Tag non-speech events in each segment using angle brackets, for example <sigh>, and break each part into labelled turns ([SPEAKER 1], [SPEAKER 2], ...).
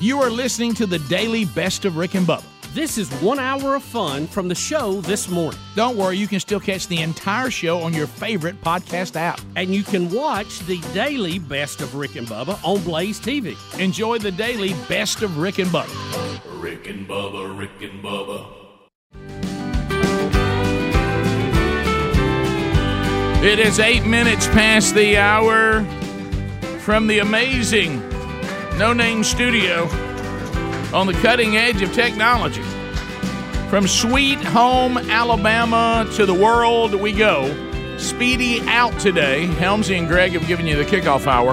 [SPEAKER 1] You are listening to the daily best of Rick and Bubba.
[SPEAKER 2] This is one hour of fun from the show this morning.
[SPEAKER 1] Don't worry, you can still catch the entire show on your favorite podcast app.
[SPEAKER 2] And you can watch the daily best of Rick and Bubba on Blaze TV.
[SPEAKER 1] Enjoy the daily best of Rick and Bubba.
[SPEAKER 3] Rick and Bubba, Rick and Bubba.
[SPEAKER 1] It is eight minutes past the hour from the amazing No Name Studio on the cutting edge of technology. From sweet home Alabama to the world we go. Speedy out today. Helmsy and Greg have given you the kickoff hour.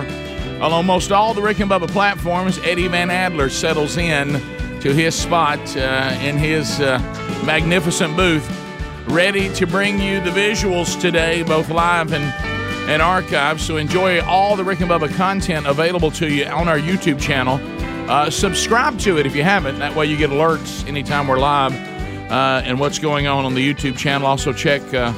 [SPEAKER 1] On almost all the Rick and Bubba platforms, Eddie Van Adler settles in to his spot uh, in his uh, magnificent booth, ready to bring you the visuals today, both live and and archive. So enjoy all the Rick and Bubba content available to you on our YouTube channel. Uh, subscribe to it if you haven't. That way you get alerts anytime we're live uh, and what's going on on the YouTube channel. Also check uh,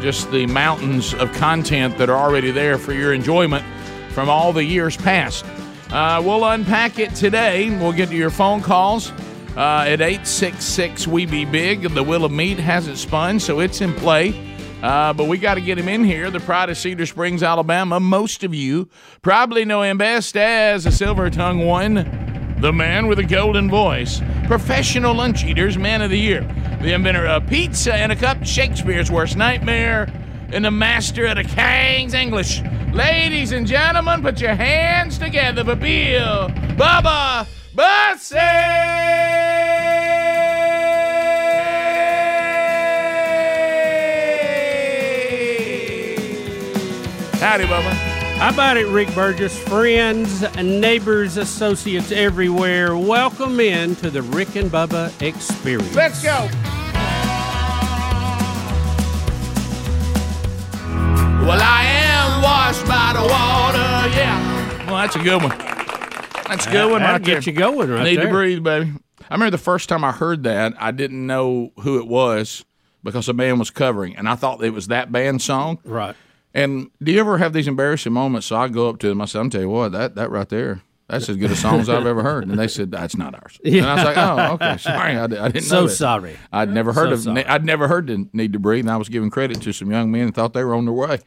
[SPEAKER 1] just the mountains of content that are already there for your enjoyment from all the years past. Uh, we'll unpack it today. We'll get to your phone calls uh, at 866 We Be Big. The Will of Meat hasn't spun, so it's in play. Uh, but we got to get him in here. The pride of Cedar Springs, Alabama. Most of you probably know him best as a silver tongue one, the man with a golden voice, professional lunch eaters, man of the year, the inventor of pizza and a cup, Shakespeare's worst nightmare, and the master of the King's English. Ladies and gentlemen, put your hands together for Bill Bubba Bussey. Howdy, Bubba.
[SPEAKER 2] How about it, Rick Burgess? Friends, neighbors, associates everywhere, welcome in to the Rick and Bubba experience.
[SPEAKER 1] Let's go. Well, I am washed by the water. Yeah. Well, that's a good one. That's a good one.
[SPEAKER 2] That'll
[SPEAKER 1] right there.
[SPEAKER 2] get you going right
[SPEAKER 1] Need
[SPEAKER 2] there.
[SPEAKER 1] to breathe, baby. I remember the first time I heard that, I didn't know who it was because the band was covering, and I thought it was that band song.
[SPEAKER 2] Right.
[SPEAKER 1] And do you ever have these embarrassing moments? So I go up to them. I said, "I'm tell you what, that that right there, that's as good a song as I've ever heard." And they said, "That's not ours." And I was like, "Oh, okay, sorry, I, di- I didn't know."
[SPEAKER 2] So
[SPEAKER 1] that."
[SPEAKER 2] sorry.
[SPEAKER 1] I'd never heard of.
[SPEAKER 2] sorry.
[SPEAKER 1] I'd never heard the need to breathe, and I was giving credit to some young men and thought they were on their way.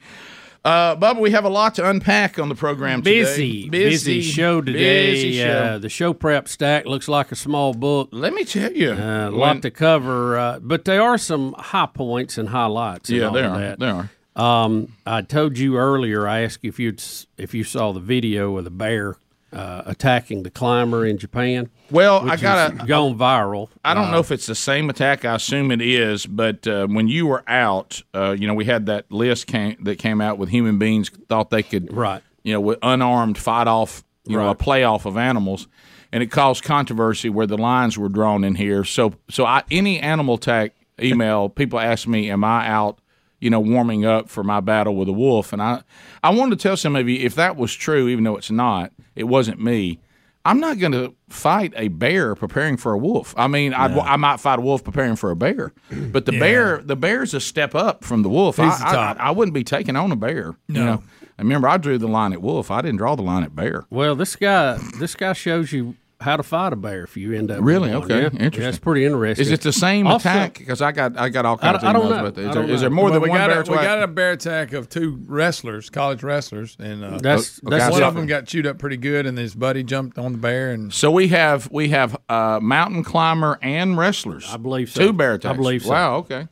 [SPEAKER 1] Uh, Bubba, we have a lot to unpack on the program today.
[SPEAKER 2] Busy, busy, show today.
[SPEAKER 1] Busy show.
[SPEAKER 2] Uh, the show prep stack looks like a small book. Uh,
[SPEAKER 1] Let me tell you,
[SPEAKER 2] A
[SPEAKER 1] when-
[SPEAKER 2] lot to cover, uh, but there are some high points and highlights. and
[SPEAKER 1] yeah,
[SPEAKER 2] all
[SPEAKER 1] there
[SPEAKER 2] of
[SPEAKER 1] are,
[SPEAKER 2] that.
[SPEAKER 1] there are.
[SPEAKER 2] Um, I told you earlier. I asked if you would if you saw the video of the bear uh, attacking the climber in Japan.
[SPEAKER 1] Well, I
[SPEAKER 2] which
[SPEAKER 1] gotta.
[SPEAKER 2] has gone viral. Uh,
[SPEAKER 1] I don't know if it's the same attack. I assume it is, but uh, when you were out, uh, you know, we had that list came, that came out with human beings thought they could,
[SPEAKER 2] Right.
[SPEAKER 1] You know, with unarmed fight off, you know, a playoff of animals, and it caused controversy where the lines were drawn in here. So, so I, any animal attack email, people ask me, "Am I out?" You know, warming up for my battle with a wolf, and I, I wanted to tell some of you if that was true, even though it's not, it wasn't me. I'm not going to fight a bear preparing for a wolf. I mean, I'd, I might fight a wolf preparing for a bear, but the bear, the bear's a step up from the wolf. I, I- I, wouldn't be taking on a bear. No. You know? I remember I drew the line at wolf. I didn't draw the line at bear.
[SPEAKER 2] Well, this guy this guy shows you how to fight a bear if you end up with
[SPEAKER 1] Really?
[SPEAKER 2] one,
[SPEAKER 1] Okay.
[SPEAKER 2] yeah?
[SPEAKER 1] Interesting.
[SPEAKER 2] Yeah, it's pretty interesting.
[SPEAKER 1] Is it the same
[SPEAKER 2] Also-
[SPEAKER 1] attack? Because I got I got all
[SPEAKER 2] I
[SPEAKER 1] kinds of
[SPEAKER 2] don't- I don't
[SPEAKER 1] emails
[SPEAKER 2] know.
[SPEAKER 1] about that.
[SPEAKER 2] I
[SPEAKER 1] Is
[SPEAKER 2] don't
[SPEAKER 1] there, is
[SPEAKER 2] know.
[SPEAKER 1] there more
[SPEAKER 4] Well,
[SPEAKER 1] than
[SPEAKER 4] we
[SPEAKER 1] one
[SPEAKER 4] got
[SPEAKER 1] bear
[SPEAKER 4] a, we
[SPEAKER 1] attack?
[SPEAKER 4] got a bear attack of two wrestlers, college wrestlers, and uh,
[SPEAKER 2] That's
[SPEAKER 5] Oh,
[SPEAKER 1] Okay,
[SPEAKER 2] that's
[SPEAKER 1] I
[SPEAKER 4] one
[SPEAKER 1] saw
[SPEAKER 2] what
[SPEAKER 4] of them got chewed up pretty good, and his buddy jumped on the bear and
[SPEAKER 1] So we have we have uh, mountain climber and wrestlers.
[SPEAKER 2] I believe so.
[SPEAKER 1] Two bear attacks.
[SPEAKER 2] I believe so.
[SPEAKER 1] Wow. Okay.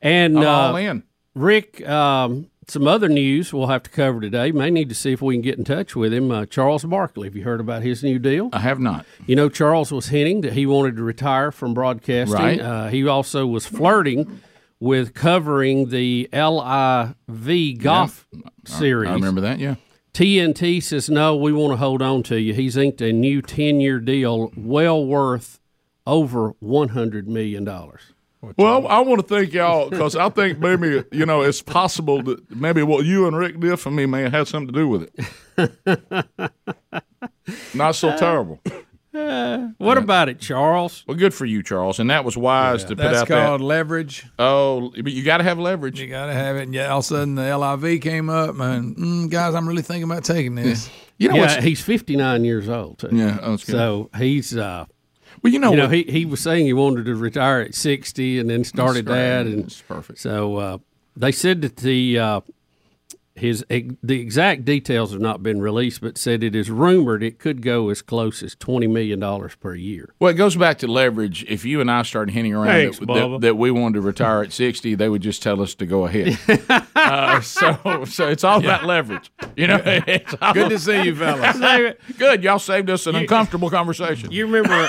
[SPEAKER 2] and
[SPEAKER 1] I'm
[SPEAKER 2] uh,
[SPEAKER 1] all in.
[SPEAKER 2] Rick, um, some other news we'll have to cover today. May need to see if we can get in touch with him. Uh, Charles Barkley, have you heard about his new deal?
[SPEAKER 1] I have not.
[SPEAKER 2] You know, Charles was hinting that he wanted to retire from broadcasting.
[SPEAKER 1] Right.
[SPEAKER 2] Uh, he also was flirting with covering the LIV golf series.
[SPEAKER 1] I remember that. Yeah.
[SPEAKER 2] TNT says, no, we want to hold on to you. He's inked a new 10 year deal well worth over $100 million.
[SPEAKER 6] Well, I want to thank y'all because I think maybe you know it's possible that maybe what you and Rick did for me
[SPEAKER 2] <laughs> Uh,
[SPEAKER 6] may have had something to do with it. Not so terrible.
[SPEAKER 2] What about it, Charles?
[SPEAKER 1] Well, good for you, Charles. And that was wise to put
[SPEAKER 4] That's
[SPEAKER 1] out
[SPEAKER 4] called
[SPEAKER 1] that.
[SPEAKER 4] leverage.
[SPEAKER 1] Oh, but you got to have leverage.
[SPEAKER 4] You gotta have it. And yeah, all of a sudden the LIV came up, and mm, guys, I'm really thinking about taking this.
[SPEAKER 1] <laughs> You know
[SPEAKER 2] yeah,
[SPEAKER 1] what's oh,
[SPEAKER 2] he's 59 years old. Too.
[SPEAKER 3] Yeah, I was kidding.
[SPEAKER 2] So he's, uh,
[SPEAKER 3] well, you know,
[SPEAKER 2] you know,
[SPEAKER 3] what-
[SPEAKER 2] he, he was saying he wanted to retire at 60 and then started that. And
[SPEAKER 3] It's perfect.
[SPEAKER 2] so uh, they said that the uh, his the exact details have not been released, but said it is rumored it could go as close as $20 million per year.
[SPEAKER 1] Well, it goes back to leverage. If you and I started hinting around
[SPEAKER 2] Thanks,
[SPEAKER 1] that, that,
[SPEAKER 2] Bubba.
[SPEAKER 1] that we wanted to retire at 60, they would just tell us to go
[SPEAKER 2] <laughs>
[SPEAKER 1] ahead. uh, so, so it's all about leverage. You know, <laughs> it's all,
[SPEAKER 4] Good to see you,
[SPEAKER 1] <laughs>
[SPEAKER 2] <laughs>
[SPEAKER 4] fellas.
[SPEAKER 1] good. Y'all saved us an uncomfortable conversation.
[SPEAKER 2] You remember,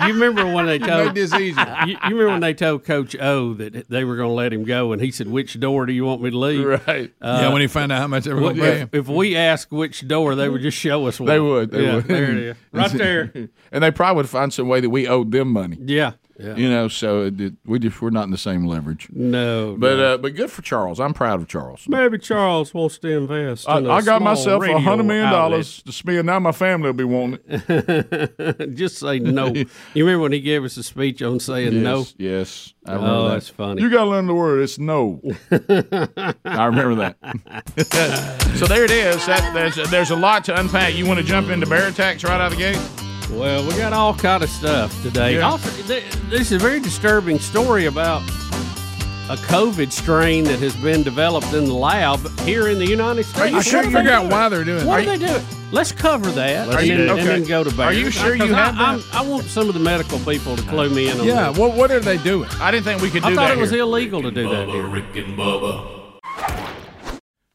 [SPEAKER 2] you remember when they
[SPEAKER 4] Made
[SPEAKER 2] told
[SPEAKER 4] this easier.
[SPEAKER 2] <laughs> you, you remember when they told Coach O that they were going to let him go, and he said, "Which door do you want me to leave?"
[SPEAKER 1] right.
[SPEAKER 4] yeah, when he found out how much they were
[SPEAKER 2] What-
[SPEAKER 4] gonna pay
[SPEAKER 2] if,
[SPEAKER 4] him.
[SPEAKER 2] if we asked which door, they would just show us. One.
[SPEAKER 1] <laughs> They would, they
[SPEAKER 2] yeah,
[SPEAKER 1] would.
[SPEAKER 2] there
[SPEAKER 1] <laughs>
[SPEAKER 2] it is, right there.
[SPEAKER 1] and they probably would find some way that we owed them money.
[SPEAKER 2] Yeah, yeah.
[SPEAKER 1] You know, so it, it- we just we're not in the same leverage.
[SPEAKER 2] No,
[SPEAKER 1] But uh, but good for Charles. I'm proud of Charles.
[SPEAKER 2] maybe Charles wants to invest.
[SPEAKER 3] I, I got myself a hundred million dollars to spend. Now my family will be wanting it.
[SPEAKER 2] <laughs> just
[SPEAKER 1] <laughs>
[SPEAKER 2] say no. you remember when he gave us a speech on saying no?
[SPEAKER 1] Yes, yes. I remember
[SPEAKER 2] Oh,
[SPEAKER 1] that.
[SPEAKER 2] that's funny.
[SPEAKER 3] You got to learn the word. It's
[SPEAKER 2] <laughs>
[SPEAKER 3] no.
[SPEAKER 1] I remember that. <laughs> so there it is. That, there's, there's a lot to unpack. You want to jump into bear attacks right out of the gate?
[SPEAKER 2] Well, we got all kind of stuff today.
[SPEAKER 1] Yeah.
[SPEAKER 2] Also, th- this is a very disturbing story about a COVID strain that has been developed in the lab here in the United States.
[SPEAKER 4] I can't figure out why they're doing
[SPEAKER 2] What
[SPEAKER 4] it.
[SPEAKER 2] do they do? Let's cover that
[SPEAKER 1] Let's
[SPEAKER 2] and, then,
[SPEAKER 1] do it.
[SPEAKER 2] and then
[SPEAKER 1] Okay.
[SPEAKER 2] go to bed.
[SPEAKER 1] Are you sure you have that?
[SPEAKER 2] I, I, I want some of the medical people to clue me in on
[SPEAKER 4] Yeah,
[SPEAKER 2] that.
[SPEAKER 4] what what are they doing?
[SPEAKER 1] I didn't think we could do
[SPEAKER 2] I
[SPEAKER 1] that.
[SPEAKER 2] thought it was
[SPEAKER 1] here.
[SPEAKER 2] illegal to do that here.
[SPEAKER 7] Bubba, Rick and Bubba.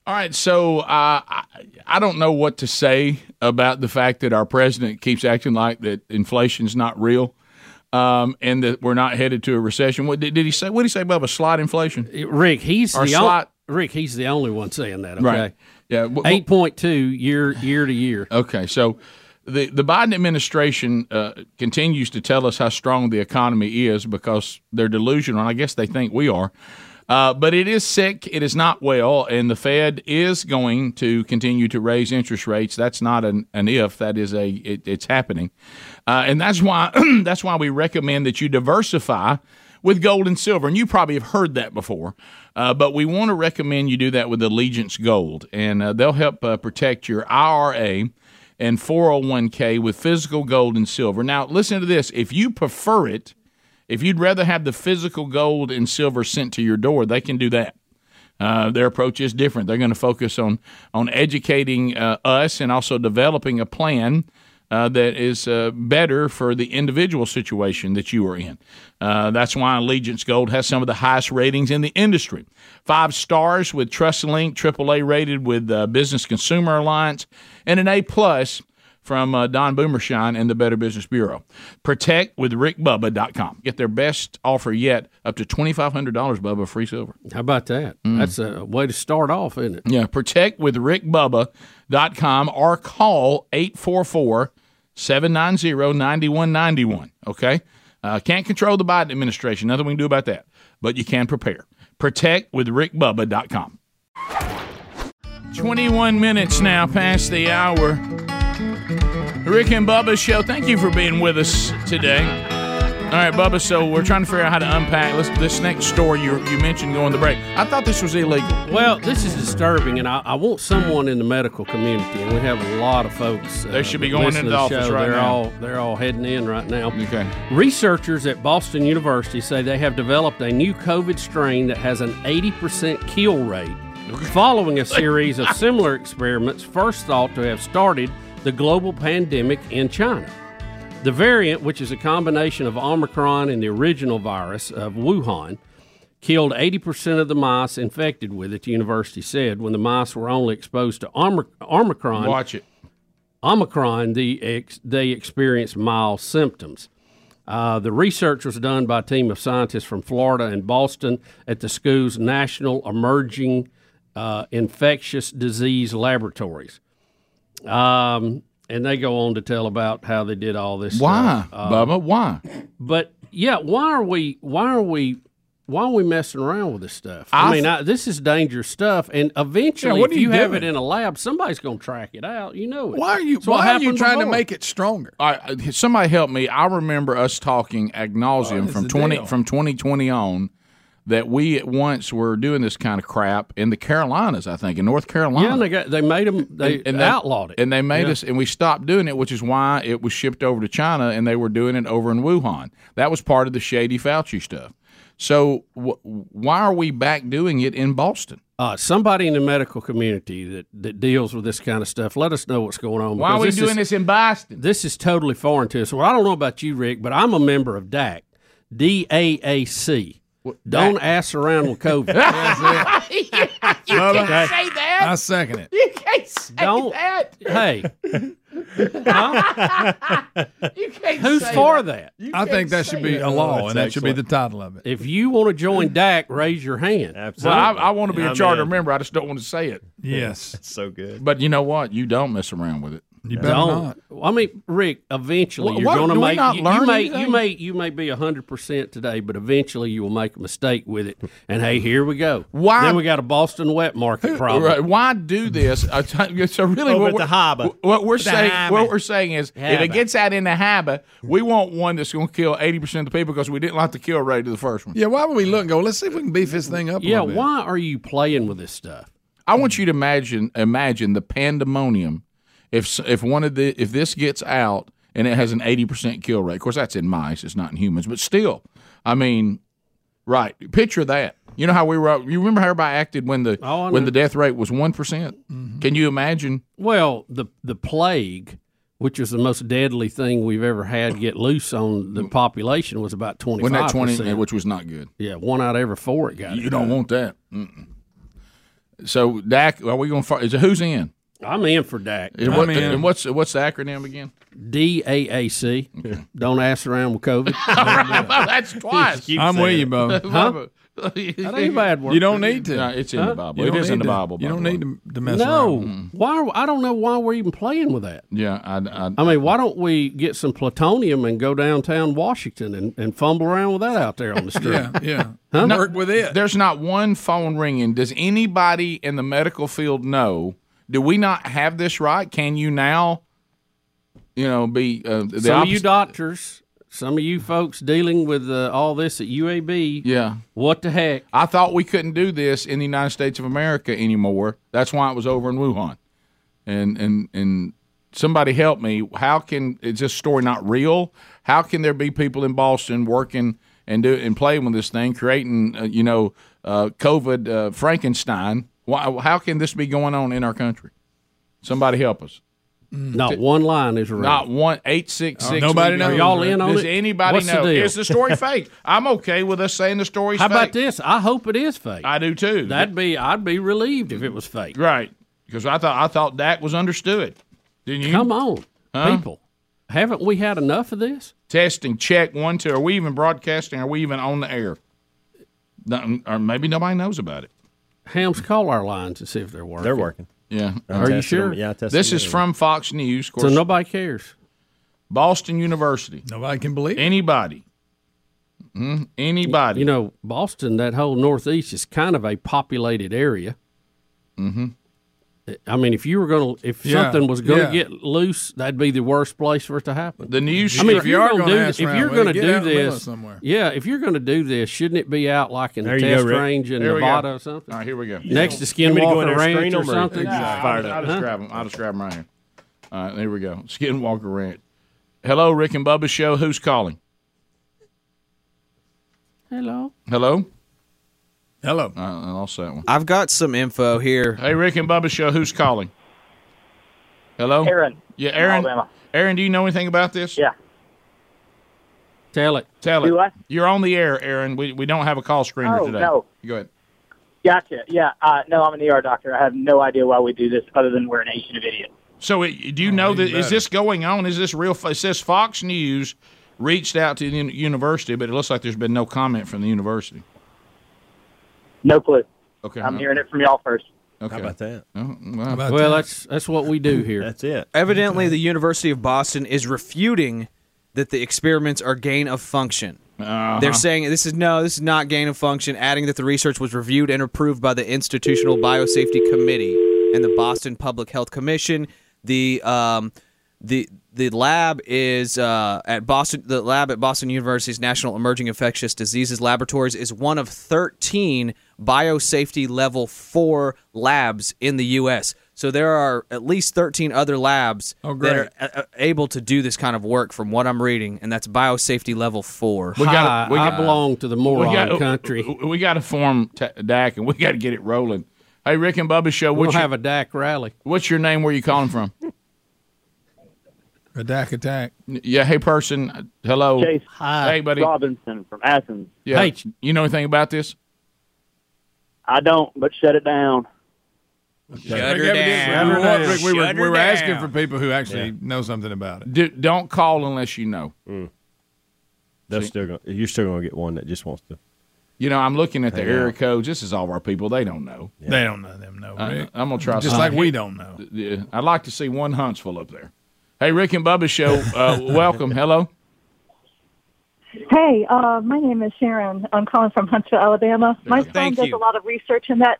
[SPEAKER 1] All right, so uh, I, I don't know what to say about the fact that our president keeps acting like that inflation's not real. Um, and that we're not headed to a recession. What did, did he say? What did he say about slight inflation?
[SPEAKER 2] Rick, he's
[SPEAKER 1] Or
[SPEAKER 2] the only,
[SPEAKER 1] slot.
[SPEAKER 2] Rick, he's the only one saying that. Okay,
[SPEAKER 1] Yeah. wh- wh-
[SPEAKER 2] eight point two year year to year.
[SPEAKER 1] Okay, so the the Biden administration uh, continues to tell us how strong the economy is because they're delusional, and I guess they think we are. Uh, but it is sick. It is not well, and the Fed is going to continue to raise interest rates. That's not an, an if. That is a it, it's happening, uh, and that's why <clears throat> that's why we recommend that you diversify with gold and silver. And you probably have heard that before, uh, but we want to recommend you do that with Allegiance Gold, and uh, they'll help uh, protect your IRA and 401k with physical gold and silver. Now, listen to this. If you prefer it, if you'd rather have the physical gold and silver sent to your door, they can do that. Uh, their approach is different. They're going to focus on on educating uh, us and also developing a plan uh, that is uh, better for the individual situation that you are in. Uh, that's why Allegiance Gold has some of the highest ratings in the industry. Five stars with TrustLink, AAA rated with uh, Business Consumer Alliance, and an A plus from uh, Don Boomershine and the Better Business Bureau. Protect with RickBubba.com. Get their best offer yet, up to $2,500, Bubba, free silver. Mm.
[SPEAKER 2] How about that? That's a way to start off, isn't it?
[SPEAKER 1] Yeah, protect with rickbubba.com or call 844 790 9191. Okay? Uh, can't control the Biden administration. Nothing we can do about that, but you can prepare. Protect with rickbubba.com. 21 minutes now past the hour. Rick and Bubba show. Thank you for being with us today. All right, Bubba. So we're trying to figure out how to unpack this, this next story you, you mentioned going to break. I thought this was illegal.
[SPEAKER 2] Well, this is disturbing, and I, I want someone in the medical community, and we have a lot of folks. Uh,
[SPEAKER 1] They should be
[SPEAKER 2] that
[SPEAKER 1] going
[SPEAKER 2] listen
[SPEAKER 1] into
[SPEAKER 2] to
[SPEAKER 1] the
[SPEAKER 2] show.
[SPEAKER 1] office right
[SPEAKER 2] they're
[SPEAKER 1] now.
[SPEAKER 2] All, they're all heading in right now.
[SPEAKER 1] Okay.
[SPEAKER 2] Researchers at Boston University say they have developed a new COVID strain that has an 80% kill rate
[SPEAKER 1] <laughs>
[SPEAKER 2] following a series of similar experiments first thought to have started the global pandemic in China. The variant, which is a combination of Omicron and the original virus of Wuhan, killed 80% of the mice infected with it, the university said, when the mice were only exposed to Omic- Omicron.
[SPEAKER 1] Watch it.
[SPEAKER 2] Omicron, the ex, they experienced mild symptoms. Uh, the research was done by a team of scientists from Florida and Boston at the school's National Emerging uh, Infectious Disease Laboratories. Um, and they go on to tell about how they did all this. uh,
[SPEAKER 1] Why,
[SPEAKER 2] stuff.
[SPEAKER 1] Bubba? Why?
[SPEAKER 2] But yeah, why are we? Why are we? why are we messing around with this stuff? I,
[SPEAKER 1] I
[SPEAKER 2] mean,
[SPEAKER 1] th-
[SPEAKER 2] I, this is dangerous stuff, and eventually,
[SPEAKER 1] what
[SPEAKER 2] if
[SPEAKER 1] are
[SPEAKER 2] you
[SPEAKER 1] you
[SPEAKER 2] have it
[SPEAKER 1] doing?
[SPEAKER 2] in a lab, somebody's going to track it out. You know it.
[SPEAKER 4] Why are you?
[SPEAKER 2] So
[SPEAKER 4] why are you
[SPEAKER 2] happened
[SPEAKER 4] trying to
[SPEAKER 2] before.
[SPEAKER 4] make it stronger?
[SPEAKER 1] All right, uh, somebody help me. I remember us talking ad
[SPEAKER 2] Oh,
[SPEAKER 1] nauseum
[SPEAKER 4] that's
[SPEAKER 1] from
[SPEAKER 4] the
[SPEAKER 1] twenty
[SPEAKER 4] deal.
[SPEAKER 1] from twenty twenty on that we at once were doing this kind of crap in the Carolinas, I think, in North Carolina.
[SPEAKER 2] Yeah, and they got they made them they outlawed it.
[SPEAKER 1] And they made us, and we stopped doing it, which is why it was shipped over to China, and they were doing it over in Wuhan. That was part of the shady Fauci stuff. So wh- why are we back doing it in Boston?
[SPEAKER 2] uh, somebody in the medical community that, that deals with this kind of stuff, let us know what's going on.
[SPEAKER 1] Why are we
[SPEAKER 2] because this
[SPEAKER 1] doing
[SPEAKER 2] is-
[SPEAKER 1] this in Boston?
[SPEAKER 2] This is totally foreign to us. Well, I don't know about you, Rick, but I'm a member of DAC, D A A C. Don't ass around with
[SPEAKER 1] <laughs>
[SPEAKER 2] COVID.
[SPEAKER 4] Brother,
[SPEAKER 5] Say that.
[SPEAKER 4] I second it.
[SPEAKER 5] You can't say
[SPEAKER 2] Don't-
[SPEAKER 5] that.
[SPEAKER 2] hey,
[SPEAKER 5] You can't
[SPEAKER 2] who's
[SPEAKER 5] say
[SPEAKER 2] for
[SPEAKER 5] that.
[SPEAKER 2] that?
[SPEAKER 5] You
[SPEAKER 4] I think
[SPEAKER 5] can't
[SPEAKER 4] that
[SPEAKER 5] say
[SPEAKER 4] should be
[SPEAKER 5] that.
[SPEAKER 4] a law,
[SPEAKER 8] that's
[SPEAKER 4] and that should be the
[SPEAKER 8] excellent.
[SPEAKER 4] title of it.
[SPEAKER 2] If you want to join DAC, raise your hand.
[SPEAKER 8] Absolutely.
[SPEAKER 1] Well, I, I want to be
[SPEAKER 8] I
[SPEAKER 1] a
[SPEAKER 8] mean,
[SPEAKER 1] charter member. I just don't want to say it. <laughs>
[SPEAKER 4] Yes,
[SPEAKER 8] It's so good.
[SPEAKER 1] But you know what? You don't mess around with it.
[SPEAKER 4] you better
[SPEAKER 2] Don't.
[SPEAKER 4] not.
[SPEAKER 2] I mean, Rick. Eventually,
[SPEAKER 1] Wha-
[SPEAKER 2] you're
[SPEAKER 1] what?
[SPEAKER 2] going to
[SPEAKER 1] Do we
[SPEAKER 2] make.
[SPEAKER 1] not
[SPEAKER 2] you, you
[SPEAKER 1] learn
[SPEAKER 2] may. You
[SPEAKER 1] anything?
[SPEAKER 2] may. You may be hundred percent today, but eventually you will make a mistake with it. And hey, here we go.
[SPEAKER 1] Why-
[SPEAKER 2] Then we got a Boston wet market problem.
[SPEAKER 1] Right. Why do this? Uh, t- so really,
[SPEAKER 8] Over
[SPEAKER 1] what
[SPEAKER 8] at the
[SPEAKER 1] we're,
[SPEAKER 8] harbor.
[SPEAKER 1] what we're
[SPEAKER 8] The
[SPEAKER 1] saying,
[SPEAKER 8] harbor.
[SPEAKER 1] what we're saying is, if
[SPEAKER 8] Harbor.
[SPEAKER 1] it gets out in the harbor, we want one that's going to kill eighty percent of the people because we didn't like the kill rate of the first one.
[SPEAKER 4] Yeah, why would we look and go? Let's see if we can beef this thing up. a
[SPEAKER 2] Yeah.
[SPEAKER 4] little bit."
[SPEAKER 2] Why are you playing with this stuff?
[SPEAKER 1] I want you to imagine imagine the pandemonium if s- if one of the if this gets out and it has an eighty percent kill rate. Of course, that's in mice; it's not in humans, but still, I mean, right? Picture that. You know how we were. You remember how everybody acted when the
[SPEAKER 2] Oh, I
[SPEAKER 1] when
[SPEAKER 2] know.
[SPEAKER 1] the death rate was one
[SPEAKER 4] Mm-hmm.
[SPEAKER 1] Can you imagine?
[SPEAKER 2] Well, Oh, the the plague, which was the most deadly thing we've ever had get loose on the population, was about twenty
[SPEAKER 1] Wasn't
[SPEAKER 2] five
[SPEAKER 1] that twenty?
[SPEAKER 2] percent.
[SPEAKER 1] Which was not good.
[SPEAKER 2] Yeah, one out of every four it got.
[SPEAKER 1] You don't want that. Mm-mm. So Dak, are we going? to Is it who's in?
[SPEAKER 2] I'm in for Dak.
[SPEAKER 1] And, what,
[SPEAKER 4] I'm in.
[SPEAKER 1] and what's what's the acronym <laughs> again?
[SPEAKER 2] D A A C. Don't ass around
[SPEAKER 1] <laughs>
[SPEAKER 2] with COVID.
[SPEAKER 1] That's twice.
[SPEAKER 8] Keep
[SPEAKER 4] I'm
[SPEAKER 8] saying
[SPEAKER 4] with you,
[SPEAKER 8] it.
[SPEAKER 4] Bo.
[SPEAKER 1] that
[SPEAKER 2] That ain't bad work.
[SPEAKER 1] <laughs>
[SPEAKER 4] You don't need to.
[SPEAKER 1] No, it's in the Bible.
[SPEAKER 4] You
[SPEAKER 1] It
[SPEAKER 4] don't
[SPEAKER 1] is in
[SPEAKER 4] need
[SPEAKER 1] the
[SPEAKER 4] to-
[SPEAKER 1] Bible. by
[SPEAKER 4] You don't
[SPEAKER 1] the way.
[SPEAKER 4] need to, to mess
[SPEAKER 2] No,
[SPEAKER 4] around.
[SPEAKER 2] why? Are, I don't know why we're even playing with that.
[SPEAKER 1] Yeah, I, I,
[SPEAKER 2] I mean, why don't we get some plutonium and go downtown Washington and, and fumble around with that out
[SPEAKER 1] <laughs>
[SPEAKER 2] there on the street?
[SPEAKER 4] Yeah, yeah. Work with it.
[SPEAKER 1] there's not one phone ringing. Does anybody in the medical field know? Do we not have this right? Can you now, you know, be uh, the
[SPEAKER 2] Some of you
[SPEAKER 1] opposite-
[SPEAKER 2] doctors, some of you folks dealing with uh, all this at UAB,
[SPEAKER 1] Yeah,
[SPEAKER 2] what the heck?
[SPEAKER 1] I thought we couldn't do this in the United States of America anymore. That's why it was over in Wuhan. And and and somebody help me. How can is this story not real? How can there be people in Boston working and do and playing with this thing, creating uh, you know uh, COVID uh, Frankenstein? Why, how can this be going on in our country? Somebody help us.
[SPEAKER 4] Mm.
[SPEAKER 2] Not one line is right.
[SPEAKER 1] Not one eight six six.
[SPEAKER 4] Oh, Uh, Nobody knows.
[SPEAKER 2] Are y'all in on
[SPEAKER 1] Does
[SPEAKER 2] it?
[SPEAKER 1] anybody
[SPEAKER 2] What's the
[SPEAKER 1] know?
[SPEAKER 2] deal?
[SPEAKER 1] Is the story <laughs> fake? I'm okay with us saying the story's
[SPEAKER 2] How
[SPEAKER 1] fake.
[SPEAKER 2] about this? I hope it is fake.
[SPEAKER 1] I do too.
[SPEAKER 2] That'd be I'd be relieved if it was fake.
[SPEAKER 1] Right. Because I thought I thought Dak was understood. Didn't you?
[SPEAKER 2] Come on, people. Haven't we had enough of this?
[SPEAKER 1] Testing, check one, two. Are we even broadcasting? Are we even on the air? No, or maybe nobody knows about it.
[SPEAKER 2] Hams, call our lines and see if they're working.
[SPEAKER 8] They're working.
[SPEAKER 1] Yeah.
[SPEAKER 8] Are
[SPEAKER 2] you sure?
[SPEAKER 8] Yeah, I tested
[SPEAKER 1] This
[SPEAKER 8] them
[SPEAKER 1] is
[SPEAKER 8] earlier.
[SPEAKER 1] from Fox News, of
[SPEAKER 2] So
[SPEAKER 1] course.
[SPEAKER 2] nobody cares.
[SPEAKER 1] Boston University.
[SPEAKER 4] Nobody can believe it.
[SPEAKER 1] Anybody. Mhm. Anybody.
[SPEAKER 2] You know, Boston, that whole Northeast is kind of a populated area. Mm-hmm. I mean, if you were going to, if
[SPEAKER 4] Yeah,
[SPEAKER 2] something was going to
[SPEAKER 4] yeah.
[SPEAKER 2] get loose, that'd be the worst place for it to happen.
[SPEAKER 1] the news
[SPEAKER 2] I mean,
[SPEAKER 1] if
[SPEAKER 2] if, you're
[SPEAKER 4] are
[SPEAKER 2] going
[SPEAKER 4] gonna
[SPEAKER 2] to do,
[SPEAKER 4] ask
[SPEAKER 2] this, if
[SPEAKER 4] around
[SPEAKER 2] you're
[SPEAKER 4] with it,
[SPEAKER 2] going to
[SPEAKER 4] get
[SPEAKER 2] do
[SPEAKER 4] out in the middle of
[SPEAKER 2] this,
[SPEAKER 4] somewhere.
[SPEAKER 2] yeah, if you're going to do this, shouldn't it be out like in
[SPEAKER 8] There
[SPEAKER 2] the
[SPEAKER 8] you go,
[SPEAKER 2] test
[SPEAKER 8] Rick.
[SPEAKER 2] range in
[SPEAKER 1] Here we go.
[SPEAKER 2] Nevada or something,
[SPEAKER 1] All right, here we go.
[SPEAKER 2] next to
[SPEAKER 8] me to go in
[SPEAKER 2] Skinwalker
[SPEAKER 8] there,
[SPEAKER 2] Ranch
[SPEAKER 8] screen
[SPEAKER 2] or
[SPEAKER 8] them or-
[SPEAKER 2] something?
[SPEAKER 8] Exactly.
[SPEAKER 1] I'll, I'll just grab them. I'll just grab them right here. All right, there we go. Skinwalker Ranch. Hello, Rick and Bubba Show. Who's calling?
[SPEAKER 2] Hello,
[SPEAKER 1] Hello?
[SPEAKER 4] Hello.
[SPEAKER 1] Uh, I lost that one.
[SPEAKER 9] I've got some info here.
[SPEAKER 1] Hey, Rick and Bubba Show, who's calling? Hello?
[SPEAKER 6] Aaron.
[SPEAKER 1] Yeah, Aaron.
[SPEAKER 6] Alabama.
[SPEAKER 1] Aaron, do you know anything about this?
[SPEAKER 6] Yeah.
[SPEAKER 2] tell it.
[SPEAKER 1] Tell
[SPEAKER 6] Do
[SPEAKER 1] it.
[SPEAKER 6] I?
[SPEAKER 1] You're on the air, Aaron. We, we don't have a call screener
[SPEAKER 6] Oh,
[SPEAKER 1] today.
[SPEAKER 6] no.
[SPEAKER 1] Go ahead.
[SPEAKER 6] Gotcha. Yeah. Uh, no, I'm an ER doctor. I have no idea why we do this other than we're a nation of idiots.
[SPEAKER 1] So, it, do you know that is this going on? Is this real? It says Fox News reached out to the uni- university, but it looks like there's been no comment from the university.
[SPEAKER 6] No clue.
[SPEAKER 1] Okay.
[SPEAKER 6] I'm hearing it from y'all first.
[SPEAKER 1] Okay.
[SPEAKER 8] How about that? <laughs>
[SPEAKER 1] Oh, well,
[SPEAKER 4] How about
[SPEAKER 2] Well,
[SPEAKER 4] that?
[SPEAKER 2] that's that's what we do here.
[SPEAKER 8] That's it.
[SPEAKER 9] Evidently, the University of Boston is refuting that the experiments are gain of function.
[SPEAKER 1] Uh-huh.
[SPEAKER 8] They're saying this is no, this is not gain of function, adding that the research was reviewed and approved by the Institutional Biosafety Committee and the Boston Public Health Commission. The um, the the lab is uh, at Boston. The lab at Boston University's National Emerging Infectious Diseases Laboratories is one of 13 biosafety level four labs in the U.S. So there are at least 13 other labs that are uh, uh, able to do this kind of work, from what I'm reading, and that's biosafety level four.
[SPEAKER 1] We
[SPEAKER 2] Hi,
[SPEAKER 1] got we
[SPEAKER 2] I
[SPEAKER 1] got
[SPEAKER 2] belong to the
[SPEAKER 1] we
[SPEAKER 2] moron
[SPEAKER 1] got
[SPEAKER 2] country.
[SPEAKER 1] We, got to form t- DAC and we got to get it rolling. Hey, Rick and Bubba show.
[SPEAKER 2] We'll
[SPEAKER 1] What's, your,
[SPEAKER 2] have a DAC rally.
[SPEAKER 1] what's your name? Where you calling from?
[SPEAKER 4] A
[SPEAKER 1] <laughs>
[SPEAKER 4] DAC attack.
[SPEAKER 1] Yeah. Hey, person. Hello.
[SPEAKER 6] Chase
[SPEAKER 1] Hey, buddy.
[SPEAKER 6] Robinson from Athens.
[SPEAKER 1] Yeah.
[SPEAKER 2] Hey.
[SPEAKER 1] You know anything about this?
[SPEAKER 6] I don't, but shut it down.
[SPEAKER 8] Shut
[SPEAKER 4] Rick, evidently-
[SPEAKER 2] Shut her
[SPEAKER 4] we were- Rick, we
[SPEAKER 8] Shut
[SPEAKER 4] were,
[SPEAKER 8] her
[SPEAKER 4] we were asking
[SPEAKER 8] down.
[SPEAKER 4] for people who actually know something about it.
[SPEAKER 1] Do, don't call unless you know.
[SPEAKER 9] Mm. They're still gonna, you're still going to get one that just wants to.
[SPEAKER 1] You know, I'm looking at the area codes. This is all of our people. They don't know.
[SPEAKER 4] They don't know them, no,
[SPEAKER 1] I,
[SPEAKER 4] Rick.
[SPEAKER 1] I'm gonna try.
[SPEAKER 4] Just
[SPEAKER 1] something.
[SPEAKER 4] like we don't know.
[SPEAKER 1] Yeah, I'd like to see one Huntsville up there. Hey, Rick and Bubba show. Uh, <laughs> welcome. Hello.
[SPEAKER 10] Hey, uh, my name is Sharon. I'm calling from Huntsville, Alabama. My son
[SPEAKER 8] Thank
[SPEAKER 10] does
[SPEAKER 8] you.
[SPEAKER 10] a lot of research in that.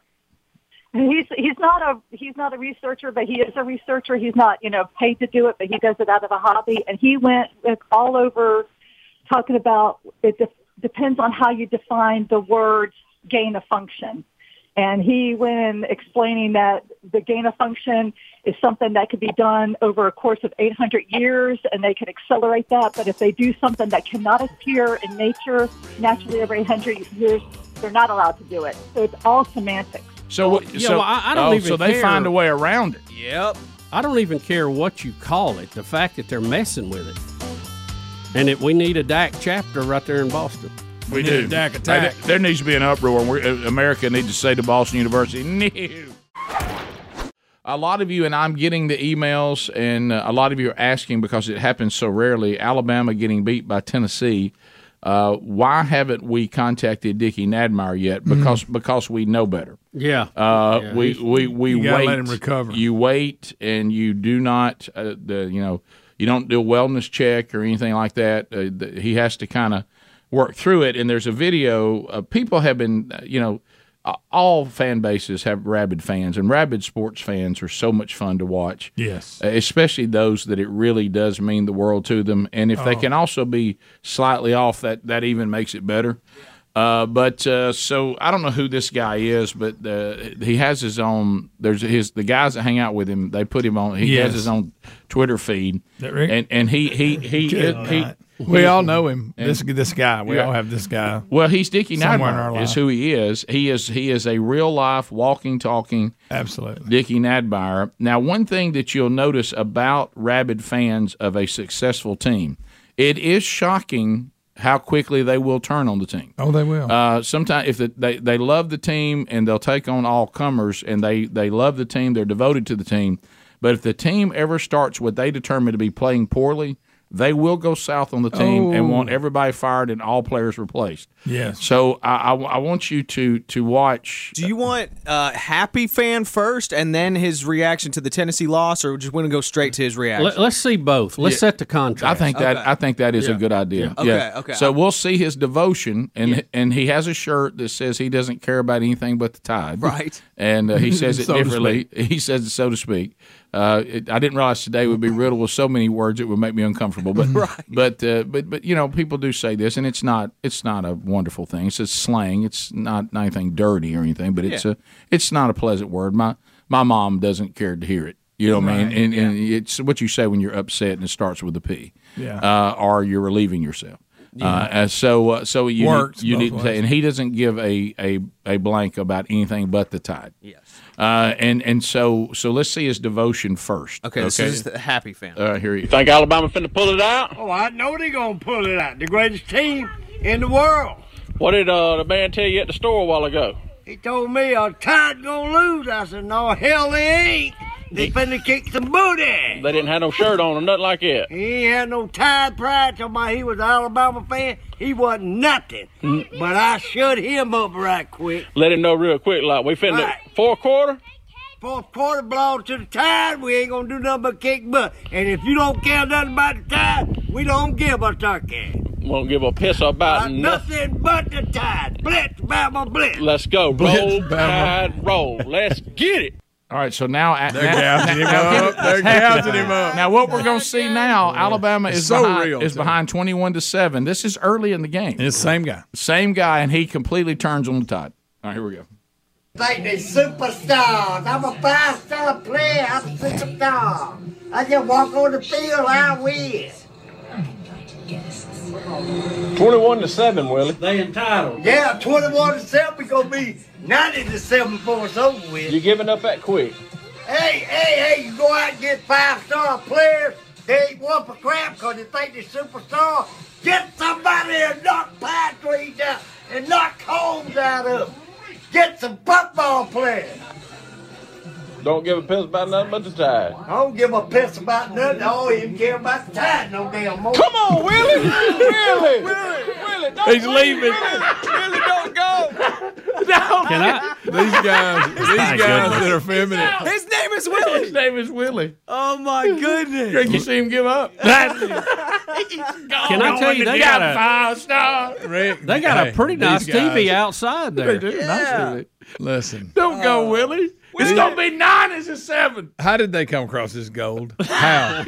[SPEAKER 10] He's he's not a he's not a researcher, but he is a researcher. He's not you know paid to do it, but he does it out of a hobby. And he went with all over talking about it de- depends on how you define the word gain of function. And he went in explaining that the gain of function is something that could be done over a course of 800 years and they can accelerate that. But if they do something that cannot appear in nature naturally over 800 years, they're not allowed to do it. So it's all semantics.
[SPEAKER 1] So, what-
[SPEAKER 2] yeah,
[SPEAKER 1] so
[SPEAKER 2] well, I- I don't
[SPEAKER 1] oh,
[SPEAKER 2] even
[SPEAKER 1] so they
[SPEAKER 2] care.
[SPEAKER 1] find a way around it.
[SPEAKER 8] Yep.
[SPEAKER 2] I don't even care what you call it. The fact that they're messing with it, and that we need a DAC chapter right there in Boston.
[SPEAKER 1] We
[SPEAKER 4] need a DAC attack.
[SPEAKER 1] There, there needs to be an uproar. and We're, uh, America needs to say to Boston University, no. A lot of you and I'm getting the emails, and uh, a lot of you are asking because it happens so rarely. Alabama getting beat by Tennessee. Uh, why haven't we contacted Dickie Nadmeyer yet? Because because we know better.
[SPEAKER 2] Yeah,
[SPEAKER 1] Uh, we, we we
[SPEAKER 4] you gotta
[SPEAKER 1] wait.
[SPEAKER 4] let him recover.
[SPEAKER 1] You wait, and you do not. Uh, the you know you don't do a wellness check or anything like that. Uh, the, he has to kind of work through it. And there's a video. Uh, people have been uh, you know uh, all fan bases have rabid fans, and rabid sports fans are so much fun to watch.
[SPEAKER 4] Yes.
[SPEAKER 1] Uh, especially those that it really does mean the world to them. And if
[SPEAKER 4] Oh.
[SPEAKER 1] they can also be slightly off, that that even makes it better. Uh, but uh, so I don't know who this guy is, but uh, he has his own. There's his the guys that hang out with him. They put him on. He has
[SPEAKER 4] Yes.
[SPEAKER 1] his own Twitter feed,
[SPEAKER 4] That Rick?
[SPEAKER 1] and and he he he,
[SPEAKER 4] Good
[SPEAKER 1] he-
[SPEAKER 4] night. we all know him. This this guy. We
[SPEAKER 1] Yeah.
[SPEAKER 4] all have this guy.
[SPEAKER 1] well, he's Dickie
[SPEAKER 4] Somewhere in our
[SPEAKER 1] Nadmeyer
[SPEAKER 4] life.
[SPEAKER 1] is who he is. He is he is a real life walking, talking
[SPEAKER 4] Absolutely.
[SPEAKER 1] Dickie Nadbauer. Now, one thing that you'll notice about rabid fans of a successful team, it is shocking how quickly they will turn on the team.
[SPEAKER 4] Oh, they will.
[SPEAKER 1] Uh, sometimes if the, they they love the team and they'll take on all comers and they they love the team, they're devoted to the team. But if the team ever starts what they determine to be playing poorly, they will go south on the team and want everybody fired and all players replaced.
[SPEAKER 4] yes.
[SPEAKER 1] So I, I, I want you to to watch.
[SPEAKER 8] Do you want uh, happy fan first, and then his reaction to the Tennessee loss, or just want to go straight to his reaction?
[SPEAKER 2] Let, us see both. Let's set the contrast.
[SPEAKER 1] I think that I think that is a good idea.
[SPEAKER 8] Okay,
[SPEAKER 1] Yeah.
[SPEAKER 8] okay.
[SPEAKER 1] So we'll see his devotion, and and he has a shirt that says he doesn't care about anything but the tide.
[SPEAKER 8] Right.
[SPEAKER 1] And uh, he says it
[SPEAKER 4] So to
[SPEAKER 1] differently. <laughs> He says it so to speak. Uh, it, I didn't realize today would be riddled with so many words it would make me uncomfortable. But but uh, but but you know people do say this, and it's not it's not a wonderful thing. It's a slang. It's not, not anything dirty or anything, but it's a it's not a pleasant word. My my mom doesn't care to hear it. You know what I mean? And, and it's what you say when you're upset, and it starts with a P
[SPEAKER 4] Yeah.
[SPEAKER 1] uh, or you're relieving yourself. Uh, and so, uh, so you
[SPEAKER 4] Works
[SPEAKER 1] need, you
[SPEAKER 4] both
[SPEAKER 1] need to say,
[SPEAKER 4] ways.
[SPEAKER 1] and he doesn't give a, a, a blank about anything but the tide.
[SPEAKER 8] yes.
[SPEAKER 1] Uh, and and so so let's see his devotion first.
[SPEAKER 8] Okay, this is the happy fan.
[SPEAKER 1] uh, here he is.
[SPEAKER 11] Think Alabama finna pull it out?
[SPEAKER 12] Oh, I know they're gonna pull it out. The greatest team in the world.
[SPEAKER 11] What did uh, the man tell you at the store a while ago?
[SPEAKER 12] He told me a tight gonna lose. I said, no, hell they ain't. They finna kick some booty.
[SPEAKER 11] They didn't have no shirt on or nothing like that.
[SPEAKER 12] He ain't had no tied pride till my he was an Alabama fan. He wasn't nothing. But I shut him up right quick.
[SPEAKER 11] Let him know real quick, like we finna
[SPEAKER 12] Right.
[SPEAKER 11] four quarter.
[SPEAKER 12] Fourth quarter belongs to the tide. We ain't gonna do nothing but kick butt. And if you don't care nothing about the tide, we don't give a turkey.
[SPEAKER 11] won't give a piss about nothing.
[SPEAKER 12] Nothing but the tide. Blitz, babble, blitz.
[SPEAKER 11] Let's go.
[SPEAKER 12] Blitz,
[SPEAKER 11] Roll,
[SPEAKER 12] Bama.
[SPEAKER 11] tide, roll. Let's get it.
[SPEAKER 1] All right, so now at-
[SPEAKER 11] They're
[SPEAKER 1] now-
[SPEAKER 11] gouging him
[SPEAKER 1] now-
[SPEAKER 11] up. They're gouging him up.
[SPEAKER 1] Now what we're gonna see now? Alabama
[SPEAKER 4] It's
[SPEAKER 1] is
[SPEAKER 4] so
[SPEAKER 1] behind,
[SPEAKER 4] real,
[SPEAKER 1] is
[SPEAKER 4] too.
[SPEAKER 1] behind twenty one to seven. This is early in the game. It's
[SPEAKER 4] same guy,
[SPEAKER 1] same guy, and he completely turns on the tide. All right, here we go.
[SPEAKER 13] Like the superstars. I'm a five-star player. I'm a superstar. I just walk on the field, I win.
[SPEAKER 11] 21 to 7, Willie.
[SPEAKER 12] They entitled.
[SPEAKER 13] Yeah, 21 to 7 gonna be 90 to 7 before it's over with.
[SPEAKER 11] You're giving up that quick.
[SPEAKER 13] Hey, hey, hey, you go out and get five-star players. They ain't one for crap because they think they're superstar. Get somebody and knock pine trees down and knock homes out of 'em. Get some football players.
[SPEAKER 11] Don't give a piss about nothing but the tide.
[SPEAKER 13] I don't give a piss about nothing. I don't even care about the tide no damn more.
[SPEAKER 11] Come on,
[SPEAKER 13] <laughs>
[SPEAKER 11] Willie! Willie! Willie,
[SPEAKER 13] don't
[SPEAKER 11] He's leaving.
[SPEAKER 13] Willie, don't go.
[SPEAKER 2] Can I?
[SPEAKER 4] These
[SPEAKER 1] <laughs>
[SPEAKER 4] guys, these
[SPEAKER 2] My
[SPEAKER 4] guys
[SPEAKER 2] goodness.
[SPEAKER 4] that are feminine.
[SPEAKER 8] His name is Willie.
[SPEAKER 1] His name is Willie.
[SPEAKER 8] Oh my goodness.
[SPEAKER 1] Greg, you see him
[SPEAKER 8] <laughs>
[SPEAKER 1] give up?
[SPEAKER 2] Can I tell you, they got a-
[SPEAKER 1] five star.
[SPEAKER 4] Rick,
[SPEAKER 2] They got
[SPEAKER 4] hey,
[SPEAKER 2] a pretty
[SPEAKER 4] these
[SPEAKER 2] nice TV
[SPEAKER 4] guys- <laughs>
[SPEAKER 2] outside there.
[SPEAKER 4] They do. Nice with it. Listen,
[SPEAKER 1] Don't
[SPEAKER 13] Oh.
[SPEAKER 1] go, Willie. It's gonna be nine as a seven.
[SPEAKER 4] how did they come across this gold? How?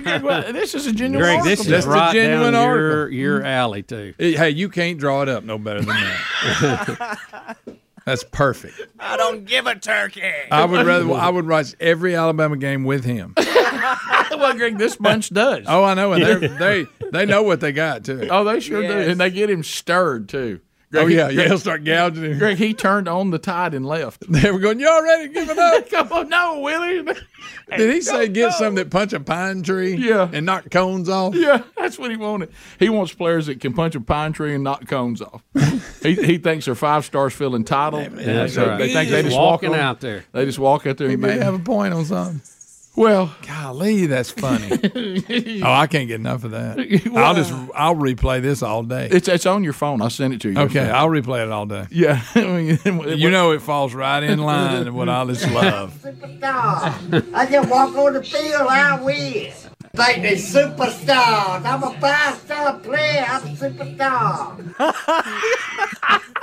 [SPEAKER 1] this is a genuine.
[SPEAKER 2] Greg, this
[SPEAKER 1] article.
[SPEAKER 2] is
[SPEAKER 4] That's the
[SPEAKER 2] right
[SPEAKER 4] genuine
[SPEAKER 2] down your,
[SPEAKER 4] article.
[SPEAKER 2] your alley too.
[SPEAKER 4] It- hey, you can't draw it up no better than that.
[SPEAKER 1] <laughs>
[SPEAKER 4] That's perfect.
[SPEAKER 12] I don't give a turkey.
[SPEAKER 4] I would rather. I would watch every Alabama game with him.
[SPEAKER 1] <laughs> well, Greg, this bunch does.
[SPEAKER 4] Oh, I know, and
[SPEAKER 1] <laughs>
[SPEAKER 4] they're- they they know what they got too.
[SPEAKER 1] Oh, they sure
[SPEAKER 4] Yes.
[SPEAKER 1] do, and they get him stirred too.
[SPEAKER 4] Oh, yeah, yeah, he'll
[SPEAKER 1] start gouging him. Greg, he turned on the tide and left.
[SPEAKER 4] <laughs> They were going. You already giving
[SPEAKER 1] <laughs>
[SPEAKER 4] up?
[SPEAKER 1] Come on, no, Willie.
[SPEAKER 4] <laughs> Did he say get some that punch a pine tree? Yeah, and knock cones off.
[SPEAKER 1] Yeah, that's what he wanted. He wants players that can punch a pine tree and knock cones
[SPEAKER 4] <laughs>
[SPEAKER 1] off. he, he thinks their five stars feel entitled.
[SPEAKER 4] man,
[SPEAKER 1] They-
[SPEAKER 4] that's right.
[SPEAKER 1] They think they
[SPEAKER 4] Just
[SPEAKER 1] just walk
[SPEAKER 4] walking
[SPEAKER 1] on-
[SPEAKER 4] out there.
[SPEAKER 1] They just walk out there.
[SPEAKER 4] He
[SPEAKER 1] and
[SPEAKER 4] may
[SPEAKER 1] bang.
[SPEAKER 4] have a point on something.
[SPEAKER 1] Well,
[SPEAKER 4] golly, that's funny.
[SPEAKER 1] <laughs>
[SPEAKER 4] oh, I can't get enough of that. I'll just I'll replay this all day.
[SPEAKER 1] It's it's on your phone. I sent it to you.
[SPEAKER 4] Okay, I'll replay it all day.
[SPEAKER 1] Yeah, <laughs> I mean,
[SPEAKER 4] You know it falls right in line with what I just
[SPEAKER 1] <laughs>
[SPEAKER 4] love.
[SPEAKER 13] Superstar. I just walk on the field, I win. Like the superstars. I'm a five-star player. I'm a superstar.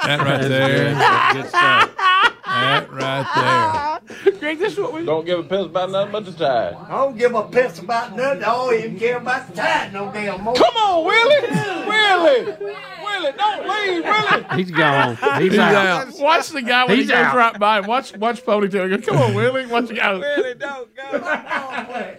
[SPEAKER 4] That right there. That right
[SPEAKER 1] <laughs> Greg, this is what we
[SPEAKER 11] don't give a piss about nothing but the tide.
[SPEAKER 13] I don't give a piss about nothing. I don't even care about the tide no damn more.
[SPEAKER 11] Come on, Willie! Willie! Willie, don't leave, Willie!
[SPEAKER 2] He's gone. He's,
[SPEAKER 1] He's
[SPEAKER 2] out.
[SPEAKER 1] out. Watch the guy when
[SPEAKER 2] He's
[SPEAKER 1] he goes
[SPEAKER 2] out.
[SPEAKER 1] right by. him. Watch watch ponytail. Go, Come
[SPEAKER 4] <laughs>
[SPEAKER 1] on, Willie. Watch the guy.
[SPEAKER 11] Willie, don't go.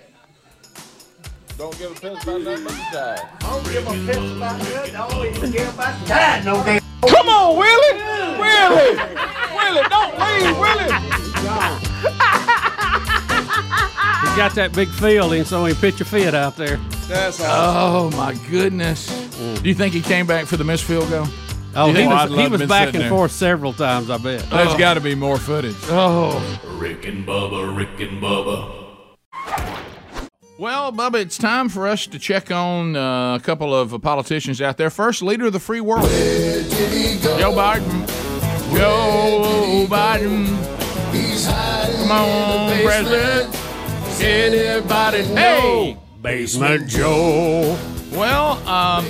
[SPEAKER 11] Don't give a piss about nothing but the tide.
[SPEAKER 13] Don't give a piss about nothing. I don't even care about the tide no damn
[SPEAKER 11] Come on, Willie! Willie! Willie, don't leave, Willie!
[SPEAKER 2] he's got that big field, and so he pitch a fit out there.
[SPEAKER 8] That's
[SPEAKER 1] Oh my goodness! Do you think he came back for the missed field goal?
[SPEAKER 2] Oh,
[SPEAKER 1] You
[SPEAKER 2] he
[SPEAKER 1] think-
[SPEAKER 2] was, he was back and forth several times. I bet.
[SPEAKER 4] there. There's got to be more footage.
[SPEAKER 1] Oh.
[SPEAKER 14] Rick and Bubba, Rick and Bubba.
[SPEAKER 1] Well, Bubba, it's time for us to check on uh, a couple of uh, politicians out there. First, leader of the free world, Joe Biden. Joe Biden. Come on, president. Anybody know?
[SPEAKER 14] Basement Joe.
[SPEAKER 1] Well, um,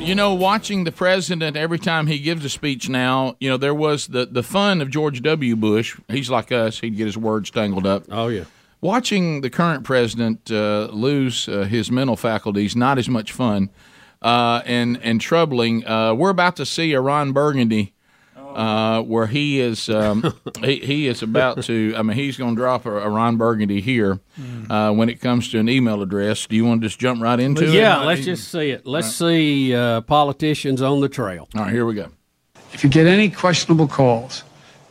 [SPEAKER 1] you know, watching the president every time he gives a speech now, you know, there was the, the fun of George W. Bush. He's like us, he'd get his words tangled up.
[SPEAKER 2] Oh, yeah.
[SPEAKER 1] Watching the current president uh, lose uh, his mental faculties, not as much fun uh, and, and troubling. Uh, we're about to see a Ron Burgundy. Uh, where he is,
[SPEAKER 2] <laughs>
[SPEAKER 1] um, he, he is about to. I mean, he's going to drop a, a Ron Burgundy here
[SPEAKER 2] Mm.
[SPEAKER 1] uh, when it comes to an email address. Do you want to just jump right into it?
[SPEAKER 2] yeah, let's just see it. Let's see uh, politicians on the trail.
[SPEAKER 1] All right, here we go.
[SPEAKER 15] If you get any questionable calls,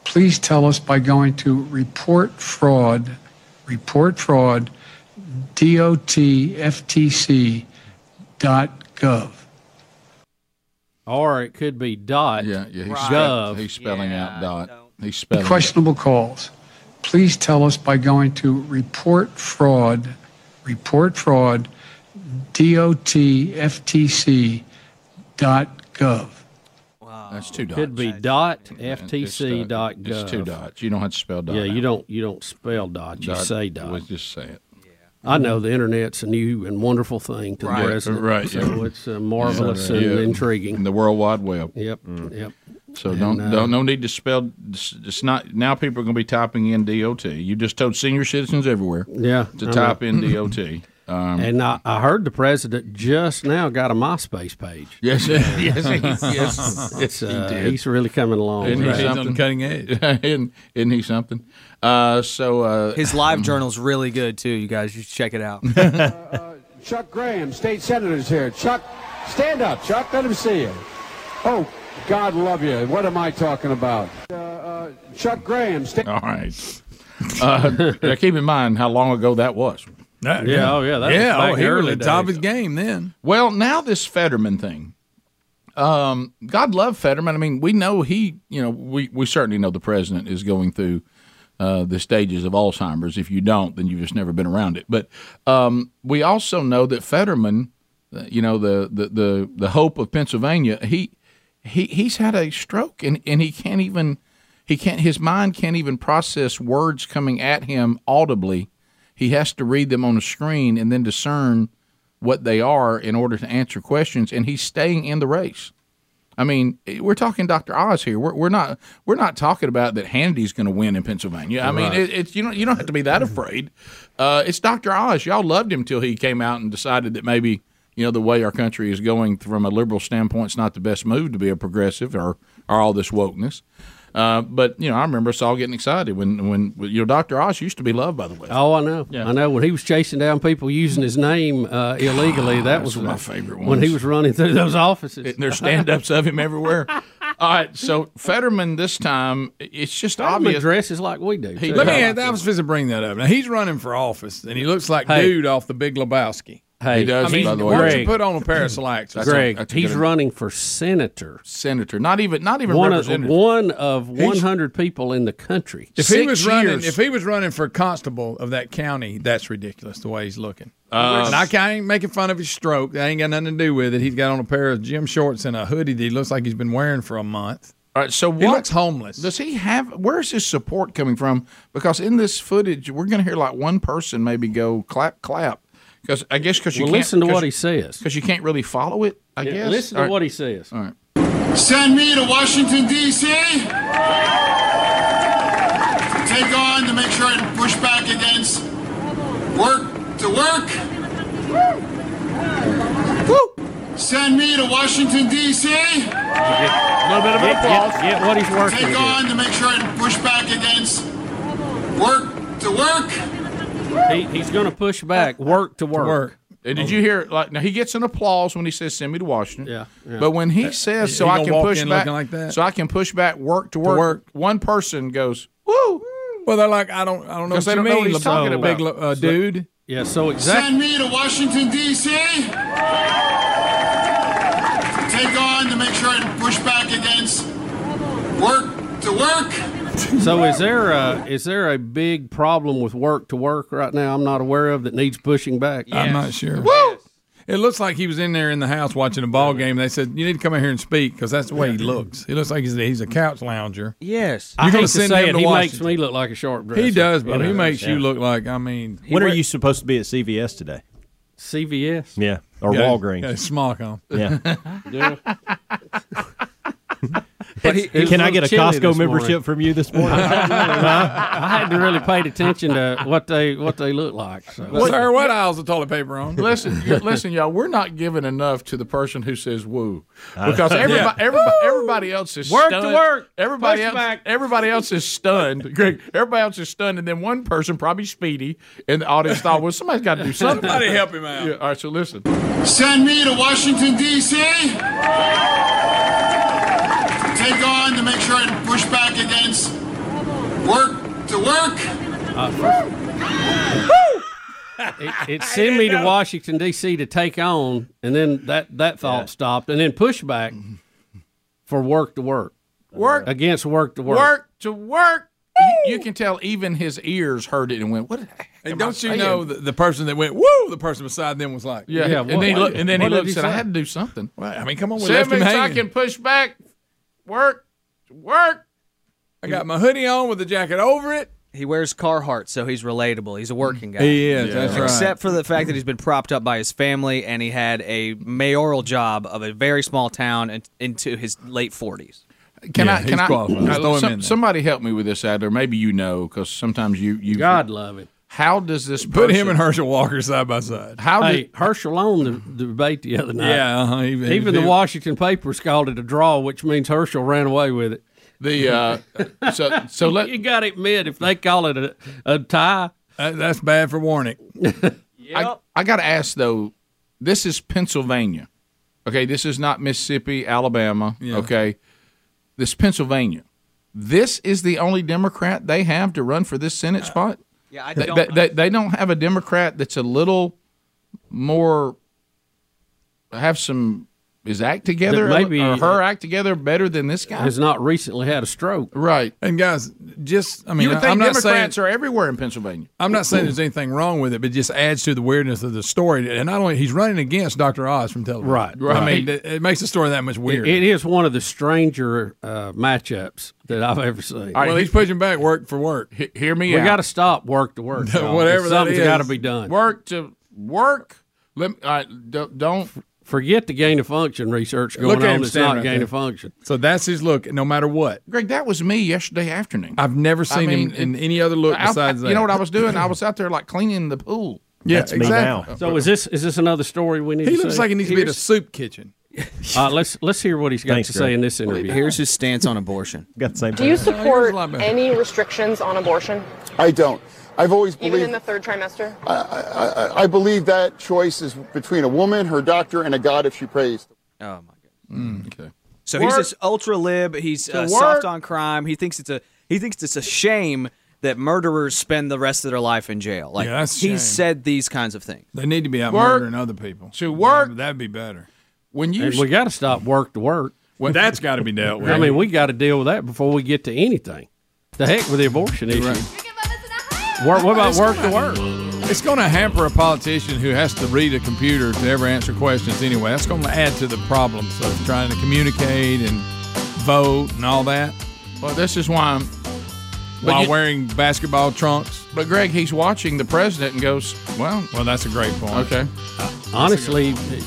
[SPEAKER 15] please tell us by going to report fraud, report fraud, dotftc.gov.
[SPEAKER 2] Or it could be dot. Yeah,
[SPEAKER 1] yeah.
[SPEAKER 2] He's,
[SPEAKER 1] He's spelling out dot. He's spelling.
[SPEAKER 15] Questionable calls, please tell us by going to report fraud, report fraud, dotftc.gov.
[SPEAKER 1] That's two dots.
[SPEAKER 2] Could be dot ftc dot gov.
[SPEAKER 1] It's two dots. You don't have to spell dot.
[SPEAKER 2] Yeah, you don't. You don't spell dot. You
[SPEAKER 1] Dot.
[SPEAKER 2] say dot.
[SPEAKER 1] We'll just say it.
[SPEAKER 2] I know the internet's a new and wonderful thing to
[SPEAKER 1] Right,
[SPEAKER 2] the president.
[SPEAKER 1] right,
[SPEAKER 2] So
[SPEAKER 1] yeah.
[SPEAKER 2] it's uh, marvelous and intriguing.
[SPEAKER 1] The World Wide Web. Mm.
[SPEAKER 2] Yep. Yep.
[SPEAKER 1] So
[SPEAKER 2] And,
[SPEAKER 1] don't,
[SPEAKER 2] uh,
[SPEAKER 1] don't no need to spell. It's it's not now. People are going to be typing in DOT. You just told senior citizens everywhere.
[SPEAKER 2] Yeah,
[SPEAKER 1] to
[SPEAKER 2] I
[SPEAKER 1] type
[SPEAKER 2] know. <clears throat>
[SPEAKER 1] in DOT. Um,
[SPEAKER 2] and I, I heard the president just now got a MySpace page.
[SPEAKER 1] Yes, yes,
[SPEAKER 2] <laughs>
[SPEAKER 1] yes, yes,
[SPEAKER 2] It's,
[SPEAKER 1] he
[SPEAKER 2] uh,
[SPEAKER 1] did.
[SPEAKER 2] He's really coming along.
[SPEAKER 1] Isn't he
[SPEAKER 2] right?
[SPEAKER 1] something? <laughs> isn't, isn't he something? Uh, so uh,
[SPEAKER 8] His
[SPEAKER 1] <clears throat>
[SPEAKER 8] live journal's really good too. You guys, you should check it out.
[SPEAKER 16] Chuck Graham, state senator's here. Chuck, stand up, Chuck. Let him see you. Oh, God love you. What am I talking about? Uh, uh, Chuck Graham, state.
[SPEAKER 1] All right. Uh, now keep in mind how long ago that was.
[SPEAKER 4] Yeah, yeah. oh, yeah, that was Yeah, back oh, he in the early really top days. his game then.
[SPEAKER 1] Well, now this Fetterman thing. Um, God love Fetterman. I mean, we know he, you know, we, we certainly know the president is going through uh, the stages of Alzheimer's. If you don't, then you've just never been around it. But um, we also know that Fetterman, uh, you know, the, the, the, the hope of Pennsylvania, he, he, he's had a stroke and, and he can't even, he can't, his mind can't even process words coming at him audibly. He has to read them on a screen and then discern what they are in order to answer questions, and he's staying in the race. I mean, we're talking Dr. Oz here. We're, we're not we're not talking about that Hannity's going to win in Pennsylvania. I mean,
[SPEAKER 5] Right.
[SPEAKER 1] it, it's you don't you don't have to be that afraid. Uh, it's Dr. Oz. Y'all loved him till he came out and decided that maybe you know the way our country is going from a liberal standpoint is not the best move to be a progressive or or all this wokeness. Uh, but you know, I remember us all getting excited when when you know Dr. Oz used to be loved by the way.
[SPEAKER 2] Oh, I know. I know. When he was chasing down people using his name uh, illegally, that was
[SPEAKER 1] one
[SPEAKER 2] when-
[SPEAKER 1] of my favorite
[SPEAKER 2] When he
[SPEAKER 1] ones.
[SPEAKER 2] was running through those offices,
[SPEAKER 1] And there's stand-ups of him <laughs> everywhere. All right, so Fetterman this time, it's just obvious.
[SPEAKER 2] dresses like we do.
[SPEAKER 1] He-
[SPEAKER 4] Let me add that. I was supposed to bring that up. Now, he's running for office, and he looks like
[SPEAKER 2] Hey.
[SPEAKER 4] dude off the Big Lebowski.
[SPEAKER 2] Hey, He does,
[SPEAKER 4] I mean,
[SPEAKER 2] by the
[SPEAKER 4] why don't
[SPEAKER 2] way.
[SPEAKER 4] you put on a pair of slacks?
[SPEAKER 2] That's a- Greg, that's a he's good- running for senator.
[SPEAKER 1] Senator, not even not even
[SPEAKER 2] one of
[SPEAKER 1] representative.
[SPEAKER 2] one of
[SPEAKER 4] He's-
[SPEAKER 2] one hundred people in the country.
[SPEAKER 4] If he was running, if he was running for constable of that county, that's ridiculous the way he's looking.
[SPEAKER 1] Uh,
[SPEAKER 4] and I, can't- I ain't making fun of his stroke. That ain't got nothing to do with it. He's got on a pair of gym shorts and a hoodie that he looks like he's been wearing for a month.
[SPEAKER 1] All right, so
[SPEAKER 4] he
[SPEAKER 1] what-
[SPEAKER 4] looks homeless.
[SPEAKER 1] Does he have? Where's his support coming from? Because in this footage, we're going to hear like one person maybe go clap clap. Because I guess because you
[SPEAKER 2] Well,
[SPEAKER 1] can't,
[SPEAKER 2] listen to
[SPEAKER 1] 'cause-
[SPEAKER 2] what he says.
[SPEAKER 1] Because you can't really follow it. I
[SPEAKER 2] Yeah,
[SPEAKER 1] guess.
[SPEAKER 2] listen to
[SPEAKER 1] All right.
[SPEAKER 2] what he says.
[SPEAKER 1] All right.
[SPEAKER 14] Send me to Washington, D.C. to take on to make sure I push back against work to work. Woo. Send me to Washington, D.C.
[SPEAKER 2] A little bit of Get- applause. get- get what he's working
[SPEAKER 14] Take
[SPEAKER 2] with.
[SPEAKER 14] on to make sure I push back against work to work.
[SPEAKER 2] He, he's going to push back, work to work.
[SPEAKER 1] And did you hear? Like now, he gets an applause when he says "send me to Washington." Yeah.
[SPEAKER 2] yeah.
[SPEAKER 1] But when he
[SPEAKER 2] Uh,
[SPEAKER 1] says,
[SPEAKER 2] he
[SPEAKER 1] "So I
[SPEAKER 2] gonna
[SPEAKER 1] can
[SPEAKER 2] walk
[SPEAKER 1] push
[SPEAKER 2] in
[SPEAKER 1] back,"
[SPEAKER 2] looking like that?
[SPEAKER 1] so I can push back work to work,
[SPEAKER 4] work.
[SPEAKER 1] one person goes, "Woo!"
[SPEAKER 4] Well, they're like, I don't, I don't know what
[SPEAKER 1] Because
[SPEAKER 4] you
[SPEAKER 1] they don't
[SPEAKER 4] mean.
[SPEAKER 1] know what he's talking
[SPEAKER 4] Lebowski.
[SPEAKER 1] about.
[SPEAKER 4] Big Le- uh, dude.
[SPEAKER 2] Yeah. So
[SPEAKER 14] Send me to Washington, D.C. to take on to make sure I push back against work to work.
[SPEAKER 2] So is there a is there a big problem with work to work right now? I'm not aware of that needs pushing back.
[SPEAKER 4] I'm not sure. It looks like he was in there in the house watching a ball game. They said you need to come in here and speak because that's the way he looks. He looks like he's a, he's a couch lounger.
[SPEAKER 8] Yes,
[SPEAKER 4] You're
[SPEAKER 2] I hate
[SPEAKER 4] gonna
[SPEAKER 2] to
[SPEAKER 4] send
[SPEAKER 2] say
[SPEAKER 4] him
[SPEAKER 2] it,
[SPEAKER 4] to
[SPEAKER 2] he makes
[SPEAKER 4] Washington.
[SPEAKER 2] me look like a sharp dresser.
[SPEAKER 4] He does, but
[SPEAKER 2] You
[SPEAKER 4] he
[SPEAKER 2] know,
[SPEAKER 4] makes you
[SPEAKER 2] yeah.
[SPEAKER 4] look like I mean.
[SPEAKER 9] When are you supposed to be at CVS today?
[SPEAKER 2] CVS?
[SPEAKER 9] Yeah, or
[SPEAKER 4] Got a-
[SPEAKER 9] Walgreens.
[SPEAKER 4] got a smock on. <laughs>
[SPEAKER 9] Yeah.
[SPEAKER 2] Yeah.
[SPEAKER 9] But
[SPEAKER 2] <laughs>
[SPEAKER 9] he- Can I get a Costco membership
[SPEAKER 4] <laughs>
[SPEAKER 9] from you this <laughs> morning?
[SPEAKER 2] I hadn't really paid attention to what they what they look like. So.
[SPEAKER 4] What, sir, what aisle's the toilet paper on?
[SPEAKER 1] Listen, <laughs> y- listen, y'all. We're not giving enough to the person who says "woo"
[SPEAKER 4] I-
[SPEAKER 1] because everybody,
[SPEAKER 4] Uh, <laughs> Yeah.
[SPEAKER 1] everybody, everybody else is
[SPEAKER 4] Work to
[SPEAKER 1] stunned.
[SPEAKER 4] work.
[SPEAKER 1] Everybody
[SPEAKER 4] Push
[SPEAKER 1] else,
[SPEAKER 4] back.
[SPEAKER 1] everybody else is stunned. Greg, everybody else is stunned, and then one person, probably Speedy, in the audience thought, "Well, somebody's got to
[SPEAKER 4] <laughs>
[SPEAKER 1] do something."
[SPEAKER 4] <laughs> Somebody help him out.
[SPEAKER 1] Yeah, all right, so listen.
[SPEAKER 14] Send me to Washington, D.C. to take on to make sure I push back against work to work.
[SPEAKER 2] Uh, It, it sent me to Washington D.C. to take on, and then that that thought stopped, and then pushback for work to work,
[SPEAKER 1] work
[SPEAKER 2] against work to work.
[SPEAKER 1] work
[SPEAKER 13] <laughs>
[SPEAKER 1] to work. You, you can tell even his ears heard it and went, "What?"
[SPEAKER 4] And don't you
[SPEAKER 1] saying?
[SPEAKER 4] know the, the person that went woo? The person beside them was like,
[SPEAKER 1] Yeah, and then he, look, and then he looked and said, "I had to do something."
[SPEAKER 4] Well, I mean, come on, we
[SPEAKER 1] Send
[SPEAKER 4] left
[SPEAKER 1] me
[SPEAKER 4] him
[SPEAKER 1] so I
[SPEAKER 4] hanging.
[SPEAKER 1] can push back. Work, to work.
[SPEAKER 4] I got my hoodie on with the jacket over it.
[SPEAKER 8] He wears Carhartt, so he's relatable. He's a working guy.
[SPEAKER 4] He is, that's right.
[SPEAKER 8] Except for the fact that he's been propped up by his family and he had a mayoral job of a very small town and into his late 40s.
[SPEAKER 17] Can I? Can I? uh, some- somebody help me with this, Adler. Maybe you know because sometimes you you. God
[SPEAKER 2] love it.
[SPEAKER 17] How does this
[SPEAKER 4] Put him
[SPEAKER 17] person-
[SPEAKER 4] and Herschel Walker side by side.
[SPEAKER 17] How
[SPEAKER 2] hey, Herschel owned the debate the other night.
[SPEAKER 4] Yeah, uh-huh, he-
[SPEAKER 2] even,
[SPEAKER 4] he-
[SPEAKER 2] the
[SPEAKER 4] he-
[SPEAKER 2] Washington papers called it a draw, which means Herschel ran away with it.
[SPEAKER 17] The
[SPEAKER 2] <laughs>
[SPEAKER 17] uh, so <laughs> so let
[SPEAKER 2] you got to admit if they call it a, a tie, <laughs>
[SPEAKER 4] that's bad for Warnick.
[SPEAKER 17] I, I got to ask though. This is Pennsylvania. Okay, this is not Mississippi, Alabama.
[SPEAKER 4] Yeah.
[SPEAKER 17] Okay, this is Pennsylvania. This is the only Democrat they have to run for this Senate
[SPEAKER 2] Uh,
[SPEAKER 17] spot.
[SPEAKER 8] Yeah, I
[SPEAKER 17] They-
[SPEAKER 8] don't.
[SPEAKER 17] They, they, they don't have a Democrat that's a little more have some his act together
[SPEAKER 2] That maybe- uh,
[SPEAKER 17] or her act together better than this guy.
[SPEAKER 2] has not recently had a stroke.
[SPEAKER 17] Right.
[SPEAKER 4] And guys, just I mean,
[SPEAKER 17] you would think
[SPEAKER 4] I'm not saying
[SPEAKER 17] Democrats are everywhere in Pennsylvania.
[SPEAKER 4] I'm not saying there's anything wrong with it, but it just adds to the weirdness of the story. And not only he's running against Dr. Oz from television,
[SPEAKER 2] Right,
[SPEAKER 4] I
[SPEAKER 2] right.
[SPEAKER 4] mean, it, it makes the story that much weirder.
[SPEAKER 2] it is one of the stranger uh, matchups that I've ever seen.
[SPEAKER 4] well, he's pushing back work for work.
[SPEAKER 17] hear me
[SPEAKER 2] we
[SPEAKER 17] out.
[SPEAKER 2] got to stop work
[SPEAKER 17] <laughs>
[SPEAKER 2] to work.
[SPEAKER 4] <laughs>
[SPEAKER 2] y'all.
[SPEAKER 4] Whatever that
[SPEAKER 2] something's
[SPEAKER 4] is.
[SPEAKER 2] got to be done.
[SPEAKER 17] Work to work. Let me, all right, don't, don't
[SPEAKER 2] Forget the gain of function research going
[SPEAKER 4] Look at
[SPEAKER 2] on.
[SPEAKER 4] him
[SPEAKER 2] It's
[SPEAKER 4] standing
[SPEAKER 2] not
[SPEAKER 4] right
[SPEAKER 2] gain
[SPEAKER 4] there.
[SPEAKER 2] of function.
[SPEAKER 4] So that's his look, no matter what.
[SPEAKER 17] Greg, that was me yesterday afternoon.
[SPEAKER 4] I've never seen
[SPEAKER 17] I mean,
[SPEAKER 4] him in
[SPEAKER 17] it-
[SPEAKER 4] any other look
[SPEAKER 17] I-
[SPEAKER 4] besides
[SPEAKER 17] I-
[SPEAKER 4] that.
[SPEAKER 17] You know what I was doing? I was out there like cleaning the pool.
[SPEAKER 4] Yeah, That's me exactly. now.
[SPEAKER 2] So is this is this another story we need?
[SPEAKER 4] He
[SPEAKER 2] to
[SPEAKER 4] looks
[SPEAKER 2] see?
[SPEAKER 4] like he needs to be at a
[SPEAKER 2] Here's-
[SPEAKER 4] soup kitchen.
[SPEAKER 2] <laughs> Uh, let's let's hear what he's got
[SPEAKER 8] Thanks,
[SPEAKER 2] to
[SPEAKER 8] Greg.
[SPEAKER 2] say in this interview.
[SPEAKER 8] Here's his stance on <laughs> abortion.
[SPEAKER 9] Got the same
[SPEAKER 18] Do you support any restrictions on abortion,
[SPEAKER 14] I don't. I've always
[SPEAKER 18] even
[SPEAKER 14] believed.
[SPEAKER 18] in the third trimester?
[SPEAKER 14] I, I, I- I believe that choice is between a woman, her doctor, and a god if she prays.
[SPEAKER 8] Oh my
[SPEAKER 14] god.
[SPEAKER 17] okay.
[SPEAKER 8] So
[SPEAKER 14] Work.
[SPEAKER 8] he's this ultra lib. He's
[SPEAKER 14] To
[SPEAKER 8] uh,
[SPEAKER 14] work.
[SPEAKER 8] soft on crime. He thinks it's a he thinks it's a shame that murderers spend the rest of their life in jail. Like
[SPEAKER 4] Yeah, that's a shame.
[SPEAKER 8] he's said these kinds of things.
[SPEAKER 4] They need to be out
[SPEAKER 8] Work.
[SPEAKER 4] murdering other people.
[SPEAKER 17] To work.
[SPEAKER 4] That'd be better.
[SPEAKER 17] When you
[SPEAKER 2] And we got to stop work to work.
[SPEAKER 4] Well, that's got to be dealt with.
[SPEAKER 2] I mean, we got to deal with that before we get to anything. The heck with the abortion issue. Work, what about
[SPEAKER 4] It's
[SPEAKER 2] work
[SPEAKER 4] gonna-
[SPEAKER 2] to work?
[SPEAKER 4] It's going to hamper a politician who has to read a computer to ever answer questions anyway. That's going to add to the problems of trying to communicate and vote and all <clears throat> that.
[SPEAKER 17] Well, this is why I'm
[SPEAKER 4] while
[SPEAKER 17] you-
[SPEAKER 4] wearing basketball trunks.
[SPEAKER 17] But Greg, he's watching the president and goes, "Well,
[SPEAKER 4] well, that's a great point."
[SPEAKER 17] Okay,
[SPEAKER 2] Honestly, it,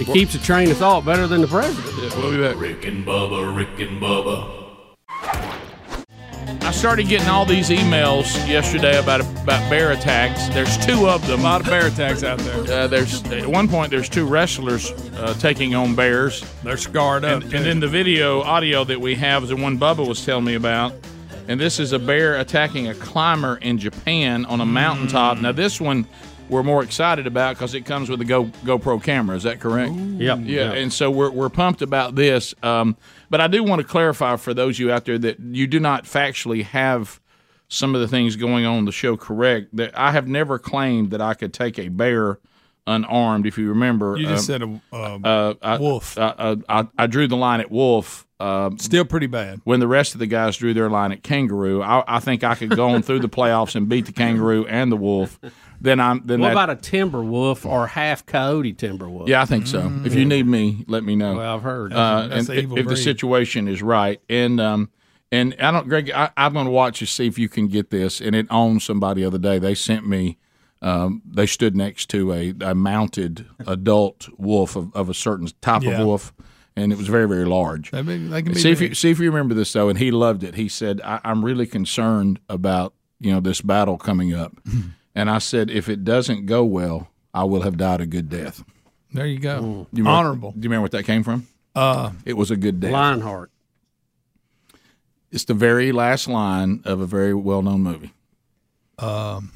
[SPEAKER 2] it keeps a train of thought better than the president.
[SPEAKER 17] we'll be back.
[SPEAKER 3] Rick and Bubba, Rick and Bubba.
[SPEAKER 1] I started getting all these emails yesterday about about bear attacks. There's two of them. A lot
[SPEAKER 4] of bear attacks out there.
[SPEAKER 1] Uh, there's at one point there's two wrestlers uh, taking on bears.
[SPEAKER 4] They're scarred up.
[SPEAKER 1] And, and then the video audio that we have is the one Bubba was telling me about. And this is a bear attacking a climber in Japan on a mountaintop. Now this one we're more excited about because it comes with a Go, GoPro camera. Is that correct?
[SPEAKER 2] Yep.
[SPEAKER 1] Yeah, and so we're, we're pumped about this. Um, but I do want to clarify for those of you out there that you do not factually have some of the things going on in the show correct. That I have never claimed that I could take a bear unarmed. If you remember,
[SPEAKER 4] You just
[SPEAKER 1] um,
[SPEAKER 4] said a uh,
[SPEAKER 1] uh, I,
[SPEAKER 4] wolf.
[SPEAKER 1] I, I, I, I drew the line at wolf. Um,
[SPEAKER 4] Still pretty bad.
[SPEAKER 1] When the rest of the guys drew their line at kangaroo, I, I think I could go on through the playoffs and beat the kangaroo and the wolf. Then I'm then
[SPEAKER 2] what
[SPEAKER 1] that,
[SPEAKER 2] about a timber wolf or half coyote timber wolf?
[SPEAKER 1] yeah, I think so. If
[SPEAKER 4] Mm.
[SPEAKER 1] you need me, let me know.
[SPEAKER 2] Mm-hmm. Well, I've heard.
[SPEAKER 1] Uh,
[SPEAKER 2] That's
[SPEAKER 1] and
[SPEAKER 2] the
[SPEAKER 1] if-
[SPEAKER 2] evil
[SPEAKER 1] if the
[SPEAKER 2] breed.
[SPEAKER 1] situation is right, and um, and I don't, Greg, I, I'm going to watch to see if you can get this. And it owned somebody the other day. They sent me. Um, they stood next to a, a mounted adult wolf of, of a certain type
[SPEAKER 4] Yeah.
[SPEAKER 1] of wolf, and it was very very large.
[SPEAKER 4] They be- they can be
[SPEAKER 1] see if you
[SPEAKER 4] big.
[SPEAKER 1] see if you remember this though, and he loved it. He said, I, "I'm really concerned about you know this battle coming up," and I said, "If it doesn't go well, I will have died a good death."
[SPEAKER 4] There you go.
[SPEAKER 1] Do you remember-
[SPEAKER 4] Honorable.
[SPEAKER 1] Do you remember what that came from?
[SPEAKER 4] Uh,
[SPEAKER 1] it was a good death.
[SPEAKER 2] Lionheart.
[SPEAKER 1] It's the very last line of a very well-known movie.
[SPEAKER 4] Um,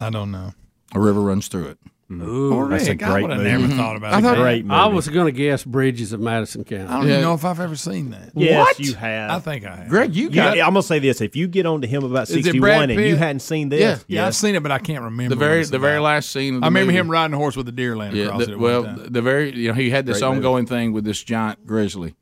[SPEAKER 4] I don't know.
[SPEAKER 1] A river runs through it.
[SPEAKER 4] Ooh, that's a Rick, I great would've movie. never thought about
[SPEAKER 2] Mm-hmm. I
[SPEAKER 4] that.
[SPEAKER 2] thought-
[SPEAKER 4] Great
[SPEAKER 2] I
[SPEAKER 4] movie.
[SPEAKER 2] was going to guess Bridges of Madison County.
[SPEAKER 4] I don't even know if I've ever seen that.
[SPEAKER 9] Yes, you have.
[SPEAKER 4] I think I have.
[SPEAKER 1] Greg,
[SPEAKER 9] You- I'm gonna say this: if you get on to him about
[SPEAKER 4] Is it
[SPEAKER 9] sixty-one
[SPEAKER 4] Brad
[SPEAKER 9] and you
[SPEAKER 4] Pitt?
[SPEAKER 9] hadn't seen this,
[SPEAKER 4] Yeah, yeah, I've seen it, but I can't remember.
[SPEAKER 1] The very-
[SPEAKER 4] what it's
[SPEAKER 1] the very
[SPEAKER 4] about.
[SPEAKER 1] last scene of the
[SPEAKER 4] I remember
[SPEAKER 1] movie.
[SPEAKER 4] him riding a horse with a deer laying
[SPEAKER 1] Yeah,
[SPEAKER 4] across
[SPEAKER 1] the-
[SPEAKER 4] it. At
[SPEAKER 1] well,
[SPEAKER 4] one time.
[SPEAKER 1] the very you know he had this
[SPEAKER 4] Great movie.
[SPEAKER 1] ongoing thing with this giant grizzly,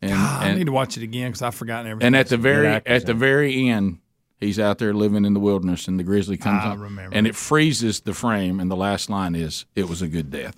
[SPEAKER 1] and
[SPEAKER 4] God, I
[SPEAKER 1] and-
[SPEAKER 4] need to watch it again because I've forgotten everything.
[SPEAKER 1] and at the
[SPEAKER 4] Good
[SPEAKER 1] very
[SPEAKER 4] actors
[SPEAKER 1] at the
[SPEAKER 4] in it.
[SPEAKER 1] very end, he's out there living in the wilderness, and the grizzly comes
[SPEAKER 4] I
[SPEAKER 1] up,
[SPEAKER 4] remember. Mm.
[SPEAKER 1] and it freezes the frame, and the last line is, "It was a good death."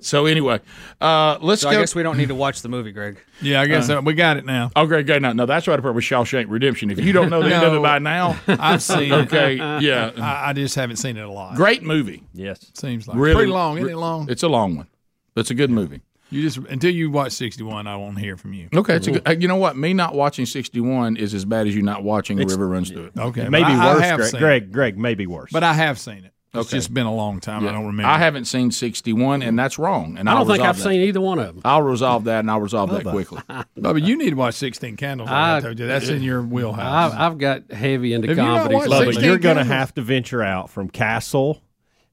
[SPEAKER 1] So anyway, uh, let's
[SPEAKER 8] So
[SPEAKER 1] go.
[SPEAKER 8] I guess we don't need to watch the movie, Greg. Uh,
[SPEAKER 1] Yeah, I
[SPEAKER 8] guess,
[SPEAKER 4] uh,
[SPEAKER 1] we got it now. Oh, great, great. No, no, that's right up there with Shawshank Redemption. If you don't know the <laughs> end of it
[SPEAKER 4] No.
[SPEAKER 1] by now,
[SPEAKER 4] I've seen
[SPEAKER 1] Okay,
[SPEAKER 4] it.
[SPEAKER 1] yeah.
[SPEAKER 4] <laughs> I, I just haven't seen it a lot.
[SPEAKER 1] Great movie.
[SPEAKER 9] Yes.
[SPEAKER 4] Seems like
[SPEAKER 1] Really-
[SPEAKER 4] pretty long, isn't it long?
[SPEAKER 1] It's a long one, but it's a good movie.
[SPEAKER 4] You just until you watch sixty one, I won't hear from you.
[SPEAKER 1] Okay, it's a good, uh, you know what? Me not watching 61 is as bad as you not watching
[SPEAKER 4] It's-
[SPEAKER 1] River Runs Through It.
[SPEAKER 4] Okay,
[SPEAKER 9] Maybe
[SPEAKER 4] I- I
[SPEAKER 9] worse,
[SPEAKER 4] have
[SPEAKER 9] Greg.
[SPEAKER 4] seen
[SPEAKER 9] Greg. Greg, maybe worse.
[SPEAKER 4] But I have seen it. It's
[SPEAKER 1] Okay.
[SPEAKER 4] just been a long time.
[SPEAKER 1] Yeah.
[SPEAKER 4] I don't remember.
[SPEAKER 1] I haven't seen 61, and that's wrong. And
[SPEAKER 4] I don't
[SPEAKER 1] I'll
[SPEAKER 4] think
[SPEAKER 1] resolve
[SPEAKER 4] I've
[SPEAKER 1] that.
[SPEAKER 4] seen either one of them.
[SPEAKER 1] I'll resolve that, and I'll resolve that
[SPEAKER 4] Bubba.
[SPEAKER 1] quickly.
[SPEAKER 4] Bubba, you need to watch Sixteen Candles. like I, told you that's in your wheelhouse.
[SPEAKER 2] I've, I've got heavy into
[SPEAKER 4] Have you not
[SPEAKER 2] comedy.
[SPEAKER 4] watched
[SPEAKER 2] lately.
[SPEAKER 4] Sixteen
[SPEAKER 9] You're going to
[SPEAKER 4] Candles?
[SPEAKER 9] have to venture out from Castle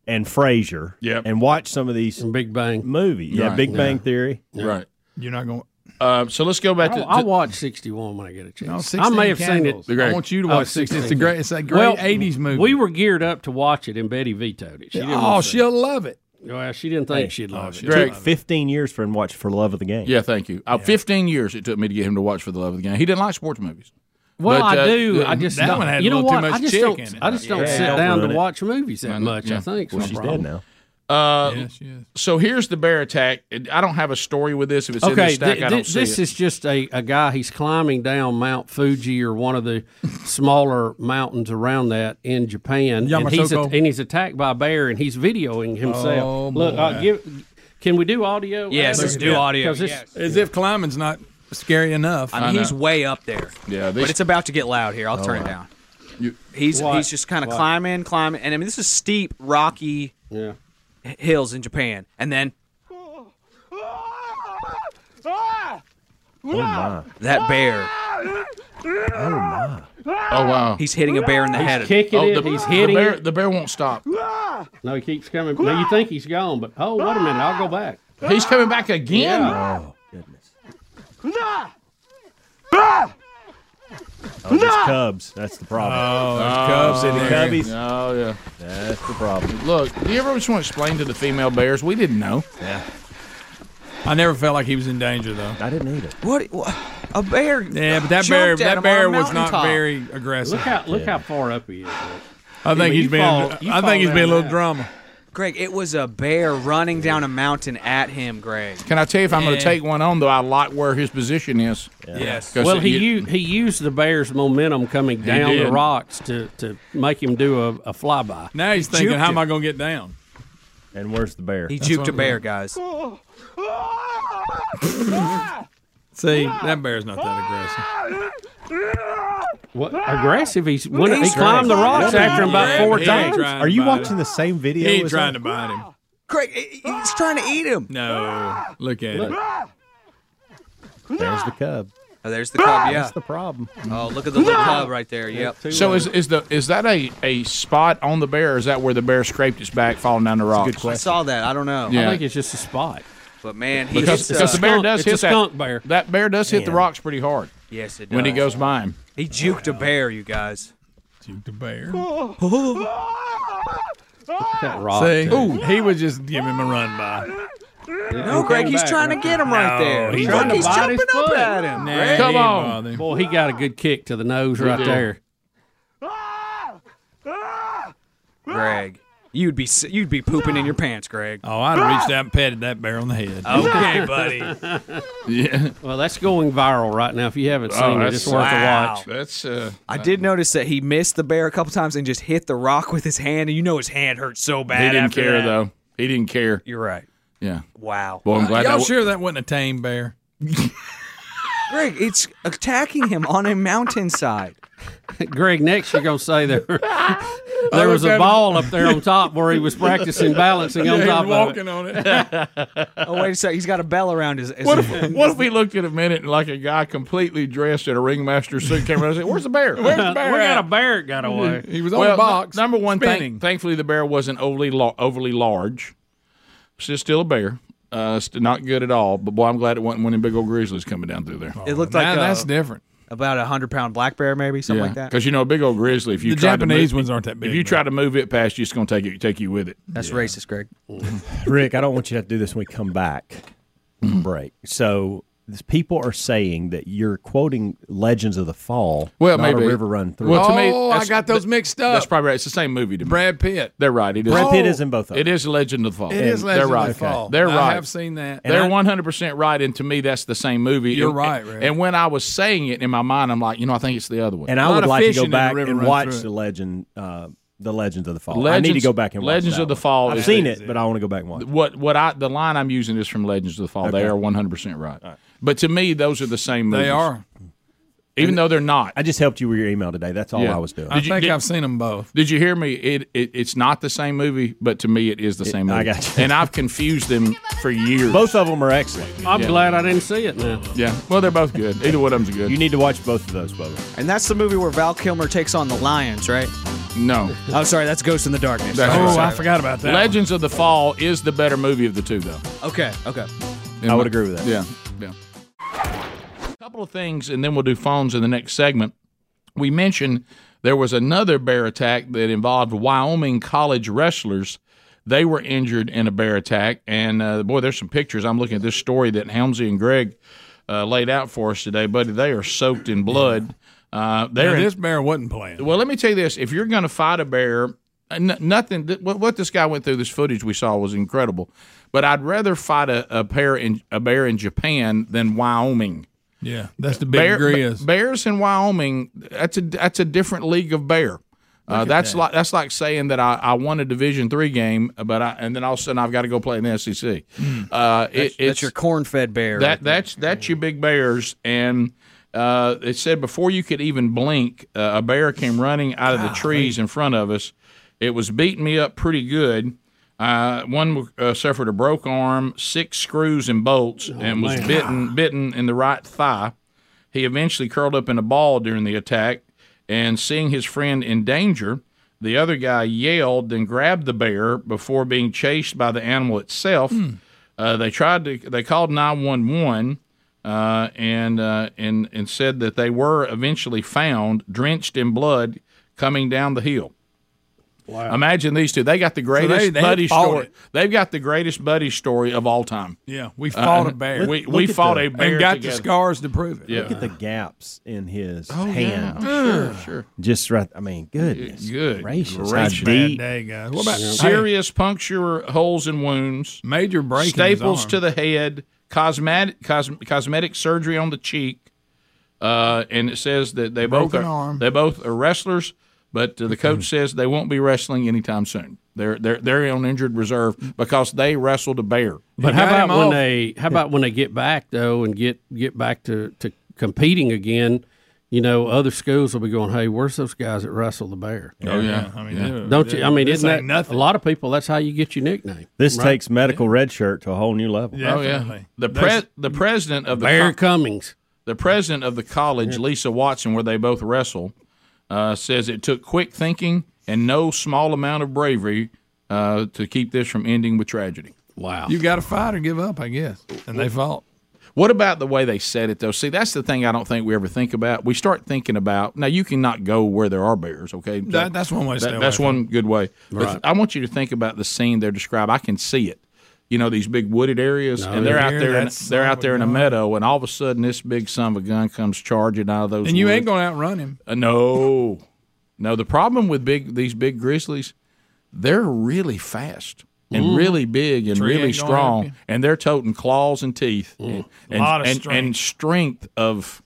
[SPEAKER 9] and Frasier and watch some of these
[SPEAKER 2] Big Bang
[SPEAKER 9] movie. Yeah,
[SPEAKER 2] Right.
[SPEAKER 9] Big Bang
[SPEAKER 2] Yeah.
[SPEAKER 9] Theory.
[SPEAKER 1] Right.
[SPEAKER 4] You're not going.
[SPEAKER 1] Uh, so let's go back
[SPEAKER 2] I'll,
[SPEAKER 1] to.
[SPEAKER 2] I'll watch 61 when I get a
[SPEAKER 4] No,
[SPEAKER 2] chance. I
[SPEAKER 4] 16
[SPEAKER 2] may have
[SPEAKER 4] Candles.
[SPEAKER 2] seen it. Oh,
[SPEAKER 4] I want you to watch 16. It's a great- it's a great 80s movie.
[SPEAKER 2] We were geared up to watch it, and Betty vetoed it. She didn't
[SPEAKER 4] oh,
[SPEAKER 2] want to see
[SPEAKER 4] she'll love it.
[SPEAKER 2] it. Well, she didn't think
[SPEAKER 9] Hey.
[SPEAKER 2] she'd
[SPEAKER 9] Oh,
[SPEAKER 2] love
[SPEAKER 9] she
[SPEAKER 2] it.
[SPEAKER 9] took fifteen years for him to watch for love of the game.
[SPEAKER 1] yeah, thank you. Uh, 15 years it took me to get him to watch For the Love of the Game. He didn't like sports movies.
[SPEAKER 2] Well,
[SPEAKER 1] But,
[SPEAKER 2] I
[SPEAKER 1] uh,
[SPEAKER 2] do.
[SPEAKER 1] the-
[SPEAKER 2] I just
[SPEAKER 1] that
[SPEAKER 2] don't-
[SPEAKER 1] one had a
[SPEAKER 2] you know
[SPEAKER 1] little too
[SPEAKER 2] what?
[SPEAKER 1] much
[SPEAKER 2] I just
[SPEAKER 1] chick
[SPEAKER 2] don't.
[SPEAKER 1] in it.
[SPEAKER 2] I just don't
[SPEAKER 1] Yeah,
[SPEAKER 2] sit
[SPEAKER 1] don't
[SPEAKER 2] down
[SPEAKER 1] ruin
[SPEAKER 2] to
[SPEAKER 1] it.
[SPEAKER 2] watch movies that
[SPEAKER 1] Yeah.
[SPEAKER 2] much. I
[SPEAKER 1] Yeah.
[SPEAKER 2] think.
[SPEAKER 1] Well,
[SPEAKER 2] It's my
[SPEAKER 1] she's dead
[SPEAKER 2] problem.
[SPEAKER 9] now.
[SPEAKER 1] Uh, So here's the bear attack. It- I don't have a story with this. If it's in the
[SPEAKER 2] Okay,
[SPEAKER 1] stack,
[SPEAKER 2] thi-
[SPEAKER 1] I
[SPEAKER 2] thi-
[SPEAKER 1] don't see
[SPEAKER 2] this
[SPEAKER 1] it.
[SPEAKER 2] is just a, a guy. He's climbing down Mount Fuji or
[SPEAKER 1] <laughs>
[SPEAKER 2] one of the smaller mountains around that in Japan, and he's
[SPEAKER 4] Yamasoko?
[SPEAKER 2] and he's attacked by a bear, and he's videoing himself.
[SPEAKER 4] Oh,
[SPEAKER 2] Look,
[SPEAKER 4] boy.
[SPEAKER 2] uh, give, can we do audio?
[SPEAKER 4] Yes, let's do audio, yes. As if climbing's not scary enough.
[SPEAKER 8] I mean, he's way up there.
[SPEAKER 1] Yeah,
[SPEAKER 8] but it's about to get loud here. I'll
[SPEAKER 4] Oh,
[SPEAKER 8] turn
[SPEAKER 4] wow.
[SPEAKER 8] it down. he's
[SPEAKER 4] What?
[SPEAKER 8] he's just kind of
[SPEAKER 4] What?
[SPEAKER 8] climbing, climbing, and I mean this is steep, rocky h- hills in Japan, and then
[SPEAKER 1] Oh,
[SPEAKER 8] that bear.
[SPEAKER 9] Oh my!
[SPEAKER 1] Oh wow!
[SPEAKER 8] He's hitting a bear in the
[SPEAKER 2] He's
[SPEAKER 8] head.
[SPEAKER 2] kicking it, he's hitting
[SPEAKER 1] Oh, the bear,
[SPEAKER 2] it.
[SPEAKER 1] The bear won't stop.
[SPEAKER 2] No, he keeps coming. No, you think he's gone, but oh, wait a minute, I'll go back.
[SPEAKER 1] He's coming back again.
[SPEAKER 2] Yeah.
[SPEAKER 9] Oh, it's Cubs. That's the problem.
[SPEAKER 1] Oh,
[SPEAKER 9] the
[SPEAKER 1] there.
[SPEAKER 9] Cubbies.
[SPEAKER 1] Oh yeah,
[SPEAKER 9] that's the problem.
[SPEAKER 1] Look, do you ever just want to explain to the female bears we didn't know?
[SPEAKER 9] Yeah.
[SPEAKER 4] I never felt like he was in danger though.
[SPEAKER 9] I didn't either.
[SPEAKER 8] What? A bear?
[SPEAKER 4] Yeah, but that bear, that bear was not very aggressive.
[SPEAKER 2] Look how look how far up he is.
[SPEAKER 4] I think he's been. I think he's been a little drama.
[SPEAKER 8] Greg, it was a bear running down a mountain at him, Greg.
[SPEAKER 1] Can I tell you if I'm going
[SPEAKER 8] Yeah.
[SPEAKER 1] to take one on though? I like where his position is.
[SPEAKER 8] Yes.
[SPEAKER 1] 'Cause
[SPEAKER 2] Well, he
[SPEAKER 1] you-
[SPEAKER 2] used, he used the bear's momentum coming
[SPEAKER 1] He
[SPEAKER 2] down the
[SPEAKER 1] did.
[SPEAKER 2] rocks to, to make him do a, a flyby.
[SPEAKER 4] Now he's thinking, how am I going to get down?
[SPEAKER 9] And where's the bear?
[SPEAKER 8] He
[SPEAKER 4] That's
[SPEAKER 8] juked
[SPEAKER 4] what
[SPEAKER 8] a
[SPEAKER 4] I'm
[SPEAKER 8] bear,
[SPEAKER 4] doing.
[SPEAKER 8] guys.
[SPEAKER 4] See, that bear's not that aggressive.
[SPEAKER 2] What aggressive? He's, when
[SPEAKER 4] He's
[SPEAKER 2] he climbed the
[SPEAKER 4] trying to
[SPEAKER 2] rocks
[SPEAKER 4] bite
[SPEAKER 2] after him about
[SPEAKER 4] him.
[SPEAKER 2] four
[SPEAKER 4] He ain't
[SPEAKER 2] times.
[SPEAKER 4] trying to Are you bite watching him.
[SPEAKER 9] the same
[SPEAKER 4] He
[SPEAKER 9] video?
[SPEAKER 4] ain't trying to bite him.
[SPEAKER 8] Greg, he- he's trying to eat him.
[SPEAKER 4] No, look at it.
[SPEAKER 9] There's the cub.
[SPEAKER 8] Oh, there's the
[SPEAKER 4] Ah!
[SPEAKER 8] cub. Yeah.
[SPEAKER 9] That's the problem.
[SPEAKER 8] Oh, look at the little cub right there. Yep.
[SPEAKER 1] So is is the is that a, a spot on the bear? or Is that where the bear scraped its back falling down the rocks?
[SPEAKER 8] I saw that. I don't know.
[SPEAKER 1] Yeah.
[SPEAKER 2] I think it's just a spot.
[SPEAKER 8] But man, he
[SPEAKER 1] Because,
[SPEAKER 8] hits,
[SPEAKER 1] because
[SPEAKER 8] uh,
[SPEAKER 1] the bear does
[SPEAKER 2] It's a
[SPEAKER 1] hit that
[SPEAKER 2] skunk bear.
[SPEAKER 1] That bear does hit the rocks pretty hard
[SPEAKER 8] <laughs> Yes, it does.
[SPEAKER 1] when he goes by him.
[SPEAKER 8] He juked a bear, you guys.
[SPEAKER 4] Juked a bear.
[SPEAKER 2] That
[SPEAKER 4] See, Ooh, he would just give him a run by.
[SPEAKER 8] No, Greg, he's trying to get him right there.
[SPEAKER 4] he's
[SPEAKER 8] Look,
[SPEAKER 4] trying to
[SPEAKER 8] he's
[SPEAKER 4] bite
[SPEAKER 8] jumping
[SPEAKER 4] his
[SPEAKER 8] up
[SPEAKER 4] foot.
[SPEAKER 8] at him.
[SPEAKER 4] Nah,
[SPEAKER 8] Greg.
[SPEAKER 4] he ain't bothering.
[SPEAKER 2] Boy, he got a good kick to the nose right
[SPEAKER 8] did.
[SPEAKER 2] there.
[SPEAKER 8] Greg, you'd be s- you'd be pooping in your pants, Greg.
[SPEAKER 4] Oh, I'd have reached out and patted that bear on the head.
[SPEAKER 2] <laughs>
[SPEAKER 8] Okay, buddy.
[SPEAKER 1] Yeah.
[SPEAKER 2] Well, that's going viral right now. If you haven't
[SPEAKER 8] Oh,
[SPEAKER 2] seen it, it's worth a watch.
[SPEAKER 1] That's uh,
[SPEAKER 8] I did notice that he missed the bear a couple times and just hit the rock with his hand, and you know his hand hurt so bad.
[SPEAKER 1] he didn't
[SPEAKER 8] after
[SPEAKER 1] care
[SPEAKER 8] that.
[SPEAKER 1] though. He didn't care.
[SPEAKER 8] You're right.
[SPEAKER 1] Yeah.
[SPEAKER 8] Wow. Uh,
[SPEAKER 1] Well, I'm glad.
[SPEAKER 4] Y'all
[SPEAKER 1] Uh, that wa-
[SPEAKER 4] sure that wasn't a tame bear?
[SPEAKER 8] <laughs> Greg, it's attacking him on a mountainside.
[SPEAKER 2] <laughs> Greg, next you're gonna
[SPEAKER 1] <laughs>
[SPEAKER 2] say there, there
[SPEAKER 8] Oh,
[SPEAKER 4] looked
[SPEAKER 2] was
[SPEAKER 4] at
[SPEAKER 2] a
[SPEAKER 4] him.
[SPEAKER 2] ball up there on top where he
[SPEAKER 1] <laughs>
[SPEAKER 2] was practicing balancing on
[SPEAKER 4] Yeah, <laughs> he
[SPEAKER 2] top
[SPEAKER 4] was
[SPEAKER 2] of it.
[SPEAKER 4] walking on it.
[SPEAKER 8] <laughs> Oh wait a sec, he's got a bell around his. his
[SPEAKER 1] What if, what if we looked at a minute and like a guy completely dressed in a ringmaster suit came around and said, "Where's the bear? Where's <laughs> the bear?
[SPEAKER 2] we
[SPEAKER 1] at?"
[SPEAKER 2] got a bear that
[SPEAKER 1] <laughs>
[SPEAKER 2] got away.
[SPEAKER 4] he was on
[SPEAKER 1] Well,
[SPEAKER 4] the box.
[SPEAKER 1] n- number one
[SPEAKER 4] spinning.
[SPEAKER 1] thing. Thankfully, the bear wasn't overly la- overly large. It's just still a bear. Uh, st- not good at all. But boy, I'm glad it wasn't one of them big old grizzlies coming down through there.
[SPEAKER 8] It looked
[SPEAKER 4] Now
[SPEAKER 8] like a,
[SPEAKER 4] that's different.
[SPEAKER 8] about a hundred pound black bear, maybe something like that.
[SPEAKER 1] Because you know, a big old grizzly. If you
[SPEAKER 4] The
[SPEAKER 1] try to
[SPEAKER 4] Japanese
[SPEAKER 1] move-
[SPEAKER 4] ones aren't that big,
[SPEAKER 1] If you
[SPEAKER 4] though.
[SPEAKER 1] try to move it past you, it's going to take you take you with it.
[SPEAKER 8] That's
[SPEAKER 9] <laughs>
[SPEAKER 8] racist, Greg.
[SPEAKER 9] Rick, I don't want you to have to do this when we come back from break. So this- people are saying that you're quoting Legends of the Fall,
[SPEAKER 1] Well,
[SPEAKER 9] not
[SPEAKER 1] maybe
[SPEAKER 9] a River Run Through.
[SPEAKER 1] Well, to me,
[SPEAKER 4] Oh, I
[SPEAKER 1] that's-
[SPEAKER 4] got those mixed up. Oh.
[SPEAKER 1] That's probably right. It's the same movie to me. Brad Pitt. They're right. It is.
[SPEAKER 9] Brad Pitt is in both of
[SPEAKER 1] It is Legend of the Fall.
[SPEAKER 4] It is
[SPEAKER 1] And
[SPEAKER 4] Legend
[SPEAKER 1] They're
[SPEAKER 4] of
[SPEAKER 1] right.
[SPEAKER 4] the Fall.
[SPEAKER 1] They're
[SPEAKER 4] I
[SPEAKER 1] right.
[SPEAKER 4] have seen that. And
[SPEAKER 1] They're
[SPEAKER 4] I-
[SPEAKER 1] one hundred percent right, and to me, that's the same movie.
[SPEAKER 4] You're
[SPEAKER 1] And-
[SPEAKER 4] right, Ray.
[SPEAKER 1] And when I was saying it in my mind, I'm like, you know, I think it's the other one.
[SPEAKER 9] And
[SPEAKER 1] I
[SPEAKER 9] I would like to go back and watch the Legend, uh, the Legends of the Fall. I need to
[SPEAKER 1] Legends-
[SPEAKER 9] go back and watch
[SPEAKER 1] Legends
[SPEAKER 9] that
[SPEAKER 1] of the
[SPEAKER 9] one.
[SPEAKER 1] Fall
[SPEAKER 9] I've
[SPEAKER 1] is-
[SPEAKER 9] seen it, but I want to go back and watch. it.
[SPEAKER 1] What what I the line I'm using is from Legends of the Fall. They
[SPEAKER 9] Okay.
[SPEAKER 1] are 100 percent right. But to me, those are the same.
[SPEAKER 4] They
[SPEAKER 1] movies.
[SPEAKER 4] are.
[SPEAKER 1] even though they're not.
[SPEAKER 9] I just helped you with your email today. That's all I was doing.
[SPEAKER 4] I think I've seen them both.
[SPEAKER 1] Did you hear me? It, it it's not the same movie, but to me, it is the same movie.
[SPEAKER 9] I got you.
[SPEAKER 1] And I've confused them for years.
[SPEAKER 9] Both of them are excellent.
[SPEAKER 2] I'm
[SPEAKER 1] Yeah.
[SPEAKER 2] glad I didn't see it now.
[SPEAKER 1] Yeah. Well, they're both good. Either one of them's good.
[SPEAKER 9] You need to watch both of those, Bubba.
[SPEAKER 8] And that's the movie where Val Kilmer takes on the Lions, right?
[SPEAKER 1] No.
[SPEAKER 8] I'm sorry, that's Ghost in the Darkness. Oh,
[SPEAKER 1] That's
[SPEAKER 8] Sorry,
[SPEAKER 2] Oh,
[SPEAKER 1] right.
[SPEAKER 8] sorry.
[SPEAKER 1] Legends of the Fall is the better movie of the two, though.
[SPEAKER 8] Okay, okay.
[SPEAKER 1] In
[SPEAKER 9] I would
[SPEAKER 1] my-
[SPEAKER 9] agree with that.
[SPEAKER 1] Yeah, yeah. A couple of things, and then we'll do phones in the next segment. We mentioned there was another bear attack that involved Wyoming college wrestlers. They were injured in a bear attack, and uh, boy, there's some pictures. I'm looking at this story that Helmsy and Greg uh, laid out for us today, buddy. They are soaked in blood. Uh, they're
[SPEAKER 4] Now,
[SPEAKER 1] in-
[SPEAKER 4] this bear wasn't playing.
[SPEAKER 1] well, let me tell you this: if you're going to fight a bear, n- nothing. Th- what, what this guy went through, this footage we saw was incredible. But I'd rather fight a, a bear in a bear in Japan than Wyoming.
[SPEAKER 4] Yeah, that's the big
[SPEAKER 1] Bear,
[SPEAKER 4] grizz.
[SPEAKER 1] bears in Wyoming. That's a that's a different league of bear. Uh, that's like that's like saying that I, I won a Division three game, but I, and then all of a sudden I've got to go play in the E SEC. Uh, it,
[SPEAKER 8] That's,
[SPEAKER 1] it's
[SPEAKER 8] that's your corn-fed bear.
[SPEAKER 1] that that's that's your big bears, and uh, it said before you could even blink, uh, a bear came running out of the trees in front of us. It was beating me up pretty good. Uh, one uh, suffered a broke arm, six screws and
[SPEAKER 8] Oh,
[SPEAKER 1] bolts, and was
[SPEAKER 2] man.
[SPEAKER 1] bitten bitten in the right thigh. He eventually curled up in a ball during the attack, and seeing his friend in danger, the other guy yelled, then grabbed the bear before being chased by the animal itself. Uh, they tried to. They called nine one one, and uh, and and said that they were eventually found drenched in blood coming down the hill. Wow! Uh, Imagine these two. They got the greatest
[SPEAKER 4] they
[SPEAKER 1] buddy
[SPEAKER 4] fought
[SPEAKER 1] story.
[SPEAKER 4] it.
[SPEAKER 1] They've got the greatest buddy story of all time.
[SPEAKER 4] Yeah, we
[SPEAKER 1] Uh,
[SPEAKER 4] fought a bear.
[SPEAKER 1] We, we fought a bear
[SPEAKER 4] and got
[SPEAKER 1] together.
[SPEAKER 4] the scars to prove it.
[SPEAKER 9] Look at the gaps in his
[SPEAKER 4] Oh, yeah.
[SPEAKER 9] hand.
[SPEAKER 4] Sure,
[SPEAKER 1] sure.
[SPEAKER 9] Just right. I mean, goodness.
[SPEAKER 1] Good
[SPEAKER 9] Gracious.
[SPEAKER 1] gracious.
[SPEAKER 9] How deep.
[SPEAKER 4] Bad day, guys. What about-
[SPEAKER 1] uh, serious puncture holes and wounds?
[SPEAKER 4] Major break.
[SPEAKER 1] staples to the head, cosmetic cos- cosmetic surgery on the cheek, uh, and it says that they both
[SPEAKER 4] Broken
[SPEAKER 1] are
[SPEAKER 4] arm.
[SPEAKER 1] they both are wrestlers, but uh, the coach says they won't be wrestling anytime soon. They're they're they're on injured reserve because they wrestled a bear.
[SPEAKER 2] But how about when they how about when they get back though and get get back to to competing again? You know, other schools will be going, "Hey, where's those guys that wrestled the bear?"
[SPEAKER 1] Oh, yeah. I mean, they're-
[SPEAKER 2] don't you? I mean,
[SPEAKER 1] they're-
[SPEAKER 2] isn't
[SPEAKER 1] this
[SPEAKER 2] that
[SPEAKER 1] ain't
[SPEAKER 2] a lot of people? That's how you get your nickname.
[SPEAKER 9] This
[SPEAKER 2] right?
[SPEAKER 9] takes medical red shirt to a whole new level.
[SPEAKER 1] Oh yeah, the pre- the president of the
[SPEAKER 2] Bear
[SPEAKER 1] Cummings, the president of the college, Lisa Watson, where they both wrestle, uh, says it took quick thinking and no small amount of bravery uh, to keep this from ending with tragedy. Wow.
[SPEAKER 4] You got to fight or give up, I guess. And they fought.
[SPEAKER 1] What about the way they said it though? See, that's the thing I don't think we ever think about. We start thinking about now. You cannot go where there are bears. Okay,
[SPEAKER 4] That- that's one way to stay away
[SPEAKER 1] that's
[SPEAKER 4] from
[SPEAKER 1] one good way. But
[SPEAKER 4] Right.
[SPEAKER 1] I want you to think about the scene they're described. I can see it. You know these big wooded areas,
[SPEAKER 4] No,
[SPEAKER 1] and they're
[SPEAKER 4] yeah.
[SPEAKER 1] out
[SPEAKER 4] Here,
[SPEAKER 1] there. In,
[SPEAKER 4] that son
[SPEAKER 1] they're
[SPEAKER 4] of
[SPEAKER 1] out
[SPEAKER 4] a
[SPEAKER 1] there in a
[SPEAKER 4] gun.
[SPEAKER 1] meadow, and all of a sudden, this big son of a gun comes charging out of those.
[SPEAKER 4] And you ain't
[SPEAKER 1] woods.
[SPEAKER 4] going to outrun him.
[SPEAKER 1] Uh, no, no. The problem with big these big grizzlies, they're really fast and
[SPEAKER 4] Mm.
[SPEAKER 1] really big and
[SPEAKER 4] Tree
[SPEAKER 1] really
[SPEAKER 4] ain't gonna help
[SPEAKER 1] strong,
[SPEAKER 4] you.
[SPEAKER 1] and they're toting claws and teeth and, and,
[SPEAKER 4] Lot of
[SPEAKER 1] and, and strength of.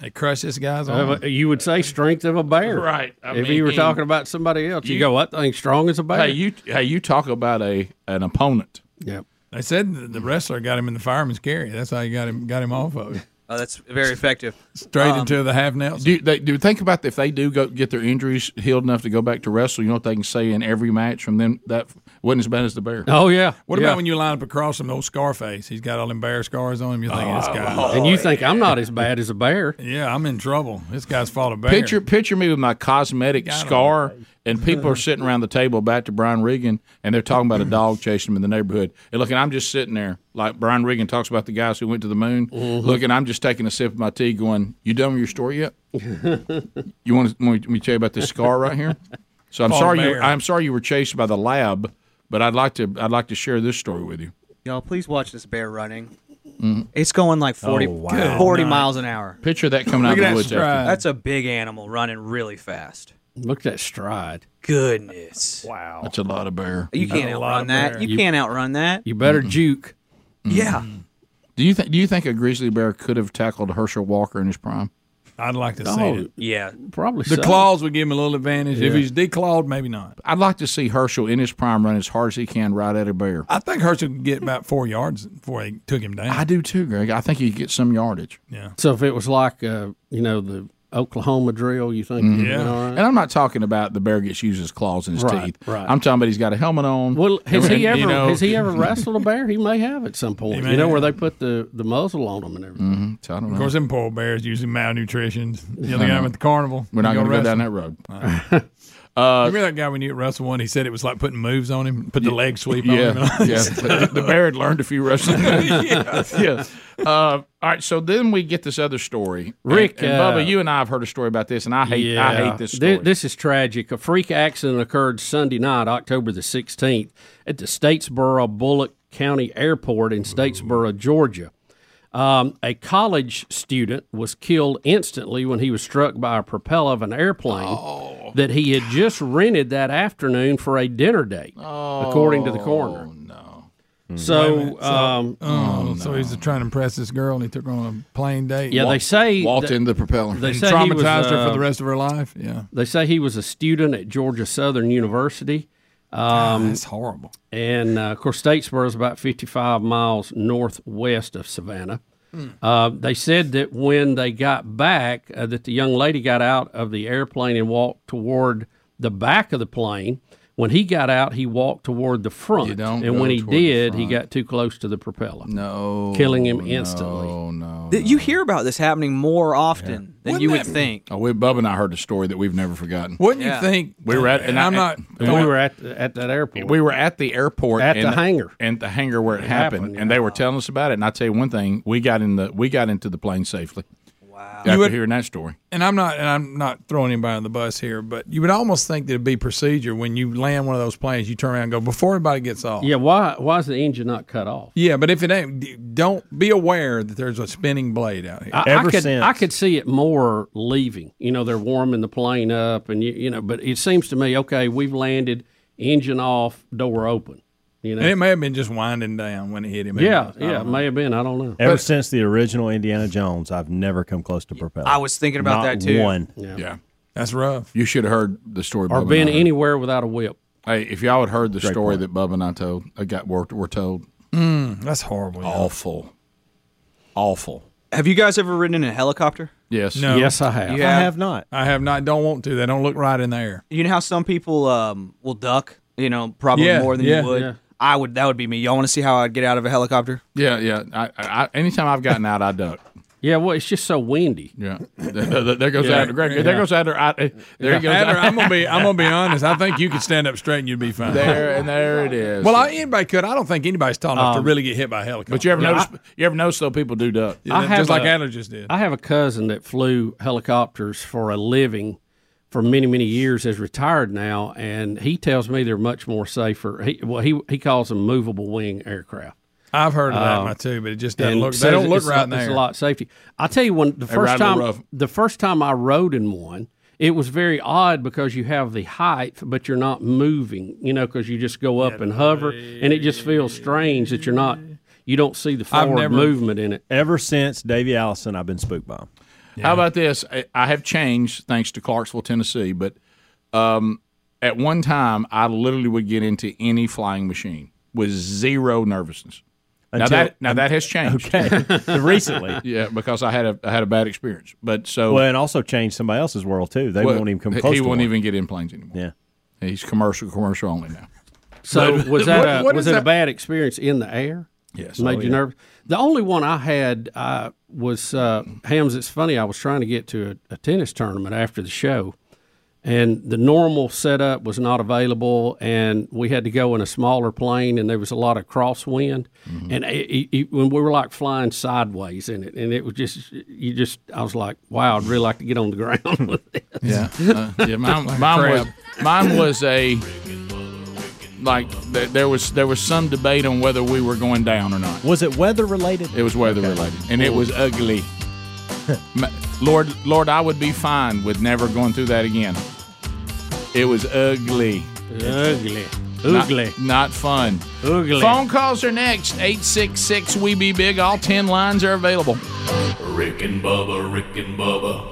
[SPEAKER 4] They crush this guy's arm.
[SPEAKER 2] Of a- Uh, You would say strength of a bear,
[SPEAKER 1] Right. I
[SPEAKER 2] if
[SPEAKER 1] mean,
[SPEAKER 2] you were
[SPEAKER 1] and-
[SPEAKER 2] talking about somebody else, you,
[SPEAKER 1] You-
[SPEAKER 2] go, "That thing's strong as a bear."
[SPEAKER 1] Hey, you hey you talk about a an opponent.
[SPEAKER 2] Yep.
[SPEAKER 4] They said that the wrestler got him in the fireman's carry. That's how you got him got him off of it.
[SPEAKER 8] Oh, that's very effective.
[SPEAKER 4] Straight
[SPEAKER 8] Um,
[SPEAKER 4] into the half nails.
[SPEAKER 1] Do they do think about if they do go get their injuries healed enough to go back to wrestle? You know what they can say in every match from them that wasn't as bad as the bear.
[SPEAKER 2] Oh,
[SPEAKER 4] What about when you line up across him, old Scarface? He's got all them bear scars on him. You're thinking
[SPEAKER 1] Oh.
[SPEAKER 4] this guy.
[SPEAKER 2] and you think I'm not as bad as a bear?
[SPEAKER 4] Yeah, I'm in trouble. This guy's fought a bear.
[SPEAKER 1] picture picture me with my cosmetic scar and people are sitting around the table back to Brian Regan and they're talking about a dog chasing him in the neighborhood. And look, and I'm just sitting there like Brian Regan talks about the guys who went to the moon. Look, and I'm just taking a sip of my tea, going, "You done with your story yet? you want to, let me tell you about this scar right here? So I'm
[SPEAKER 4] Paul
[SPEAKER 1] sorry you
[SPEAKER 4] Bear.
[SPEAKER 1] I'm sorry you were chased by the lab, but I'd like to I'd like to share this story with you. Mm-hmm.
[SPEAKER 8] Y'all, please watch this bear running. It's going like 40,
[SPEAKER 1] Oh, wow.
[SPEAKER 8] 40
[SPEAKER 1] Good
[SPEAKER 8] miles an
[SPEAKER 1] night.
[SPEAKER 8] hour.
[SPEAKER 1] Picture that coming out Look of at the that woods after stride. that.
[SPEAKER 8] That's a big animal running really fast.
[SPEAKER 2] Look at that stride.
[SPEAKER 8] Goodness. Wow.
[SPEAKER 1] That's a lot of bear.
[SPEAKER 8] You can't outrun that. You, can't outrun that.
[SPEAKER 2] You better juke.
[SPEAKER 8] Yeah.
[SPEAKER 1] Do you think? Do you think a grizzly bear could have tackled Herschel Walker in his prime?
[SPEAKER 4] <laughs> I'd like to
[SPEAKER 1] Oh,
[SPEAKER 4] see it.
[SPEAKER 8] Yeah,
[SPEAKER 2] probably.
[SPEAKER 4] The
[SPEAKER 1] so.
[SPEAKER 4] claws would give him a little advantage. If
[SPEAKER 1] Yeah.
[SPEAKER 4] he's declawed, maybe not.
[SPEAKER 1] I'd like to see Herschel in his prime run as hard as he can right at a bear.
[SPEAKER 4] I think Herschel could get about four yards before they took him down.
[SPEAKER 1] I do too, Greg. I think he'd get some yardage.
[SPEAKER 4] Yeah.
[SPEAKER 2] So if it was like, uh, you know, the Oklahoma drill, you think?
[SPEAKER 4] Mm-hmm.
[SPEAKER 1] Mhm.
[SPEAKER 2] it'd been all right?
[SPEAKER 1] And I'm not talking about the bear gets used his claws and his
[SPEAKER 2] Right,
[SPEAKER 1] teeth.
[SPEAKER 2] right.
[SPEAKER 1] I'm talking about he's got a helmet on.
[SPEAKER 2] Well, Has he ever
[SPEAKER 1] You know, Mm-hmm. <laughs>
[SPEAKER 2] has he ever wrestled a bear? He may have at some point.
[SPEAKER 4] He
[SPEAKER 2] You know
[SPEAKER 4] may
[SPEAKER 2] where they put the, the muzzle on them and everything.
[SPEAKER 1] Mhm. So I don't
[SPEAKER 4] Of
[SPEAKER 1] know.
[SPEAKER 4] course, them poor bears using
[SPEAKER 1] <laughs>
[SPEAKER 4] malnutrition. The other
[SPEAKER 1] I
[SPEAKER 4] guy
[SPEAKER 1] know.
[SPEAKER 4] at the carnival.
[SPEAKER 1] We're not
[SPEAKER 4] You
[SPEAKER 1] going to go
[SPEAKER 4] wrestle.
[SPEAKER 1] down that road. <laughs>
[SPEAKER 4] Uh, Remember that guy we knew at Russell one? He said it was like putting moves on him, put the leg sweep
[SPEAKER 1] yeah,
[SPEAKER 4] <laughs> on him.
[SPEAKER 1] yeah. The, the bear had learned a few
[SPEAKER 4] <laughs>
[SPEAKER 1] wrestling. <laughs>
[SPEAKER 4] Yes.
[SPEAKER 1] yes. Uh, all right. So then we get this other story,
[SPEAKER 2] Rick,
[SPEAKER 1] and, and
[SPEAKER 2] uh,
[SPEAKER 1] Bubba. You and I have heard a story about this, and I hate. I hate this
[SPEAKER 2] Thi-
[SPEAKER 1] story.
[SPEAKER 2] This is tragic. A freak accident occurred Sunday night, October the 16th, at the Statesboro Bullock County Airport in Statesboro, Georgia. Um, a college student was killed instantly when he was struck by a propeller of an airplane
[SPEAKER 1] Oh.
[SPEAKER 2] that he had just rented that afternoon for a dinner date, according to
[SPEAKER 1] Oh,
[SPEAKER 2] the coroner. No.
[SPEAKER 4] Wait a
[SPEAKER 2] So,
[SPEAKER 4] minute. So-
[SPEAKER 2] um,
[SPEAKER 4] oh, so he's trying to impress this girl, and he took her on a plane date.
[SPEAKER 2] Yeah, they say
[SPEAKER 1] walked
[SPEAKER 2] that-
[SPEAKER 1] in the propeller.
[SPEAKER 2] They
[SPEAKER 4] And
[SPEAKER 2] say he
[SPEAKER 4] traumatized
[SPEAKER 2] was,
[SPEAKER 4] her for
[SPEAKER 2] uh,
[SPEAKER 4] the rest of her life. Yeah.
[SPEAKER 2] They say he was a student at Georgia Southern University. Um,
[SPEAKER 4] Ah, that's horrible.
[SPEAKER 2] And uh, of course, Statesboro is about 55 miles northwest of Savannah.
[SPEAKER 19] Hmm.
[SPEAKER 2] Uh, they said that when they got back, uh, that the young lady got out of the airplane and walked toward the back of the plane. When he got out, he walked toward the front, and
[SPEAKER 1] go
[SPEAKER 2] when he
[SPEAKER 1] toward the
[SPEAKER 2] did, he got too close to the propeller,
[SPEAKER 1] no,
[SPEAKER 2] oh, killing him instantly.
[SPEAKER 1] No, no.
[SPEAKER 8] Th- You hear about this happening more often than you would
[SPEAKER 4] that-
[SPEAKER 8] think.
[SPEAKER 1] Oh, we Bubba and I heard a story that we've never forgotten.
[SPEAKER 4] Wouldn't you Yeah. think-
[SPEAKER 1] we were at? And,
[SPEAKER 4] and
[SPEAKER 1] I,
[SPEAKER 4] I'm not-
[SPEAKER 1] and
[SPEAKER 2] we were at at that airport.
[SPEAKER 1] We were at the airport
[SPEAKER 2] At the
[SPEAKER 1] and-
[SPEAKER 2] hangar.
[SPEAKER 1] and the hangar where it, happened,
[SPEAKER 2] happened,
[SPEAKER 1] and they were telling us about it. And I tell you one thing: we got in the we got into the plane safely. Wow! After
[SPEAKER 4] You would-
[SPEAKER 1] hearing that story,
[SPEAKER 4] and I'm not and I'm not throwing anybody on the bus here, but you would almost think there'd be procedure when you land one of those planes, you turn around and go before everybody gets off.
[SPEAKER 2] Yeah, why why is the engine not cut off?
[SPEAKER 4] Yeah, but if it ain't, d- don't be aware that there's a spinning blade out here.
[SPEAKER 2] I, I could, I could see it more leaving. You know, they're warming the plane up, and you, you know, but it seems to me okay. We've landed, engine off, door open. You know,
[SPEAKER 4] and it may have been just winding down when it hit him.
[SPEAKER 2] yeah,
[SPEAKER 4] I don't
[SPEAKER 2] yeah, it
[SPEAKER 4] know.
[SPEAKER 2] may have been. I don't know.
[SPEAKER 9] Ever since the original Indiana Jones, I've never come close to propeller.
[SPEAKER 2] I was thinking about
[SPEAKER 9] Not
[SPEAKER 2] that, too.
[SPEAKER 9] One.
[SPEAKER 2] Yeah.
[SPEAKER 4] that's rough.
[SPEAKER 1] You should have heard the story.
[SPEAKER 2] or
[SPEAKER 1] Bubba
[SPEAKER 2] been
[SPEAKER 1] and I heard.
[SPEAKER 2] anywhere without a whip.
[SPEAKER 1] Hey, if y'all had heard the
[SPEAKER 2] Great
[SPEAKER 1] story that Bubba and I told, I got were, were told,
[SPEAKER 4] Mm, that's horrible. yeah.
[SPEAKER 1] awful, awful.
[SPEAKER 8] Have you guys ever ridden in a helicopter?
[SPEAKER 1] Yes.
[SPEAKER 4] No.
[SPEAKER 8] You have?
[SPEAKER 9] not.
[SPEAKER 4] I have not. Don't want to. They don't look right in the air.
[SPEAKER 8] You know how some people um, will duck, you know, probably
[SPEAKER 4] Yeah,
[SPEAKER 8] more than
[SPEAKER 4] yeah.
[SPEAKER 8] you would?
[SPEAKER 4] Yeah.
[SPEAKER 8] I would. That would be me. Y'all want to see how I'd get out of a helicopter?
[SPEAKER 1] Yeah, yeah. I, I, anytime I've gotten out, I duck.
[SPEAKER 2] Yeah, well, it's just so windy.
[SPEAKER 1] Yeah, <laughs> there, there goes
[SPEAKER 2] Yeah.
[SPEAKER 1] Adler. Greg, there
[SPEAKER 2] Yeah.
[SPEAKER 1] goes Adler. I, eh, there he goes.
[SPEAKER 4] Adler, I'm gonna be. I'm gonna be honest. I think you could stand up straight and you'd be fine.
[SPEAKER 1] There and there it is.
[SPEAKER 4] Well, I, anybody could. I don't think anybody's tall enough
[SPEAKER 2] Um,
[SPEAKER 4] to really get hit by a helicopter.
[SPEAKER 1] but you ever
[SPEAKER 2] Yeah,
[SPEAKER 1] notice? you ever notice though people do duck?
[SPEAKER 4] Yeah,
[SPEAKER 2] I have
[SPEAKER 4] just like
[SPEAKER 2] a-
[SPEAKER 4] Adler just did.
[SPEAKER 2] I have a cousin that flew helicopters for a living for many, many years, is retired now, and he tells me they're much more safer. He, well, he, he calls them movable wing aircraft.
[SPEAKER 4] I've heard of that
[SPEAKER 2] Um,
[SPEAKER 4] one too, but it just doesn't
[SPEAKER 2] and
[SPEAKER 4] look. They
[SPEAKER 2] says
[SPEAKER 4] don't look
[SPEAKER 2] it's-
[SPEAKER 4] right in the
[SPEAKER 2] It's
[SPEAKER 4] air.
[SPEAKER 2] a lot of safety. I tell you, when the
[SPEAKER 4] They
[SPEAKER 2] first
[SPEAKER 4] ride a little rough.
[SPEAKER 2] time the first time I rode in one, it was very odd because you have the height, but you're not moving. You know, because you just go up and hover, and it just feels strange that you're not. You don't see the forward movement in it.
[SPEAKER 9] Ever since Davy Allison, I've been spooked by him.
[SPEAKER 1] How about this? I, I have changed thanks to Clarksville, Tennessee, but um, at one time I literally would get into any flying machine with zero nervousness. now
[SPEAKER 9] Until-
[SPEAKER 1] that now that has changed.
[SPEAKER 9] <laughs> Okay. Recently.
[SPEAKER 1] yeah, because I had a I had a bad experience. But so
[SPEAKER 9] well, and also changed somebody else's world too. They
[SPEAKER 1] Oh. well,
[SPEAKER 9] won't even come
[SPEAKER 1] he-
[SPEAKER 9] close.
[SPEAKER 1] He
[SPEAKER 9] to
[SPEAKER 1] won't
[SPEAKER 9] one.
[SPEAKER 1] even get in planes anymore.
[SPEAKER 9] Yeah.
[SPEAKER 1] He's commercial commercial only now.
[SPEAKER 2] So
[SPEAKER 1] But-
[SPEAKER 2] was that
[SPEAKER 1] what-
[SPEAKER 2] a,
[SPEAKER 1] what is
[SPEAKER 2] was it a
[SPEAKER 1] that?
[SPEAKER 2] bad experience in the air?
[SPEAKER 1] Yes.
[SPEAKER 2] made
[SPEAKER 1] Oh,
[SPEAKER 2] you
[SPEAKER 1] yeah.
[SPEAKER 2] nervous. The only one I had uh, was uh, Hams. It's funny. I was trying to get to a, a tennis tournament after the show, and the normal setup was not available, and we had to go in a smaller plane, and there was a lot of crosswind,
[SPEAKER 1] Mm-hmm.
[SPEAKER 2] and it, it, it- when we were like flying sideways in it, and it was just you just I was like, wow, I'd really like to get on the <laughs>
[SPEAKER 1] <laughs>
[SPEAKER 2] ground. with this.
[SPEAKER 1] Uh,
[SPEAKER 2] <laughs>
[SPEAKER 1] Yeah. Uh, yeah, mine, mine was mine was a like th- there was there was some debate on whether we were going down or not.
[SPEAKER 9] Was it weather related?
[SPEAKER 1] It was weather related, and it was ugly.
[SPEAKER 2] <laughs>
[SPEAKER 1] Ma- Lord, Lord, I would be fine with never going through that again. It was ugly.
[SPEAKER 2] Ugly.
[SPEAKER 1] Not-
[SPEAKER 2] Ugly.
[SPEAKER 1] Not, fun.
[SPEAKER 2] Ugly.
[SPEAKER 1] Phone calls are next. 866 We Be Big. All 10 lines are available.
[SPEAKER 3] Rick and Bubba, Rick and Bubba.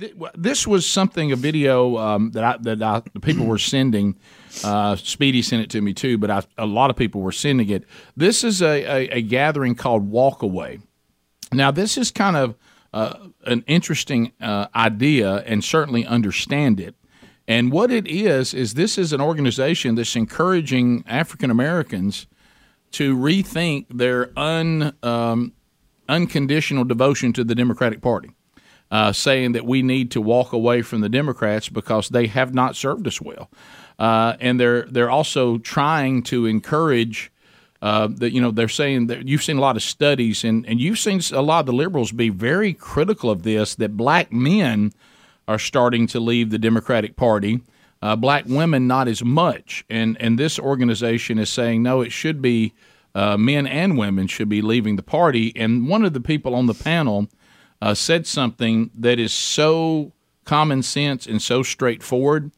[SPEAKER 1] Th- w- This was something, a video um, that I, that I, the people were sending. Uh, Speedy sent it to me too, but I, a lot of people were sending it. This is a, a, a gathering called Walk Away. Now, this is kind of uh, an interesting uh, idea and certainly understand it. And what it is, is this is an organization that's encouraging African Americans to rethink their un, um, unconditional devotion to the Democratic Party, uh, saying that we need to walk away from the Democrats because they have not served us well. Uh, and they're, they're also trying to encourage uh, that you know they're saying that you've seen a lot of studies and, and you've seen a lot of the liberals be very critical of this that black men are starting to leave the Democratic Party. Uh, black women not as much, and and this organization is saying no, it should be uh, men and women should be leaving the party. And one of the people on the panel uh, said something that is so common sense and so straightforward.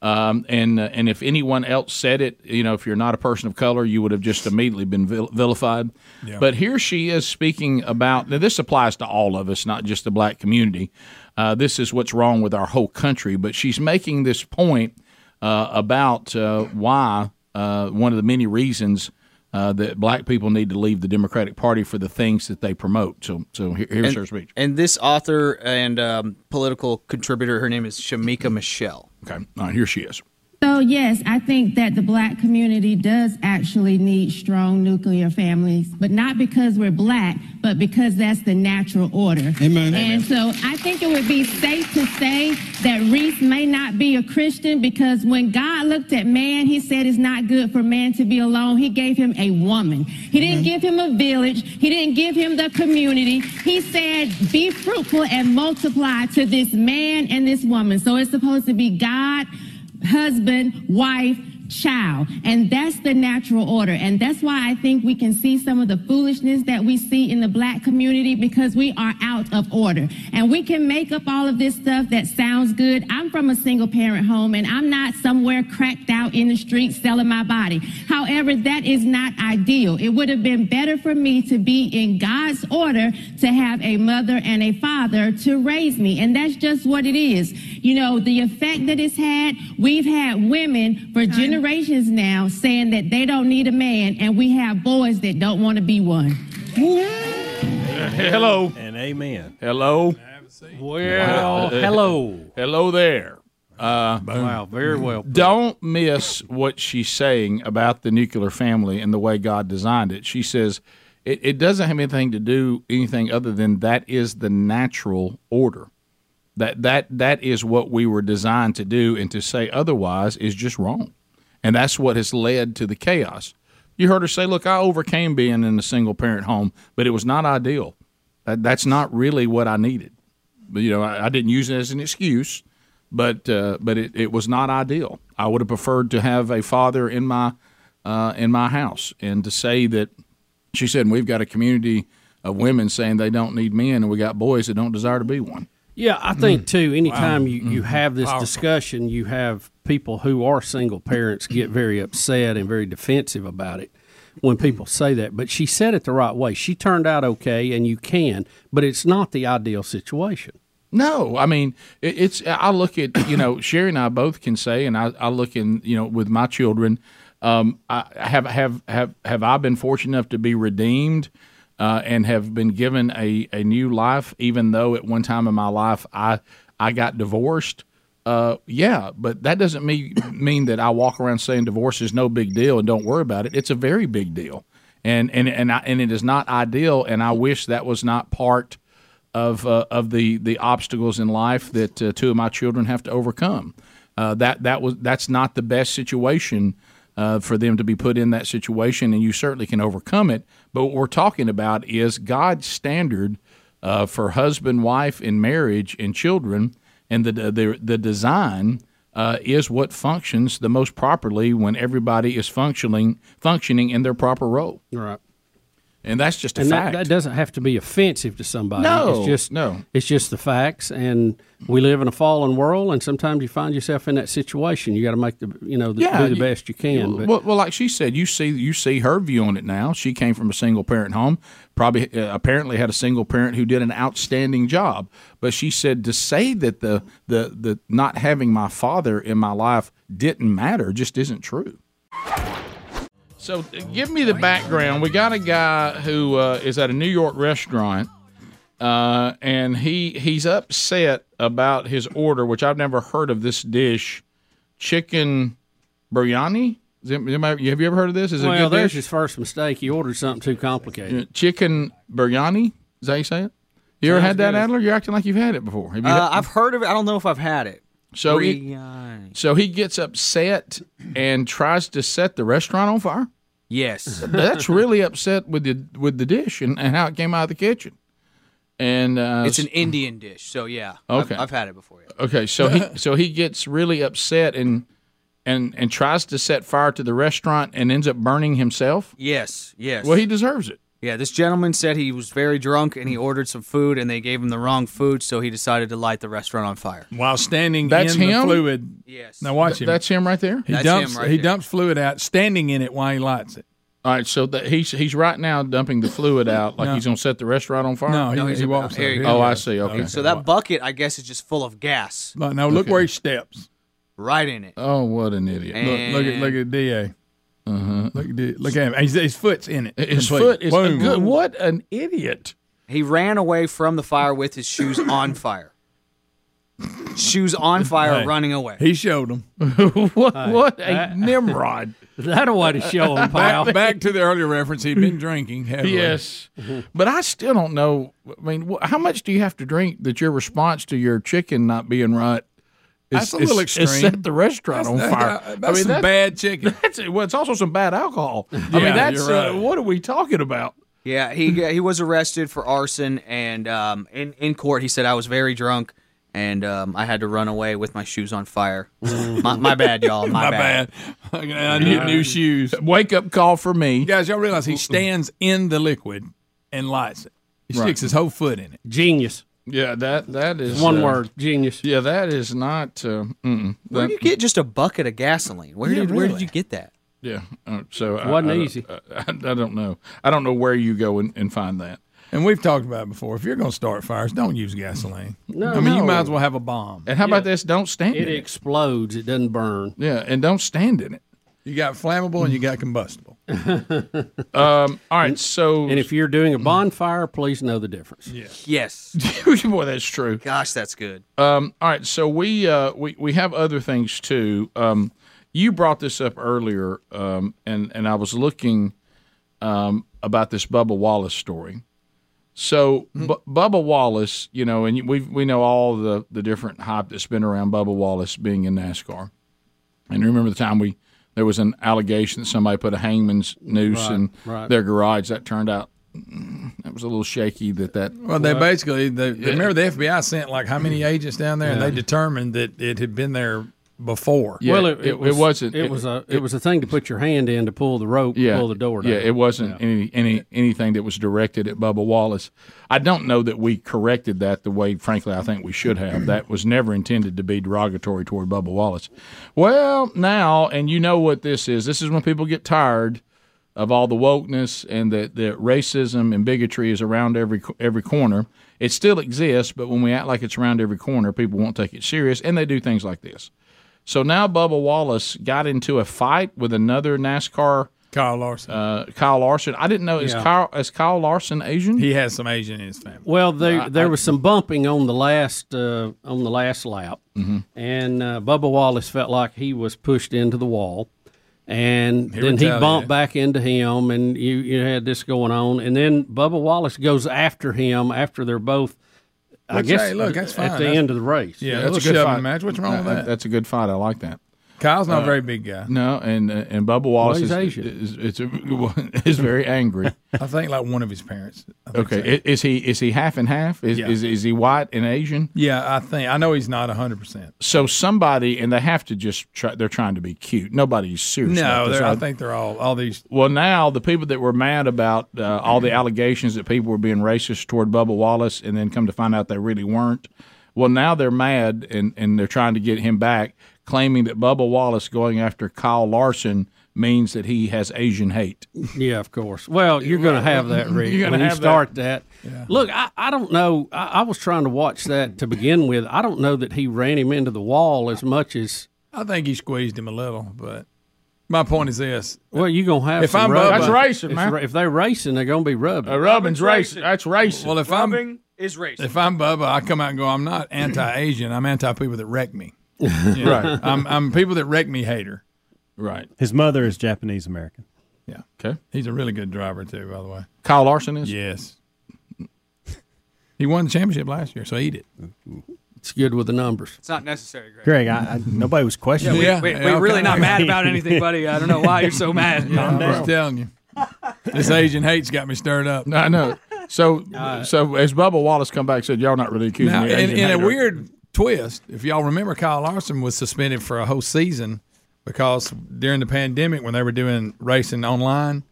[SPEAKER 1] Um, and uh, and if anyone else said it, you know, if you're not a person of color, you would have just immediately been vil- vilified.
[SPEAKER 5] Yeah.
[SPEAKER 1] But here she is speaking about. Now this applies to all of us, not just the black community. Uh, this is what's wrong with our whole country. But she's making this point uh, about uh, why uh, one of the many reasons uh, that black people need to leave the Democratic Party for the things that they promote. So so here, here's
[SPEAKER 8] and, <coughs>
[SPEAKER 1] her speech.
[SPEAKER 8] And this author and um, political contributor, her name is Shamika Michelle.
[SPEAKER 1] Okay, all right, here she is.
[SPEAKER 19] So, yes, I think that the black community does actually need strong nuclear families, but not because we're black, but because that's the natural order.
[SPEAKER 20] Amen.
[SPEAKER 19] And so I think it would be safe to say that Reese may not be a Christian because when God looked at man, he said it's not good for man to be alone. He gave him a woman. He didn't give him a village. He didn't give him the community. He said, be fruitful and multiply to this man and this woman. So it's supposed to be God husband, wife, child. And that's the natural order. And that's why I think we can see some of the foolishness that we see in the black community because we are out of order. And we can make up all of this stuff that sounds good. I'm from a single parent home and I'm not somewhere cracked out in the street selling my body. However, that is not ideal. It would have been better for me to be in God's order to have a mother and a father to raise me. And that's just what it is. You know, the effect that it's had, we've had women for generations now saying that they don't need a man, and we have boys that don't want to be one.
[SPEAKER 1] Hello.
[SPEAKER 9] And amen.
[SPEAKER 1] Hello. <laughs>
[SPEAKER 2] Well, hello.
[SPEAKER 1] Hello there. Uh,
[SPEAKER 2] Wow, very well put.
[SPEAKER 1] Don't miss what she's saying about the nuclear family and the way God designed it. She says it, it doesn't have anything to do anything other than that is the natural order. That that that is what we were designed to do, and to say otherwise is just wrong. And that's what has led to the chaos. You heard her say, "Look, I overcame being in a single parent home, but it was not ideal. That, that's not really what I needed. But you know, I, I didn't use it as an excuse, but uh, but it, it was not ideal. I would have preferred to have a father in my uh, in my house, and to say that she said we've got a community of women saying they don't need men, and we got boys that don't desire to be one.
[SPEAKER 2] Yeah, I think
[SPEAKER 1] Mm.
[SPEAKER 2] too. Anytime
[SPEAKER 1] Wow.
[SPEAKER 2] you, you
[SPEAKER 1] Mm.
[SPEAKER 2] have this
[SPEAKER 1] Powerful.
[SPEAKER 2] discussion, you have people who are single parents get very upset and very defensive about it when
[SPEAKER 1] Mm-hmm.
[SPEAKER 2] people say that. But she said it the right way. She turned out okay, and you can, but it's not the ideal situation.
[SPEAKER 1] No, I mean it, it's. I look at you know <coughs> Sherry and I both can say, and I, I look in you know with my children. Um, I have have have have I been fortunate enough to be redeemed, uh, and have been given a a new life, even though at one time in my life I I got divorced. Uh, yeah, but that doesn't mean mean that I walk around saying divorce is no big deal and don't worry about it. It's a very big deal, and and and I, and it is not ideal. And I wish that was not part of uh, of the the obstacles in life that uh, two of my children have to overcome. Uh, that that was that's not the best situation uh, for them to be put in that situation, and you certainly can overcome it. But what we're talking about is God's standard uh, for husband, wife, and marriage and children, and the the the design. uh, is what functions the most properly when everybody is functioning functioning in their proper role.
[SPEAKER 20] Right.
[SPEAKER 1] And that's just a
[SPEAKER 20] and that,
[SPEAKER 1] fact.
[SPEAKER 20] that doesn't have to be offensive to somebody.
[SPEAKER 1] No,
[SPEAKER 20] it's just
[SPEAKER 1] no.
[SPEAKER 20] It's just the facts, and we live in a fallen world, and sometimes you find yourself in that situation. You got to make the you know the, do the
[SPEAKER 1] you-
[SPEAKER 20] best you can. but
[SPEAKER 1] Well, well, like she said, you see, you see her view on it now. She came from a single parent home, probably uh, apparently had a single parent who did an outstanding job. But she said to say that the the the not having my father in my life didn't matter just isn't true. So uh, give me the background. We got a guy who uh, is at a New York restaurant, uh, and he he's upset about his order, which I've never heard of this dish, chicken biryani. Is it- anybody- have you ever heard of this? Is it
[SPEAKER 20] well,
[SPEAKER 1] a good
[SPEAKER 20] there's
[SPEAKER 1] dish?
[SPEAKER 20] his first mistake. He ordered something too complicated.
[SPEAKER 1] Uh, Chicken biryani. Is that how you say it? You ever
[SPEAKER 20] Sounds
[SPEAKER 1] had that,
[SPEAKER 20] good.
[SPEAKER 1] Adler? You're acting like you've had it before. Have you
[SPEAKER 8] Uh,
[SPEAKER 1] had-
[SPEAKER 8] I've heard of it. I don't know if I've had it.
[SPEAKER 1] so he-
[SPEAKER 8] Biryani.
[SPEAKER 1] so he gets upset and tries to set the restaurant on fire.
[SPEAKER 8] Yes.
[SPEAKER 1] <laughs> That's really upset with the with the dish and, and how it came out of the kitchen. And uh,
[SPEAKER 8] <laughs> it's an Indian dish, so yeah.
[SPEAKER 1] Okay.
[SPEAKER 8] I've, I've had it before. Yeah.
[SPEAKER 1] Okay, so he
[SPEAKER 8] <laughs>
[SPEAKER 1] so he gets really upset and and and tries to set fire to the restaurant and ends up burning himself.
[SPEAKER 8] Um, Yes, yes.
[SPEAKER 1] Well, he deserves it.
[SPEAKER 8] Yeah, this gentleman said he was very drunk and he ordered some food and they gave him the wrong food, so he decided to light the restaurant on fire.
[SPEAKER 4] While standing
[SPEAKER 1] That's
[SPEAKER 4] in
[SPEAKER 1] him?
[SPEAKER 4] the fluid.
[SPEAKER 8] Yes.
[SPEAKER 4] Now watch him.
[SPEAKER 1] That's him right there.
[SPEAKER 4] He dumps he dumps fluid out, standing in it while he lights it.
[SPEAKER 1] All right, so that he's he's right now dumping the fluid out like
[SPEAKER 4] No.
[SPEAKER 1] he's gonna set the restaurant on fire.
[SPEAKER 4] No, he- No, he's he a- walks
[SPEAKER 8] here out. you
[SPEAKER 1] Oh,
[SPEAKER 8] go.
[SPEAKER 1] I see. Okay.
[SPEAKER 8] So that bucket, I guess, is just full of gas.
[SPEAKER 4] Look, now look where he steps.
[SPEAKER 8] Right in it.
[SPEAKER 1] Oh, what an idiot!
[SPEAKER 4] look, look at look at Da.
[SPEAKER 1] Uh-huh.
[SPEAKER 4] Look at D- look at him. His, his foot's in it.
[SPEAKER 1] His
[SPEAKER 4] Completely.
[SPEAKER 1] foot is a
[SPEAKER 4] Boom.
[SPEAKER 1] good. What an idiot!
[SPEAKER 8] He ran away from the fire with his shoes on fire. shoes on fire,
[SPEAKER 4] Hey,
[SPEAKER 8] running away.
[SPEAKER 4] He showed him.
[SPEAKER 1] <laughs> what
[SPEAKER 8] what a nimrod.
[SPEAKER 20] That a way to show 'em, pal.
[SPEAKER 4] Back, back to the earlier reference. He'd been drinking heavily.
[SPEAKER 1] Yes, but I still don't know. I mean, wh- how much do you have to drink that your response to your chicken not being right?
[SPEAKER 4] That's a little
[SPEAKER 1] is
[SPEAKER 4] extreme.
[SPEAKER 1] set the restaurant
[SPEAKER 4] That's-
[SPEAKER 1] on
[SPEAKER 4] that-
[SPEAKER 1] fire.
[SPEAKER 4] that- that's some bad <laughs> chicken.
[SPEAKER 1] That's well, it's also some bad alcohol. I
[SPEAKER 4] Yeah,
[SPEAKER 1] mean, that's
[SPEAKER 4] you're
[SPEAKER 1] uh,
[SPEAKER 4] right.
[SPEAKER 1] what are we talking about?
[SPEAKER 8] <laughs> Yeah, he uh, he was arrested for arson, and um, in in court he said I was very drunk, and um, I had to run away with my shoes on fire. my, my bad,
[SPEAKER 4] <laughs>
[SPEAKER 8] y'all. My,
[SPEAKER 4] My
[SPEAKER 8] bad.
[SPEAKER 4] <laughs> I need new shoes.
[SPEAKER 1] Wake up call for me,
[SPEAKER 4] guys. Y'all realize he stands in the liquid and lights it. He
[SPEAKER 1] Right.
[SPEAKER 4] sticks his whole foot in it.
[SPEAKER 20] Genius.
[SPEAKER 1] Yeah, that that is
[SPEAKER 20] One
[SPEAKER 1] uh,
[SPEAKER 20] word, genius.
[SPEAKER 1] Yeah, that is not. Uh, mm-mm.
[SPEAKER 8] Where
[SPEAKER 1] That-
[SPEAKER 8] did you get just a bucket of gasoline? Where
[SPEAKER 1] Yeah,
[SPEAKER 8] did where did
[SPEAKER 1] really.
[SPEAKER 8] you get that?
[SPEAKER 1] Yeah. Uh, so I-
[SPEAKER 4] Wasn't
[SPEAKER 1] I don't- uh,
[SPEAKER 4] easy.
[SPEAKER 1] <laughs> I, I don't know. I don't know where you go and, and find that.
[SPEAKER 4] And we've talked about it before. If you're going to start fires, don't use gasoline.
[SPEAKER 1] No,
[SPEAKER 4] I mean, you
[SPEAKER 1] no.
[SPEAKER 4] might as well have a bomb.
[SPEAKER 1] And how about this? Don't stand in
[SPEAKER 4] It
[SPEAKER 1] it.
[SPEAKER 20] explodes. It doesn't burn.
[SPEAKER 1] Yeah, and don't stand in it.
[SPEAKER 4] You got flammable and you got combustible.
[SPEAKER 20] <laughs>
[SPEAKER 1] Um, all right, so Mm.
[SPEAKER 20] and if you're doing a bonfire, please know the difference.
[SPEAKER 4] Yeah.
[SPEAKER 8] Yes.
[SPEAKER 1] <laughs> Boy, that's true.
[SPEAKER 8] Gosh, that's good.
[SPEAKER 1] Um, all right, so we uh, we we have other things too. Um, you brought this up earlier, um, and and I was looking um, about this Bubba Wallace story. So
[SPEAKER 4] Mm-hmm.
[SPEAKER 1] Bu- Bubba Wallace, you know, and we we know all the the different hype that's been around Bubba Wallace being in NASCAR. And remember the time we there was an allegation that somebody put a hangman's noose
[SPEAKER 4] Right,
[SPEAKER 1] in
[SPEAKER 4] right.
[SPEAKER 1] their garage. That turned out mm, that was a little shaky. That that
[SPEAKER 4] Well, they basically they, they- remember the FBI sent like how many agents down there, and
[SPEAKER 1] Yeah.
[SPEAKER 4] they determined that it had been there before.
[SPEAKER 1] Yeah,
[SPEAKER 20] well, it, it, was,
[SPEAKER 1] wasn't.
[SPEAKER 20] It, was a it, was a thing to put your hand in to pull the rope, pull the door down.
[SPEAKER 1] Yeah, it wasn't any any anything that was directed at Bubba Wallace. I don't know that we corrected that the way, frankly, I think we should have. That was never intended to be derogatory toward Bubba Wallace. Well, now, and you know what this is. This is when people get tired of all the wokeness and that the racism and bigotry is around every every corner. It still exists, but when we act like it's around every corner, people won't take it serious, and they do things like this. So now Bubba Wallace got into a fight with another NASCAR
[SPEAKER 4] Kyle Larson.
[SPEAKER 1] Uh, Kyle Larson. I didn't know is
[SPEAKER 20] Yeah.
[SPEAKER 1] Kyle is Kyle Larson Asian?
[SPEAKER 4] He has some Asian in his family.
[SPEAKER 20] Well, there
[SPEAKER 4] I-
[SPEAKER 20] there
[SPEAKER 4] I-
[SPEAKER 20] was some bumping on the last uh, on the last lap,
[SPEAKER 4] Mm-hmm.
[SPEAKER 20] and uh, Bubba Wallace felt like he was pushed into the wall, and
[SPEAKER 4] He
[SPEAKER 20] then he
[SPEAKER 4] retaliated.
[SPEAKER 20] bumped back into him, and you you had this going on, and then Bubba Wallace goes after him after they're both. I
[SPEAKER 4] Which,
[SPEAKER 20] guess
[SPEAKER 4] hey, look, that's
[SPEAKER 20] at
[SPEAKER 4] fine.
[SPEAKER 20] the
[SPEAKER 4] That's-
[SPEAKER 20] end of the race.
[SPEAKER 4] Yeah, that's a good fight. match. What's wrong with
[SPEAKER 1] Uh,
[SPEAKER 4] that?
[SPEAKER 1] That's a good fight. I like that.
[SPEAKER 4] Kyle's not
[SPEAKER 1] Uh,
[SPEAKER 4] a very big guy.
[SPEAKER 1] No, and uh, and Bubba Wallace
[SPEAKER 4] he's
[SPEAKER 1] is,
[SPEAKER 4] Asian.
[SPEAKER 1] is, is, is <laughs> very angry.
[SPEAKER 4] <laughs> I think like one of his parents.
[SPEAKER 1] okay, I- is he is he half and half? Is
[SPEAKER 4] Yeah.
[SPEAKER 1] is, is he white and Asian?
[SPEAKER 4] Yeah, I think I know he's not hundred percent.
[SPEAKER 1] So somebody, and they have to just try. They're trying to be cute. Nobody's serious. about
[SPEAKER 4] No,
[SPEAKER 1] this.
[SPEAKER 4] they're- I think they're all all these.
[SPEAKER 1] Well, now the people that were mad about uh, all the allegations that people were being racist toward Bubba Wallace, and then come to find out they really weren't. Well, now they're mad, and and they're trying to get him back, claiming that Bubba Wallace going after Kyle Larson means that he has Asian hate.
[SPEAKER 20] Yeah, of course. Well, you're going to have
[SPEAKER 4] <laughs>
[SPEAKER 20] that, Rick.
[SPEAKER 1] You're gonna
[SPEAKER 20] when
[SPEAKER 1] have
[SPEAKER 20] you start that. Look, I, I don't know. I, I was trying to watch that to begin with. I don't know that he ran him into the wall as much as.
[SPEAKER 4] I think he squeezed him a little, but my point is this:
[SPEAKER 20] Well, you're going to have
[SPEAKER 4] If
[SPEAKER 20] some
[SPEAKER 4] I'm
[SPEAKER 20] rub-
[SPEAKER 4] Bubba- That's racing,
[SPEAKER 20] if,
[SPEAKER 4] man.
[SPEAKER 20] If they're racing, they're going to be
[SPEAKER 2] Uh,
[SPEAKER 20] rubbing.
[SPEAKER 4] A rubbing's racing.
[SPEAKER 1] That's racing.
[SPEAKER 4] Well, if
[SPEAKER 20] Rubbing
[SPEAKER 4] I'm is racing. If I'm Bubba, I come out and go. I'm not anti-Asian. I'm anti people that wreck
[SPEAKER 1] <laughs>
[SPEAKER 4] me. You know,
[SPEAKER 9] Right.
[SPEAKER 4] I'm I'm people that wreck me hater.
[SPEAKER 1] Right.
[SPEAKER 9] His mother is Japanese American.
[SPEAKER 4] Yeah. Okay. He's a really good driver too, by the way.
[SPEAKER 1] Kyle Larson is.
[SPEAKER 4] Yes. He won the championship last year, so eat it.
[SPEAKER 20] It's good with the numbers.
[SPEAKER 8] It's not necessary, Greg.
[SPEAKER 9] Greg, I, I, nobody was questioning.
[SPEAKER 8] Yeah, we- we- we're really not mad about anything, buddy. I don't know why you're so mad.
[SPEAKER 4] Yeah, I'm
[SPEAKER 8] Calm
[SPEAKER 4] just
[SPEAKER 8] down.
[SPEAKER 4] telling you. <laughs> This Asian hate's got me stirred up.
[SPEAKER 1] I know. So so as Bubba Wallace come back and said, y'all not really accusing
[SPEAKER 4] Now,
[SPEAKER 1] me. of
[SPEAKER 4] in,
[SPEAKER 1] Asian
[SPEAKER 4] in a
[SPEAKER 1] hater."
[SPEAKER 4] weird twist, if y'all remember, Kyle Larson was suspended for a whole season because during the pandemic, when they were doing racing online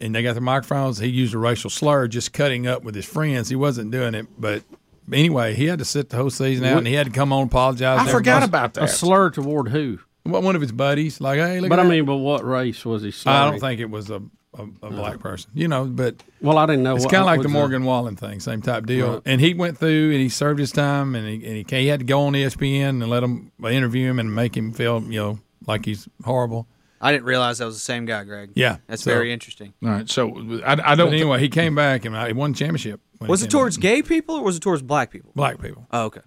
[SPEAKER 4] and they got their microphones, he used a racial slur just cutting up with his friends. He wasn't doing it, but anyway, he had to sit the whole season out and he had to come on and apologize. to everybody.
[SPEAKER 20] A slur toward who?
[SPEAKER 4] Well, one of his buddies, like, hey, look
[SPEAKER 20] But
[SPEAKER 4] at
[SPEAKER 20] I
[SPEAKER 4] that.
[SPEAKER 20] mean, but what race was he slurring?
[SPEAKER 4] I don't think it was a, a, a black person, you know. But
[SPEAKER 20] Well, I didn't know.
[SPEAKER 4] it's
[SPEAKER 20] what-
[SPEAKER 4] kind of like
[SPEAKER 20] what
[SPEAKER 4] the
[SPEAKER 20] was
[SPEAKER 4] Morgan Wallen thing, same type deal.
[SPEAKER 20] Right.
[SPEAKER 4] And he went through and he served his time, and he and he, ca- he had to go on E ESPN and let him interview him and make him feel you know like he's horrible.
[SPEAKER 8] I didn't realize that was the same guy, Greg.
[SPEAKER 4] Yeah,
[SPEAKER 8] that's
[SPEAKER 4] so-
[SPEAKER 8] very interesting.
[SPEAKER 1] All right, so I, I don't.
[SPEAKER 4] But anyway, he came back and I, he won the championship. when he
[SPEAKER 8] Was it
[SPEAKER 4] came
[SPEAKER 8] towards gay people or was it towards black people?
[SPEAKER 4] Black people.
[SPEAKER 8] Oh, okay.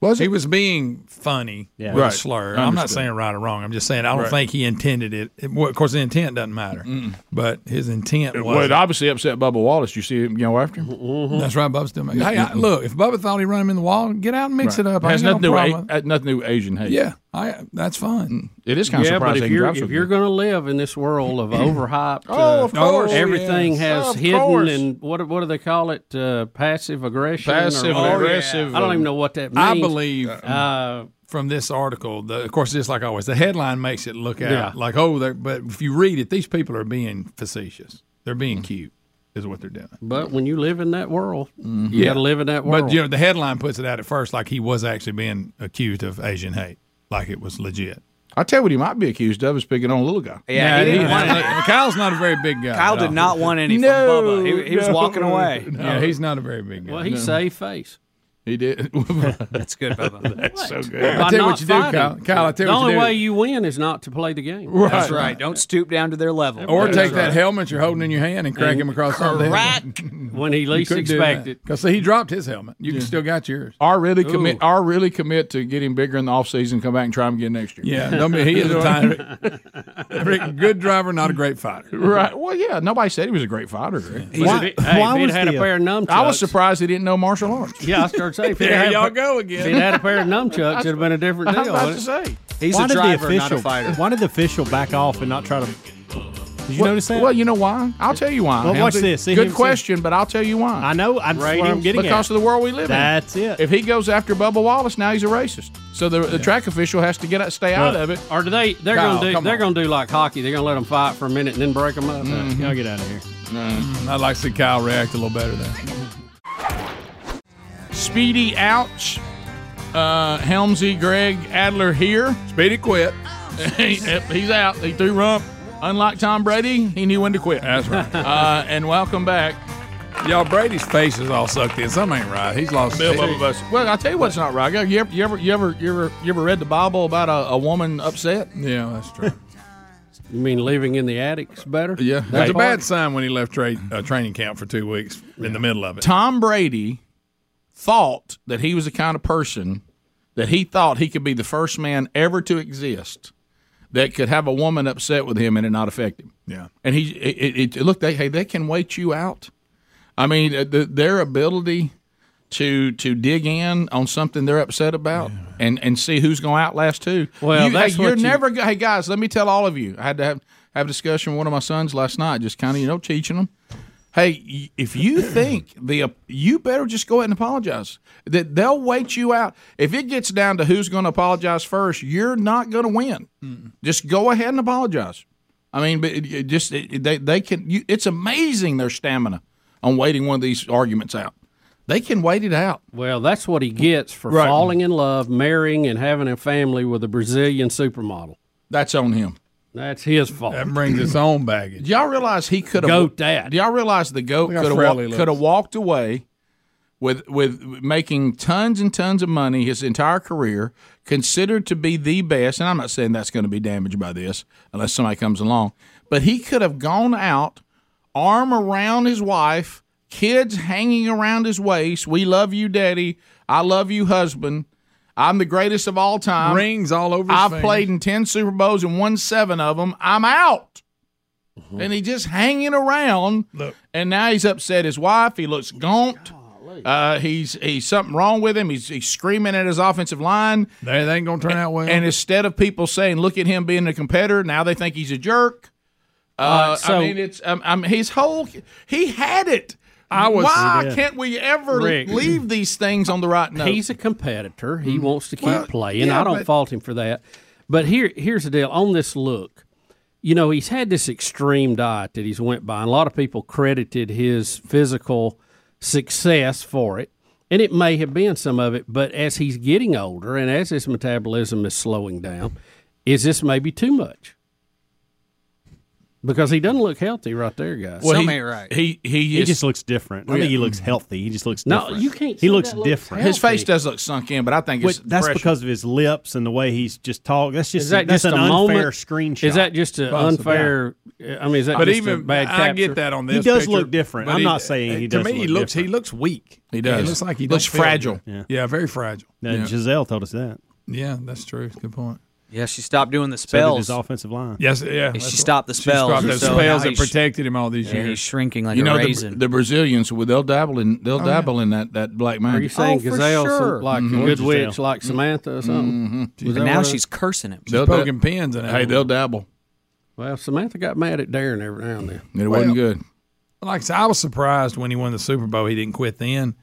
[SPEAKER 1] Was
[SPEAKER 4] he was being funny
[SPEAKER 8] Yeah.
[SPEAKER 4] with
[SPEAKER 8] Right.
[SPEAKER 4] a
[SPEAKER 8] I
[SPEAKER 4] slur? I'm not
[SPEAKER 8] understood.
[SPEAKER 4] saying right or wrong. I'm just saying I don't
[SPEAKER 1] Right.
[SPEAKER 4] think he intended it. It- well, of course, the intent doesn't matter, but his intent
[SPEAKER 1] Well,
[SPEAKER 4] was
[SPEAKER 1] it obviously upset Bubba Wallace. You see him go after him.
[SPEAKER 4] Mm-hmm. That's right, Bubba still makes. Hey, I, look, if Bubba thought he run him in the wall, get out and mix it up. I
[SPEAKER 1] Has
[SPEAKER 4] ain't
[SPEAKER 1] nothing
[SPEAKER 4] got
[SPEAKER 1] to do
[SPEAKER 4] no
[SPEAKER 1] with,
[SPEAKER 4] problem
[SPEAKER 1] A- uh, nothing to do with Asian hate. Mm.
[SPEAKER 4] Yeah, I, that's fine.
[SPEAKER 1] It is kind of
[SPEAKER 20] yeah,
[SPEAKER 1] surprising.
[SPEAKER 20] but
[SPEAKER 1] he
[SPEAKER 20] if you're,
[SPEAKER 1] drives so
[SPEAKER 20] if you're going to live in this world
[SPEAKER 4] <laughs>
[SPEAKER 20] of overhyped,
[SPEAKER 1] Oh, of
[SPEAKER 20] uh,
[SPEAKER 1] course.
[SPEAKER 20] everything
[SPEAKER 1] Oh, yes.
[SPEAKER 20] has
[SPEAKER 1] Of
[SPEAKER 20] hidden
[SPEAKER 1] course.
[SPEAKER 20] and what what do they call it? Uh, passive aggression, or-
[SPEAKER 4] Passive
[SPEAKER 20] or-
[SPEAKER 4] aggressive,
[SPEAKER 20] I don't even
[SPEAKER 4] um,
[SPEAKER 20] know what that means.
[SPEAKER 4] I believe
[SPEAKER 20] uh,
[SPEAKER 4] from this article, the, of course, just like always, the headline makes it look out
[SPEAKER 20] Yeah.
[SPEAKER 4] like oh, they're- but if you read it, these people are being facetious. They're being cute, is what they're doing.
[SPEAKER 20] But when you live in that world,
[SPEAKER 2] Mm-hmm.
[SPEAKER 20] you got to live in that world.
[SPEAKER 4] Mm-hmm. But you know, the headline puts it out at first like he was actually being accused of Asian hate, like it was legit.
[SPEAKER 1] I tell you what, he might be accused of is picking on little guy.
[SPEAKER 4] Yeah, he didn't want any- Kyle's not a very big guy.
[SPEAKER 8] Kyle
[SPEAKER 4] at
[SPEAKER 8] did
[SPEAKER 4] all.
[SPEAKER 8] not want any from
[SPEAKER 4] No,
[SPEAKER 8] Bubba. He, he was
[SPEAKER 4] no,
[SPEAKER 8] walking away.
[SPEAKER 4] <laughs> no. Yeah, he's not a very big guy.
[SPEAKER 20] well, he
[SPEAKER 4] No.
[SPEAKER 20] saved face.
[SPEAKER 1] He did. <laughs>
[SPEAKER 8] That's good, Bubba.
[SPEAKER 1] That's so good.
[SPEAKER 4] I tell you what you do, Kyle. Kyle, I
[SPEAKER 20] the
[SPEAKER 4] tell you what you
[SPEAKER 20] only
[SPEAKER 4] do.
[SPEAKER 20] way you win is not to play the game.
[SPEAKER 8] That's right. Don't stoop down to their level.
[SPEAKER 4] Or take that helmet you're holding in your hand and crack
[SPEAKER 20] And
[SPEAKER 4] him across the head.
[SPEAKER 20] When he least expected.
[SPEAKER 4] Because he dropped his helmet. You still
[SPEAKER 1] <laughs>
[SPEAKER 4] got yours.
[SPEAKER 1] Or really commit. Or really commit to getting bigger in the offseason, Come back and try him again next year.
[SPEAKER 4] Yeah, don't be- he <laughs> is a tyrant. Rick, good driver, not a great fighter.
[SPEAKER 1] Right. Well, yeah. Nobody said he was a great fighter. Rick.
[SPEAKER 4] He's Why- a- hey, why if he'd was had a the- pair of
[SPEAKER 20] nunchucks-
[SPEAKER 1] I was surprised he didn't know martial arts.
[SPEAKER 20] Yeah, I started saying. if
[SPEAKER 4] <laughs>
[SPEAKER 20] he'd
[SPEAKER 1] There
[SPEAKER 20] had a
[SPEAKER 1] y'all
[SPEAKER 20] pair-
[SPEAKER 1] go again.
[SPEAKER 20] If he'd had a pair of
[SPEAKER 1] <laughs>
[SPEAKER 20] nunchucks, it'd have been a different deal.
[SPEAKER 1] I was about
[SPEAKER 20] wouldn't
[SPEAKER 1] to
[SPEAKER 20] it?
[SPEAKER 1] say.
[SPEAKER 9] why did the official, Why did the official back off and not try to? Did you
[SPEAKER 1] Well-
[SPEAKER 9] notice that?
[SPEAKER 1] Well, you know why? I'll tell you why.
[SPEAKER 9] Well, watch
[SPEAKER 1] Hamzy.
[SPEAKER 9] this. See
[SPEAKER 1] Good
[SPEAKER 9] him- see-
[SPEAKER 1] question, but I'll tell you why. I
[SPEAKER 9] know. I'm, that's what I'm getting at.
[SPEAKER 1] because of the world we live
[SPEAKER 9] That's
[SPEAKER 1] in.
[SPEAKER 9] it.
[SPEAKER 1] If he goes after Bubba Wallace, now he's a racist. So the, the track official has to get out, stay out of it.
[SPEAKER 20] Or do they? They're
[SPEAKER 1] Kyle,
[SPEAKER 20] gonna do.
[SPEAKER 1] come
[SPEAKER 20] They're
[SPEAKER 1] on.
[SPEAKER 20] gonna do like hockey. They're gonna let them fight for a minute and then break them up.
[SPEAKER 9] Y'all get out of here.
[SPEAKER 4] Mm-hmm. I'd like to see Kyle react a little better there.
[SPEAKER 1] Speedy outs. Uh, Helmsy, Greg Adler here.
[SPEAKER 4] Speedy quit.
[SPEAKER 1] <laughs> Yep, he's out. He threw rump. Unlike Tom Brady, he knew when to quit.
[SPEAKER 4] That's right.
[SPEAKER 1] uh, and welcome back.
[SPEAKER 4] Y'all, Brady's face is all sucked in. Something ain't right. He's lost.
[SPEAKER 1] Bill
[SPEAKER 4] his
[SPEAKER 1] Bubba
[SPEAKER 4] head.
[SPEAKER 1] Buss. Well, I tell you what's not right. Greg. You ever, you ever, you ever, you ever, you ever read the Bible about a, a woman upset?
[SPEAKER 4] Yeah, that's true.
[SPEAKER 20] <laughs> You mean living in the attic's better?
[SPEAKER 4] Yeah,
[SPEAKER 20] That
[SPEAKER 4] that's a
[SPEAKER 20] part?
[SPEAKER 4] bad sign when he left tra- uh, training camp for two weeks in the middle of it.
[SPEAKER 1] Tom Brady thought that he was the kind of person that he thought he could be the first man ever to exist that could have a woman upset with him and it not affect him.
[SPEAKER 4] Yeah.
[SPEAKER 1] And he it, it, it- look they hey they can wait you out. I mean uh, the, their ability to to dig in on something they're upset about and and see who's going to outlast who.
[SPEAKER 21] Well,
[SPEAKER 1] you,
[SPEAKER 21] that's
[SPEAKER 1] hey, you're
[SPEAKER 21] what you-
[SPEAKER 1] never. go- Hey guys, let me tell all of you. I had to have have a discussion with one of my sons last night, just kind of you know teaching them. Hey, y- if
[SPEAKER 2] <clears throat>
[SPEAKER 1] you think the uh, you better just go ahead and apologize. That they'll wait you out. If it gets down to who's going to apologize first, you're not going to win. Just go ahead and apologize. I mean, but it, it just it, they they can. You, it's amazing their stamina on waiting one of these arguments out. They can wait it out.
[SPEAKER 2] Well, that's what he gets for
[SPEAKER 1] Right.
[SPEAKER 2] falling in love, marrying, and having a family with a Brazilian supermodel.
[SPEAKER 1] That's on him.
[SPEAKER 2] That's his fault.
[SPEAKER 4] That brings its own baggage.
[SPEAKER 1] Do y'all realize he could have
[SPEAKER 2] Goat that.
[SPEAKER 1] Do y'all realize the goat
[SPEAKER 2] Look how
[SPEAKER 1] could have
[SPEAKER 2] frail he looks.
[SPEAKER 1] could have walked away with with making tons and tons of money his entire career, considered to be the best. And I'm not saying that's going to be damaged by this unless somebody comes along. But he could have gone out, arm around his wife, kids hanging around his waist. We love you, daddy. I love you, husband. I'm the greatest of all time.
[SPEAKER 4] Rings all over his
[SPEAKER 1] I've
[SPEAKER 4] fingers.
[SPEAKER 1] played in ten Super Bowls and won seven of them. I'm out
[SPEAKER 4] Mm-hmm.
[SPEAKER 1] and he just hanging around. and now he's upset his wife. He looks gaunt. Uh, he's he's something wrong with him. He's, he's screaming at his offensive line.
[SPEAKER 4] They, ain't gonna turn out well.
[SPEAKER 1] And instead of people saying, "Look at him being a competitor," now they think he's a jerk. Uh,
[SPEAKER 4] All right, so-
[SPEAKER 1] I mean, it's um, I'm, his whole he had it. I
[SPEAKER 2] was-
[SPEAKER 1] Why
[SPEAKER 2] Yeah.
[SPEAKER 1] can't we ever
[SPEAKER 2] Rick.
[SPEAKER 1] leave these things on the right note? Mm.
[SPEAKER 2] He's a competitor. He wants to keep
[SPEAKER 1] Well,
[SPEAKER 2] playing.
[SPEAKER 1] yeah,
[SPEAKER 2] I don't
[SPEAKER 1] but-
[SPEAKER 2] fault him for that. But here, here's the deal. On this look, you know, he's had this extreme diet that he's went by, and a lot of people credited his physical success for it. And it may have been some of it, but as he's getting older and as his metabolism is slowing down, is this maybe too much? Because he doesn't look healthy right there, guys.
[SPEAKER 9] he,
[SPEAKER 1] He he,
[SPEAKER 9] he
[SPEAKER 1] is-
[SPEAKER 9] just looks different. I
[SPEAKER 1] Yeah.
[SPEAKER 9] think he looks healthy. He just looks
[SPEAKER 2] No,
[SPEAKER 9] different.
[SPEAKER 2] you can't say
[SPEAKER 9] He looks
[SPEAKER 2] that looks
[SPEAKER 9] different.
[SPEAKER 1] His face does look sunk in, but I think it's
[SPEAKER 9] Wait, that's
[SPEAKER 1] depression.
[SPEAKER 9] because of his lips and the way he's just talking. That's just
[SPEAKER 2] is that
[SPEAKER 9] that's
[SPEAKER 2] just
[SPEAKER 9] an
[SPEAKER 2] a
[SPEAKER 9] unfair
[SPEAKER 2] moment?
[SPEAKER 9] screenshot.
[SPEAKER 2] Is that just an
[SPEAKER 9] Possibly.
[SPEAKER 2] unfair? I mean, is that
[SPEAKER 9] But
[SPEAKER 2] just a
[SPEAKER 9] even-
[SPEAKER 2] bad
[SPEAKER 9] I
[SPEAKER 2] capture?
[SPEAKER 9] get that on He this does picture, look different. but I'm he- not saying he
[SPEAKER 4] to
[SPEAKER 9] does
[SPEAKER 4] me, he
[SPEAKER 9] look
[SPEAKER 4] looks he looks weak.
[SPEAKER 1] He does.
[SPEAKER 4] He looks like he
[SPEAKER 1] Looks
[SPEAKER 4] don't feel
[SPEAKER 1] fragile.
[SPEAKER 4] good.
[SPEAKER 1] Yeah.
[SPEAKER 4] Yeah. very fragile.
[SPEAKER 9] Now,
[SPEAKER 4] yeah.
[SPEAKER 9] Giselle told us that.
[SPEAKER 4] Yeah, that's true. Good point.
[SPEAKER 8] Yeah, she stopped doing the
[SPEAKER 9] So did
[SPEAKER 8] spells.
[SPEAKER 9] his offensive line.
[SPEAKER 4] Yes, yeah.
[SPEAKER 8] She
[SPEAKER 4] that's what-
[SPEAKER 8] stopped the
[SPEAKER 4] she
[SPEAKER 8] spells.
[SPEAKER 4] stopped <clears throat> those
[SPEAKER 8] so
[SPEAKER 4] spells
[SPEAKER 8] now
[SPEAKER 4] that
[SPEAKER 8] he's-
[SPEAKER 4] protected him all these
[SPEAKER 8] yeah,
[SPEAKER 4] years.
[SPEAKER 8] He's shrinking like
[SPEAKER 1] you
[SPEAKER 8] a
[SPEAKER 1] know the,
[SPEAKER 8] raisin.
[SPEAKER 1] the Brazilians they'll dabble in they'll
[SPEAKER 8] Oh, yeah.
[SPEAKER 1] dabble in that that black magic.
[SPEAKER 2] Are you
[SPEAKER 4] Oh,
[SPEAKER 2] saying Gazelle's some- like a
[SPEAKER 1] Mhm.
[SPEAKER 2] good witch, like Samantha or something?
[SPEAKER 1] Mhm.
[SPEAKER 2] Was
[SPEAKER 1] And
[SPEAKER 2] that
[SPEAKER 1] now
[SPEAKER 2] what it-
[SPEAKER 1] she's
[SPEAKER 8] cursing him.
[SPEAKER 1] They'll dab- Hey, they'll dabble.
[SPEAKER 2] Well, Samantha got mad at Darren every now and then.
[SPEAKER 1] It wasn't good.
[SPEAKER 4] Like I said, I was surprised when he won the Super Bowl. He didn't quit then,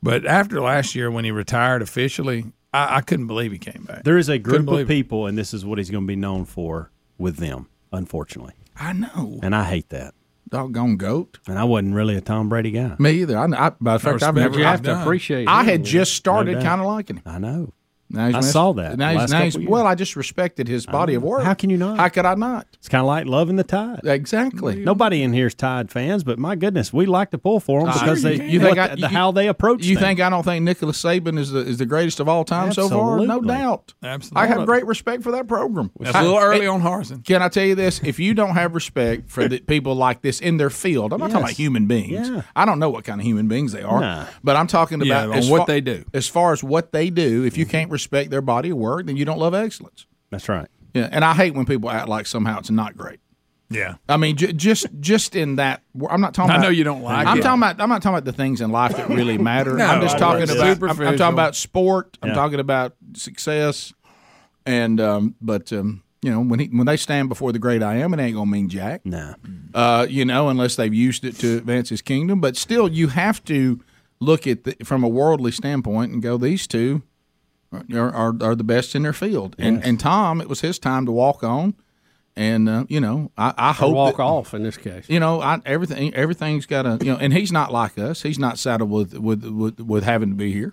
[SPEAKER 4] but after last year when he retired officially, I, I couldn't believe he came back.
[SPEAKER 9] There is a
[SPEAKER 4] Couldn't
[SPEAKER 9] group of
[SPEAKER 4] believe it.
[SPEAKER 9] people, and this is what he's going to be known for with them, unfortunately.
[SPEAKER 1] I know.
[SPEAKER 9] And I hate that.
[SPEAKER 1] Oh. Doggone goat.
[SPEAKER 9] And I wasn't really a Tom Brady guy.
[SPEAKER 1] Me either. I, I matter of fact, I've never. I've done. I had just started kind of liking him.
[SPEAKER 9] I know.
[SPEAKER 1] Now he's
[SPEAKER 9] I
[SPEAKER 1] messed-
[SPEAKER 9] saw that.
[SPEAKER 1] Now he's,
[SPEAKER 9] last
[SPEAKER 1] now
[SPEAKER 9] couple
[SPEAKER 1] he's-
[SPEAKER 9] years.
[SPEAKER 1] well, I just respected his body of work.
[SPEAKER 9] How can you not?
[SPEAKER 1] How could I not?
[SPEAKER 9] It's kind of like loving the Tide.
[SPEAKER 1] Exactly.
[SPEAKER 9] Nobody in here is Tide fans, but my goodness, we like to pull for them
[SPEAKER 1] Uh,
[SPEAKER 9] because
[SPEAKER 1] sure you
[SPEAKER 9] they
[SPEAKER 1] can. You
[SPEAKER 9] what
[SPEAKER 1] think I-
[SPEAKER 9] the,
[SPEAKER 1] you-
[SPEAKER 9] the, how they approach.
[SPEAKER 1] You
[SPEAKER 9] things.
[SPEAKER 1] think I don't think Nicholas Saban is the is the greatest of all time so far? No
[SPEAKER 4] Absolutely.
[SPEAKER 1] doubt.
[SPEAKER 4] Absolutely.
[SPEAKER 1] I have great respect for that program.
[SPEAKER 4] It's a little
[SPEAKER 1] I-
[SPEAKER 4] early
[SPEAKER 1] it-
[SPEAKER 4] on Harson.
[SPEAKER 1] Can I tell you this? If you don't have respect for the people like this in their field, I'm not talking
[SPEAKER 4] Yes.
[SPEAKER 1] about human beings.
[SPEAKER 4] Yeah.
[SPEAKER 1] I don't know what kind of human beings they are,
[SPEAKER 4] Nah.
[SPEAKER 1] but I'm talking
[SPEAKER 4] Yeah,
[SPEAKER 1] about
[SPEAKER 4] on
[SPEAKER 1] as
[SPEAKER 4] what
[SPEAKER 1] far-
[SPEAKER 4] they do.
[SPEAKER 1] As far as what they do,
[SPEAKER 4] Mm-hmm.
[SPEAKER 1] if you can't respect their body of work, then you don't love excellence.
[SPEAKER 9] That's right.
[SPEAKER 1] Yeah, and I hate when people act like somehow it's not great.
[SPEAKER 4] Yeah.
[SPEAKER 1] I mean, j- just just in that, I'm not talking.
[SPEAKER 4] I
[SPEAKER 1] about,
[SPEAKER 4] know you don't like
[SPEAKER 1] I'm
[SPEAKER 4] it.
[SPEAKER 1] talking about. I'm not talking about the things in life that
[SPEAKER 4] <laughs>
[SPEAKER 1] really matter.
[SPEAKER 4] No,
[SPEAKER 1] I'm just
[SPEAKER 4] I
[SPEAKER 1] talking
[SPEAKER 4] agree.
[SPEAKER 1] about. I'm- I'm,
[SPEAKER 4] Superficial.
[SPEAKER 1] talking about sport. I'm
[SPEAKER 4] Yeah.
[SPEAKER 1] talking about success. And um, but um, you know when he, when they stand before the great I am, it ain't gonna mean jack.
[SPEAKER 9] No.
[SPEAKER 1] Uh, you know, unless they've used it to advance his kingdom. But still, you have to look at the, from a worldly standpoint and go, these two are are, are the best in their field. And
[SPEAKER 2] Yes.
[SPEAKER 1] and Tom, it was his time to walk on. And uh, you know, I, I
[SPEAKER 2] Or
[SPEAKER 1] hope
[SPEAKER 2] walk
[SPEAKER 1] that-
[SPEAKER 2] off in this case.
[SPEAKER 1] you know, I, everything everything's got a you know, and he's not like us. He's not saddled with with with, with having to be here.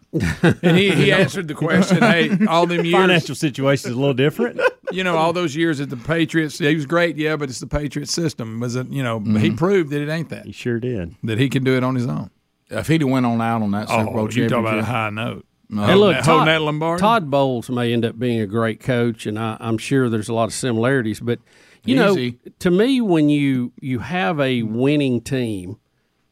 [SPEAKER 4] And he, he answered the question.
[SPEAKER 1] <laughs>
[SPEAKER 4] Hey, all them years
[SPEAKER 9] Financial situation is a little different.
[SPEAKER 4] you know, all those years at the Patriots, he was great, yeah, but it's the Patriots system. Was it, you know, he
[SPEAKER 1] Mhm.
[SPEAKER 4] proved that it ain't that.
[SPEAKER 9] He sure did.
[SPEAKER 4] That he can do it on his own.
[SPEAKER 1] If he'd have went on out on that
[SPEAKER 4] oh,
[SPEAKER 1] Super Bowl
[SPEAKER 4] you talk about a
[SPEAKER 1] championship.
[SPEAKER 4] high note.
[SPEAKER 1] No.
[SPEAKER 4] Holding
[SPEAKER 2] And look,
[SPEAKER 4] that- holding
[SPEAKER 2] Todd,
[SPEAKER 4] that Lombardi.
[SPEAKER 2] Todd Bowles may end up being a great coach, and I, I'm sure there's a lot of similarities. But you
[SPEAKER 1] Easy.
[SPEAKER 2] know, to me, when you you have a winning team,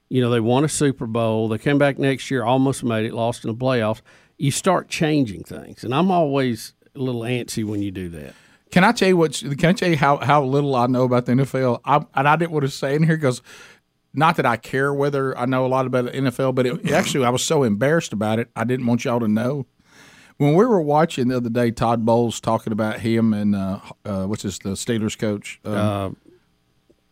[SPEAKER 2] you know they won a Super Bowl, they came back next year, almost made it, lost in the playoffs. You start changing things, and I'm always a little antsy when you do that.
[SPEAKER 1] Can I tell you what? Can I tell you how, how little I know about the NFL? I, and I didn't want to say in here because Not that I care whether I know a lot about the NFL, but it, actually, I was so embarrassed about it, I didn't want y'all to know. When we were watching the other day, Todd Bowles talking about him and uh, uh, what's his the Steelers coach? Um,
[SPEAKER 2] Uh,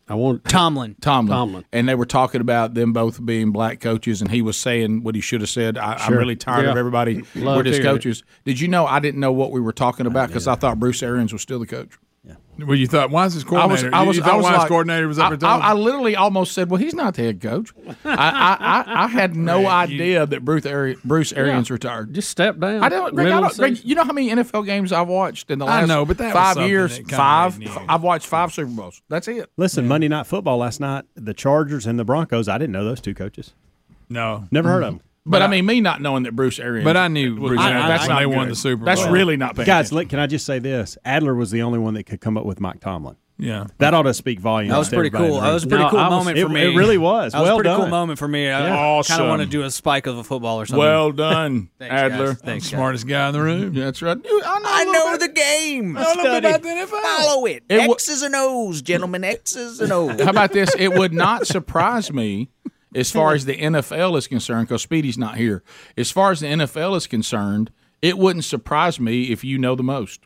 [SPEAKER 2] I want
[SPEAKER 8] Tomlin.
[SPEAKER 1] Tomlin.
[SPEAKER 2] Tomlin.
[SPEAKER 1] And they were talking about them both being black coaches, and he was saying what he should have said. I,
[SPEAKER 2] Sure.
[SPEAKER 1] I'm really tired of
[SPEAKER 2] Yeah.
[SPEAKER 1] everybody.
[SPEAKER 2] Love
[SPEAKER 1] we're just
[SPEAKER 2] to hear it.
[SPEAKER 1] coaches. Did you know I didn't know what we were talking about because I thought Bruce Arians was still the coach.
[SPEAKER 4] Well, you thought why is this
[SPEAKER 1] I was,
[SPEAKER 4] coordinator?
[SPEAKER 1] I was,
[SPEAKER 4] you, you thought
[SPEAKER 1] I was
[SPEAKER 4] Wines
[SPEAKER 1] like-
[SPEAKER 4] coordinator was up
[SPEAKER 1] I,
[SPEAKER 4] there talking?
[SPEAKER 1] I, I literally almost said, "Well, he's not the head coach." I, I, I, I had no
[SPEAKER 4] Greg, you-
[SPEAKER 1] idea that Bruce, Ari- Bruce Arians retired.
[SPEAKER 2] Just step down.
[SPEAKER 1] I don't. Greg,
[SPEAKER 2] Middle
[SPEAKER 1] I don't
[SPEAKER 2] of the
[SPEAKER 1] Greg,
[SPEAKER 2] season.
[SPEAKER 1] you know how many NFL games I've watched in the
[SPEAKER 2] I
[SPEAKER 1] last
[SPEAKER 2] know, but that was
[SPEAKER 1] five
[SPEAKER 2] something
[SPEAKER 1] years?
[SPEAKER 2] that kinda
[SPEAKER 1] Five. I've watched five Super Bowls. That's it.
[SPEAKER 9] Listen, Monday Night Football last night, the Chargers and the Broncos. I didn't know those two coaches.
[SPEAKER 4] No,
[SPEAKER 9] never heard of them.
[SPEAKER 1] Mm-hmm. But, I mean, me not knowing that Bruce Arians.
[SPEAKER 4] But I knew Bruce Arians
[SPEAKER 1] that's
[SPEAKER 4] when
[SPEAKER 1] not
[SPEAKER 4] they won
[SPEAKER 1] good.
[SPEAKER 4] the Super
[SPEAKER 1] That's
[SPEAKER 4] Bowl.
[SPEAKER 1] really not bad.
[SPEAKER 9] Guys, look, can I just say this? Adler was the only one that could come up with Mike Tomlin.
[SPEAKER 4] Yeah.
[SPEAKER 9] that ought to speak volumes.
[SPEAKER 8] That was
[SPEAKER 9] to
[SPEAKER 8] pretty
[SPEAKER 9] everybody in
[SPEAKER 8] cool.
[SPEAKER 9] the
[SPEAKER 8] That
[SPEAKER 9] room.
[SPEAKER 8] was a pretty
[SPEAKER 9] No,
[SPEAKER 8] cool
[SPEAKER 9] I was-
[SPEAKER 8] moment
[SPEAKER 9] it-
[SPEAKER 8] for me.
[SPEAKER 9] It really was.
[SPEAKER 8] That was
[SPEAKER 9] well
[SPEAKER 8] a pretty
[SPEAKER 9] done.
[SPEAKER 8] cool moment for me. I
[SPEAKER 9] Yeah.
[SPEAKER 8] kind
[SPEAKER 9] Awesome.
[SPEAKER 8] of want to do a spike of a football or something.
[SPEAKER 1] well done,
[SPEAKER 8] <laughs> Thanks, guys.
[SPEAKER 1] Adler.
[SPEAKER 8] Thanks, guys.
[SPEAKER 4] smartest guy in the room.
[SPEAKER 1] That's right.
[SPEAKER 8] I know the game.
[SPEAKER 1] I know about the
[SPEAKER 8] Follow it.
[SPEAKER 1] It wa-
[SPEAKER 8] X's and O's, gentlemen. X's and O's.
[SPEAKER 1] <laughs> How about this? It would not surprise me as far as the NFL is concerned, because Speedy's not here. As far as the NFL is concerned, it wouldn't surprise me if you know the most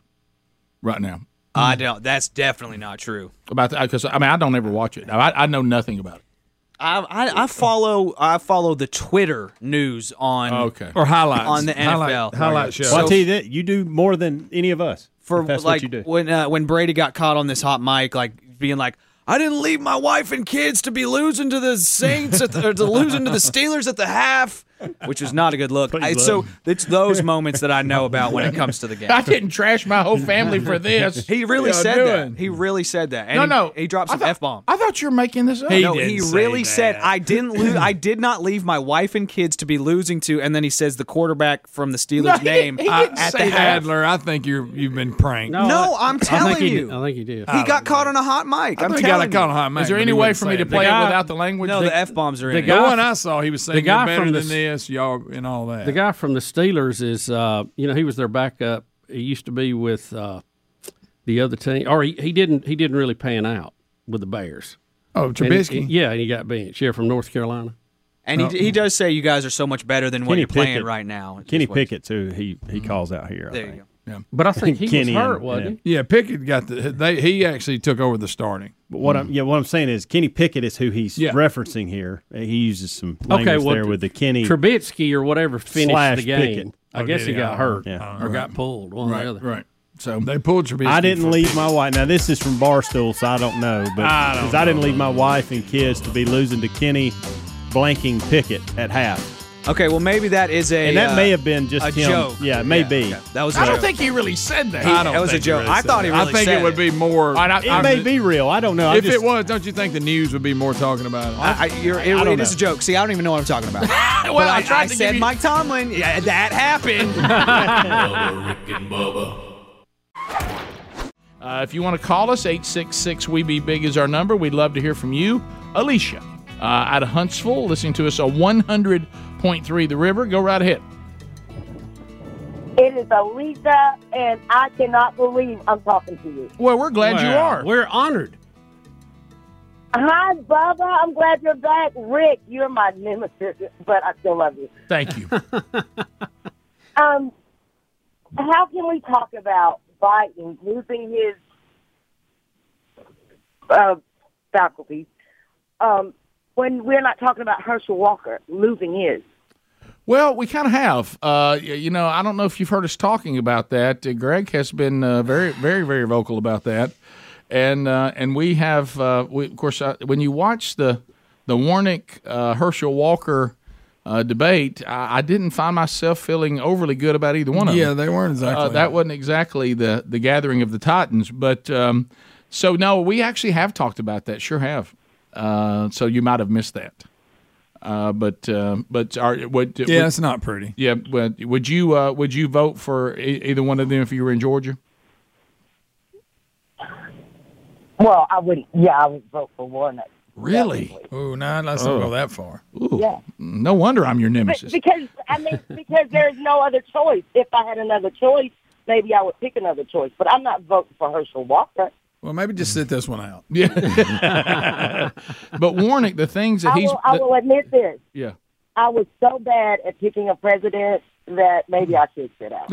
[SPEAKER 1] right now
[SPEAKER 8] I don't. That's definitely not true.
[SPEAKER 1] about that. Because I mean, I don't ever watch it. I, I know nothing about it.
[SPEAKER 8] I, I, I follow I follow the Twitter news on
[SPEAKER 1] Okay.
[SPEAKER 4] Or highlights.
[SPEAKER 8] on the
[SPEAKER 4] Highlight-
[SPEAKER 8] NFL
[SPEAKER 4] highlight show.
[SPEAKER 9] Oh, Well, I tell you that you do more than any of us.
[SPEAKER 8] for
[SPEAKER 9] if that's
[SPEAKER 8] like
[SPEAKER 9] what you do.
[SPEAKER 8] when uh, when Brady got caught on this hot mic, like being like, "I didn't <laughs> leave my wife and kids to be losing to the Saints at the, or to losing to the Steelers at the half," which is not a good look. I,
[SPEAKER 1] let
[SPEAKER 8] so it's those moments that I know about when it comes to
[SPEAKER 1] <laughs>
[SPEAKER 8] the game.
[SPEAKER 1] I didn't trash my whole family for
[SPEAKER 8] <laughs>
[SPEAKER 1] this.
[SPEAKER 8] He really
[SPEAKER 1] What y'all
[SPEAKER 8] said
[SPEAKER 1] doing?
[SPEAKER 8] that. He really said that. And
[SPEAKER 1] No,
[SPEAKER 8] he-
[SPEAKER 1] no.
[SPEAKER 8] He dropped
[SPEAKER 1] I
[SPEAKER 8] some
[SPEAKER 1] thought-
[SPEAKER 8] f bomb.
[SPEAKER 1] I thought you were making this up.
[SPEAKER 8] no, he really said I didn't lose. <laughs> I did not leave my wife and kids to be losing to. And then he says the quarterback from the Steelers' <laughs>
[SPEAKER 1] No, he didn't-
[SPEAKER 8] name
[SPEAKER 1] he
[SPEAKER 8] uh,
[SPEAKER 1] didn't
[SPEAKER 8] at
[SPEAKER 1] say
[SPEAKER 8] the
[SPEAKER 1] that.
[SPEAKER 8] half.
[SPEAKER 4] Adler, I think you're you've been pranked.
[SPEAKER 8] No, No, I- I'm I think telling he- you.
[SPEAKER 20] I think he did.
[SPEAKER 8] He got caught on a hot mic.
[SPEAKER 4] I
[SPEAKER 8] I'm
[SPEAKER 4] think he got
[SPEAKER 8] telling
[SPEAKER 4] caught on
[SPEAKER 8] you.
[SPEAKER 4] a hot mic,
[SPEAKER 1] Is there
[SPEAKER 4] but
[SPEAKER 1] any
[SPEAKER 4] he
[SPEAKER 1] way
[SPEAKER 4] wouldn't
[SPEAKER 1] for me
[SPEAKER 4] say
[SPEAKER 1] to
[SPEAKER 4] it.
[SPEAKER 1] play
[SPEAKER 4] The
[SPEAKER 1] it
[SPEAKER 4] guy-
[SPEAKER 1] without the language?
[SPEAKER 8] No, the f bombs are in
[SPEAKER 4] The
[SPEAKER 8] it.
[SPEAKER 4] one I saw, he was saying
[SPEAKER 20] the guy
[SPEAKER 4] you're better
[SPEAKER 20] from the
[SPEAKER 4] than
[SPEAKER 20] s-
[SPEAKER 4] this, y'all, and all that.
[SPEAKER 20] The guy from the Steelers is, uh, you know, he was their backup. He used to be with uh, the other team, or he, he didn't. He didn't really pan out with the Bears.
[SPEAKER 4] Oh,
[SPEAKER 20] And-
[SPEAKER 4] Trubisky?
[SPEAKER 20] and- yeah, and he got benched. Yeah, from North Carolina.
[SPEAKER 8] And
[SPEAKER 9] Oh.
[SPEAKER 8] he, he does say you guys are so much better than what
[SPEAKER 9] Kenny
[SPEAKER 8] you're playing
[SPEAKER 9] Pickett.
[SPEAKER 8] right now.
[SPEAKER 9] Kenny Pickett too. He
[SPEAKER 4] Mm-hmm.
[SPEAKER 9] he calls out here. I
[SPEAKER 8] There you
[SPEAKER 9] think.
[SPEAKER 8] go.
[SPEAKER 20] But I
[SPEAKER 9] <laughs>
[SPEAKER 20] think he was
[SPEAKER 9] Kenny and-
[SPEAKER 20] hurt, wasn't he?
[SPEAKER 4] Yeah, Pickett got the they he actually took over the starting.
[SPEAKER 9] But what I'm yeah, what I'm saying is Kenny Pickett is who he's
[SPEAKER 4] Yeah.
[SPEAKER 9] referencing here. He uses some language
[SPEAKER 20] well,
[SPEAKER 9] there with the Kenny.
[SPEAKER 20] Trubisky or whatever finished
[SPEAKER 9] Slash
[SPEAKER 20] the game.
[SPEAKER 9] Pickett.
[SPEAKER 20] I
[SPEAKER 9] Oh,
[SPEAKER 20] guess
[SPEAKER 9] did
[SPEAKER 20] he
[SPEAKER 9] he?
[SPEAKER 20] got
[SPEAKER 9] I don't
[SPEAKER 20] hurt
[SPEAKER 9] know. Yeah.
[SPEAKER 20] or
[SPEAKER 9] Right.
[SPEAKER 20] got pulled. One or the other.
[SPEAKER 1] Right. So
[SPEAKER 4] They pulled Trubisky.
[SPEAKER 9] I didn't
[SPEAKER 4] for-
[SPEAKER 9] leave my wife. Now this is from Barstool, so I don't know, but
[SPEAKER 4] I don't
[SPEAKER 9] 'cause I didn't leave my wife and kids to be losing to Kenny, blanking Pickett at half,
[SPEAKER 8] Okay, well maybe that is a
[SPEAKER 9] and that
[SPEAKER 8] uh,
[SPEAKER 9] may
[SPEAKER 8] <laughs>
[SPEAKER 9] have been just
[SPEAKER 8] a
[SPEAKER 9] him.
[SPEAKER 8] joke.
[SPEAKER 9] Yeah, it may be.
[SPEAKER 8] That was. a
[SPEAKER 1] I don't
[SPEAKER 8] joke.
[SPEAKER 1] think he really said that.
[SPEAKER 4] I don't
[SPEAKER 8] That was a
[SPEAKER 4] think he
[SPEAKER 8] joke.
[SPEAKER 4] really
[SPEAKER 8] I
[SPEAKER 4] said
[SPEAKER 8] thought he
[SPEAKER 4] that.
[SPEAKER 8] really
[SPEAKER 4] I think
[SPEAKER 8] said
[SPEAKER 4] it would be more.
[SPEAKER 1] I- I-
[SPEAKER 9] It may be real. I don't know. I
[SPEAKER 4] if
[SPEAKER 9] just-
[SPEAKER 4] it was, don't you think the news would be more talking about it?
[SPEAKER 8] I, I, you're, it
[SPEAKER 9] I don't
[SPEAKER 8] it is a
[SPEAKER 9] know.
[SPEAKER 8] joke. See, I don't even know what I'm talking about.
[SPEAKER 4] <laughs>
[SPEAKER 1] Well,
[SPEAKER 8] But
[SPEAKER 1] I tried to give
[SPEAKER 8] said
[SPEAKER 1] you-
[SPEAKER 8] Mike Tomlin. Yeah, that <laughs> happened.
[SPEAKER 3] Bubba, Rick and Bubba.
[SPEAKER 1] Uh, if you want to call us, 866 We Be E Big is our number. We'd love to hear from you. Alicia uh, out of Huntsville, listening to us on 100.3 The River. Go right ahead.
[SPEAKER 22] It is Aliza, and I cannot believe I'm talking to you.
[SPEAKER 1] Well, we're glad you
[SPEAKER 20] Wow.
[SPEAKER 1] are.
[SPEAKER 20] We're honored.
[SPEAKER 22] Hi, Bubba. I'm glad you're back. Rick, you're my nemesis, but I still love you.
[SPEAKER 1] Thank you.
[SPEAKER 22] <laughs> Um, how can we talk about Biden losing his uh, faculties um, when we're not talking about Herschel Walker losing his?
[SPEAKER 1] Well, we kind of have. Uh, y- you know, I don't know if you've heard us talking about that. Uh, Greg has been uh, very, very, very vocal about that, and uh, and we have, uh, we, of course, uh, when you watch the the Warnick uh, Herschel Walker uh, debate, I, I didn't find myself feeling overly good about either one of
[SPEAKER 4] Yeah,
[SPEAKER 1] them.
[SPEAKER 4] they weren't exactly-
[SPEAKER 1] Uh, that wasn't exactly the the gathering of the Titans, but um, so no, we actually have talked about that. Sure have. Uh, so you might have missed that. Uh, but uh, but are, what,
[SPEAKER 4] yeah, it's not pretty.
[SPEAKER 1] yeah, but would you uh, would you vote for e- either one of them if you were in Georgia?
[SPEAKER 22] Well, I wouldn't. Yeah, I would vote for Warnock.
[SPEAKER 1] Really?
[SPEAKER 4] Oh, no, let's not
[SPEAKER 1] Oh.
[SPEAKER 4] go that far.
[SPEAKER 1] Ooh,
[SPEAKER 22] Yeah.
[SPEAKER 1] no wonder I'm your
[SPEAKER 22] But
[SPEAKER 1] nemesis.
[SPEAKER 22] because I
[SPEAKER 1] <laughs>
[SPEAKER 22] mean, because there's no other choice. If I had another choice, maybe I would pick another choice. But I'm not voting for Herschel Walker.
[SPEAKER 4] Well, maybe just sit this one out. <laughs>
[SPEAKER 1] Yeah. but Warnick, the things that
[SPEAKER 22] I
[SPEAKER 1] he's
[SPEAKER 22] will, I will admit this.
[SPEAKER 1] yeah.
[SPEAKER 22] I was so bad at picking a president that maybe
[SPEAKER 1] Hmm.
[SPEAKER 22] I should sit out.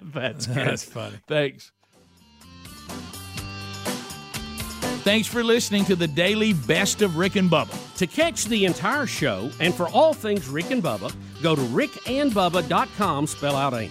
[SPEAKER 1] <laughs> That's
[SPEAKER 4] <laughs> That's funny.
[SPEAKER 1] Thanks. Thanks for listening to the daily best of Rick and Bubba.
[SPEAKER 2] To catch the entire show and for all things Rick and Bubba, go to rickandbubba.com, spell out AIM.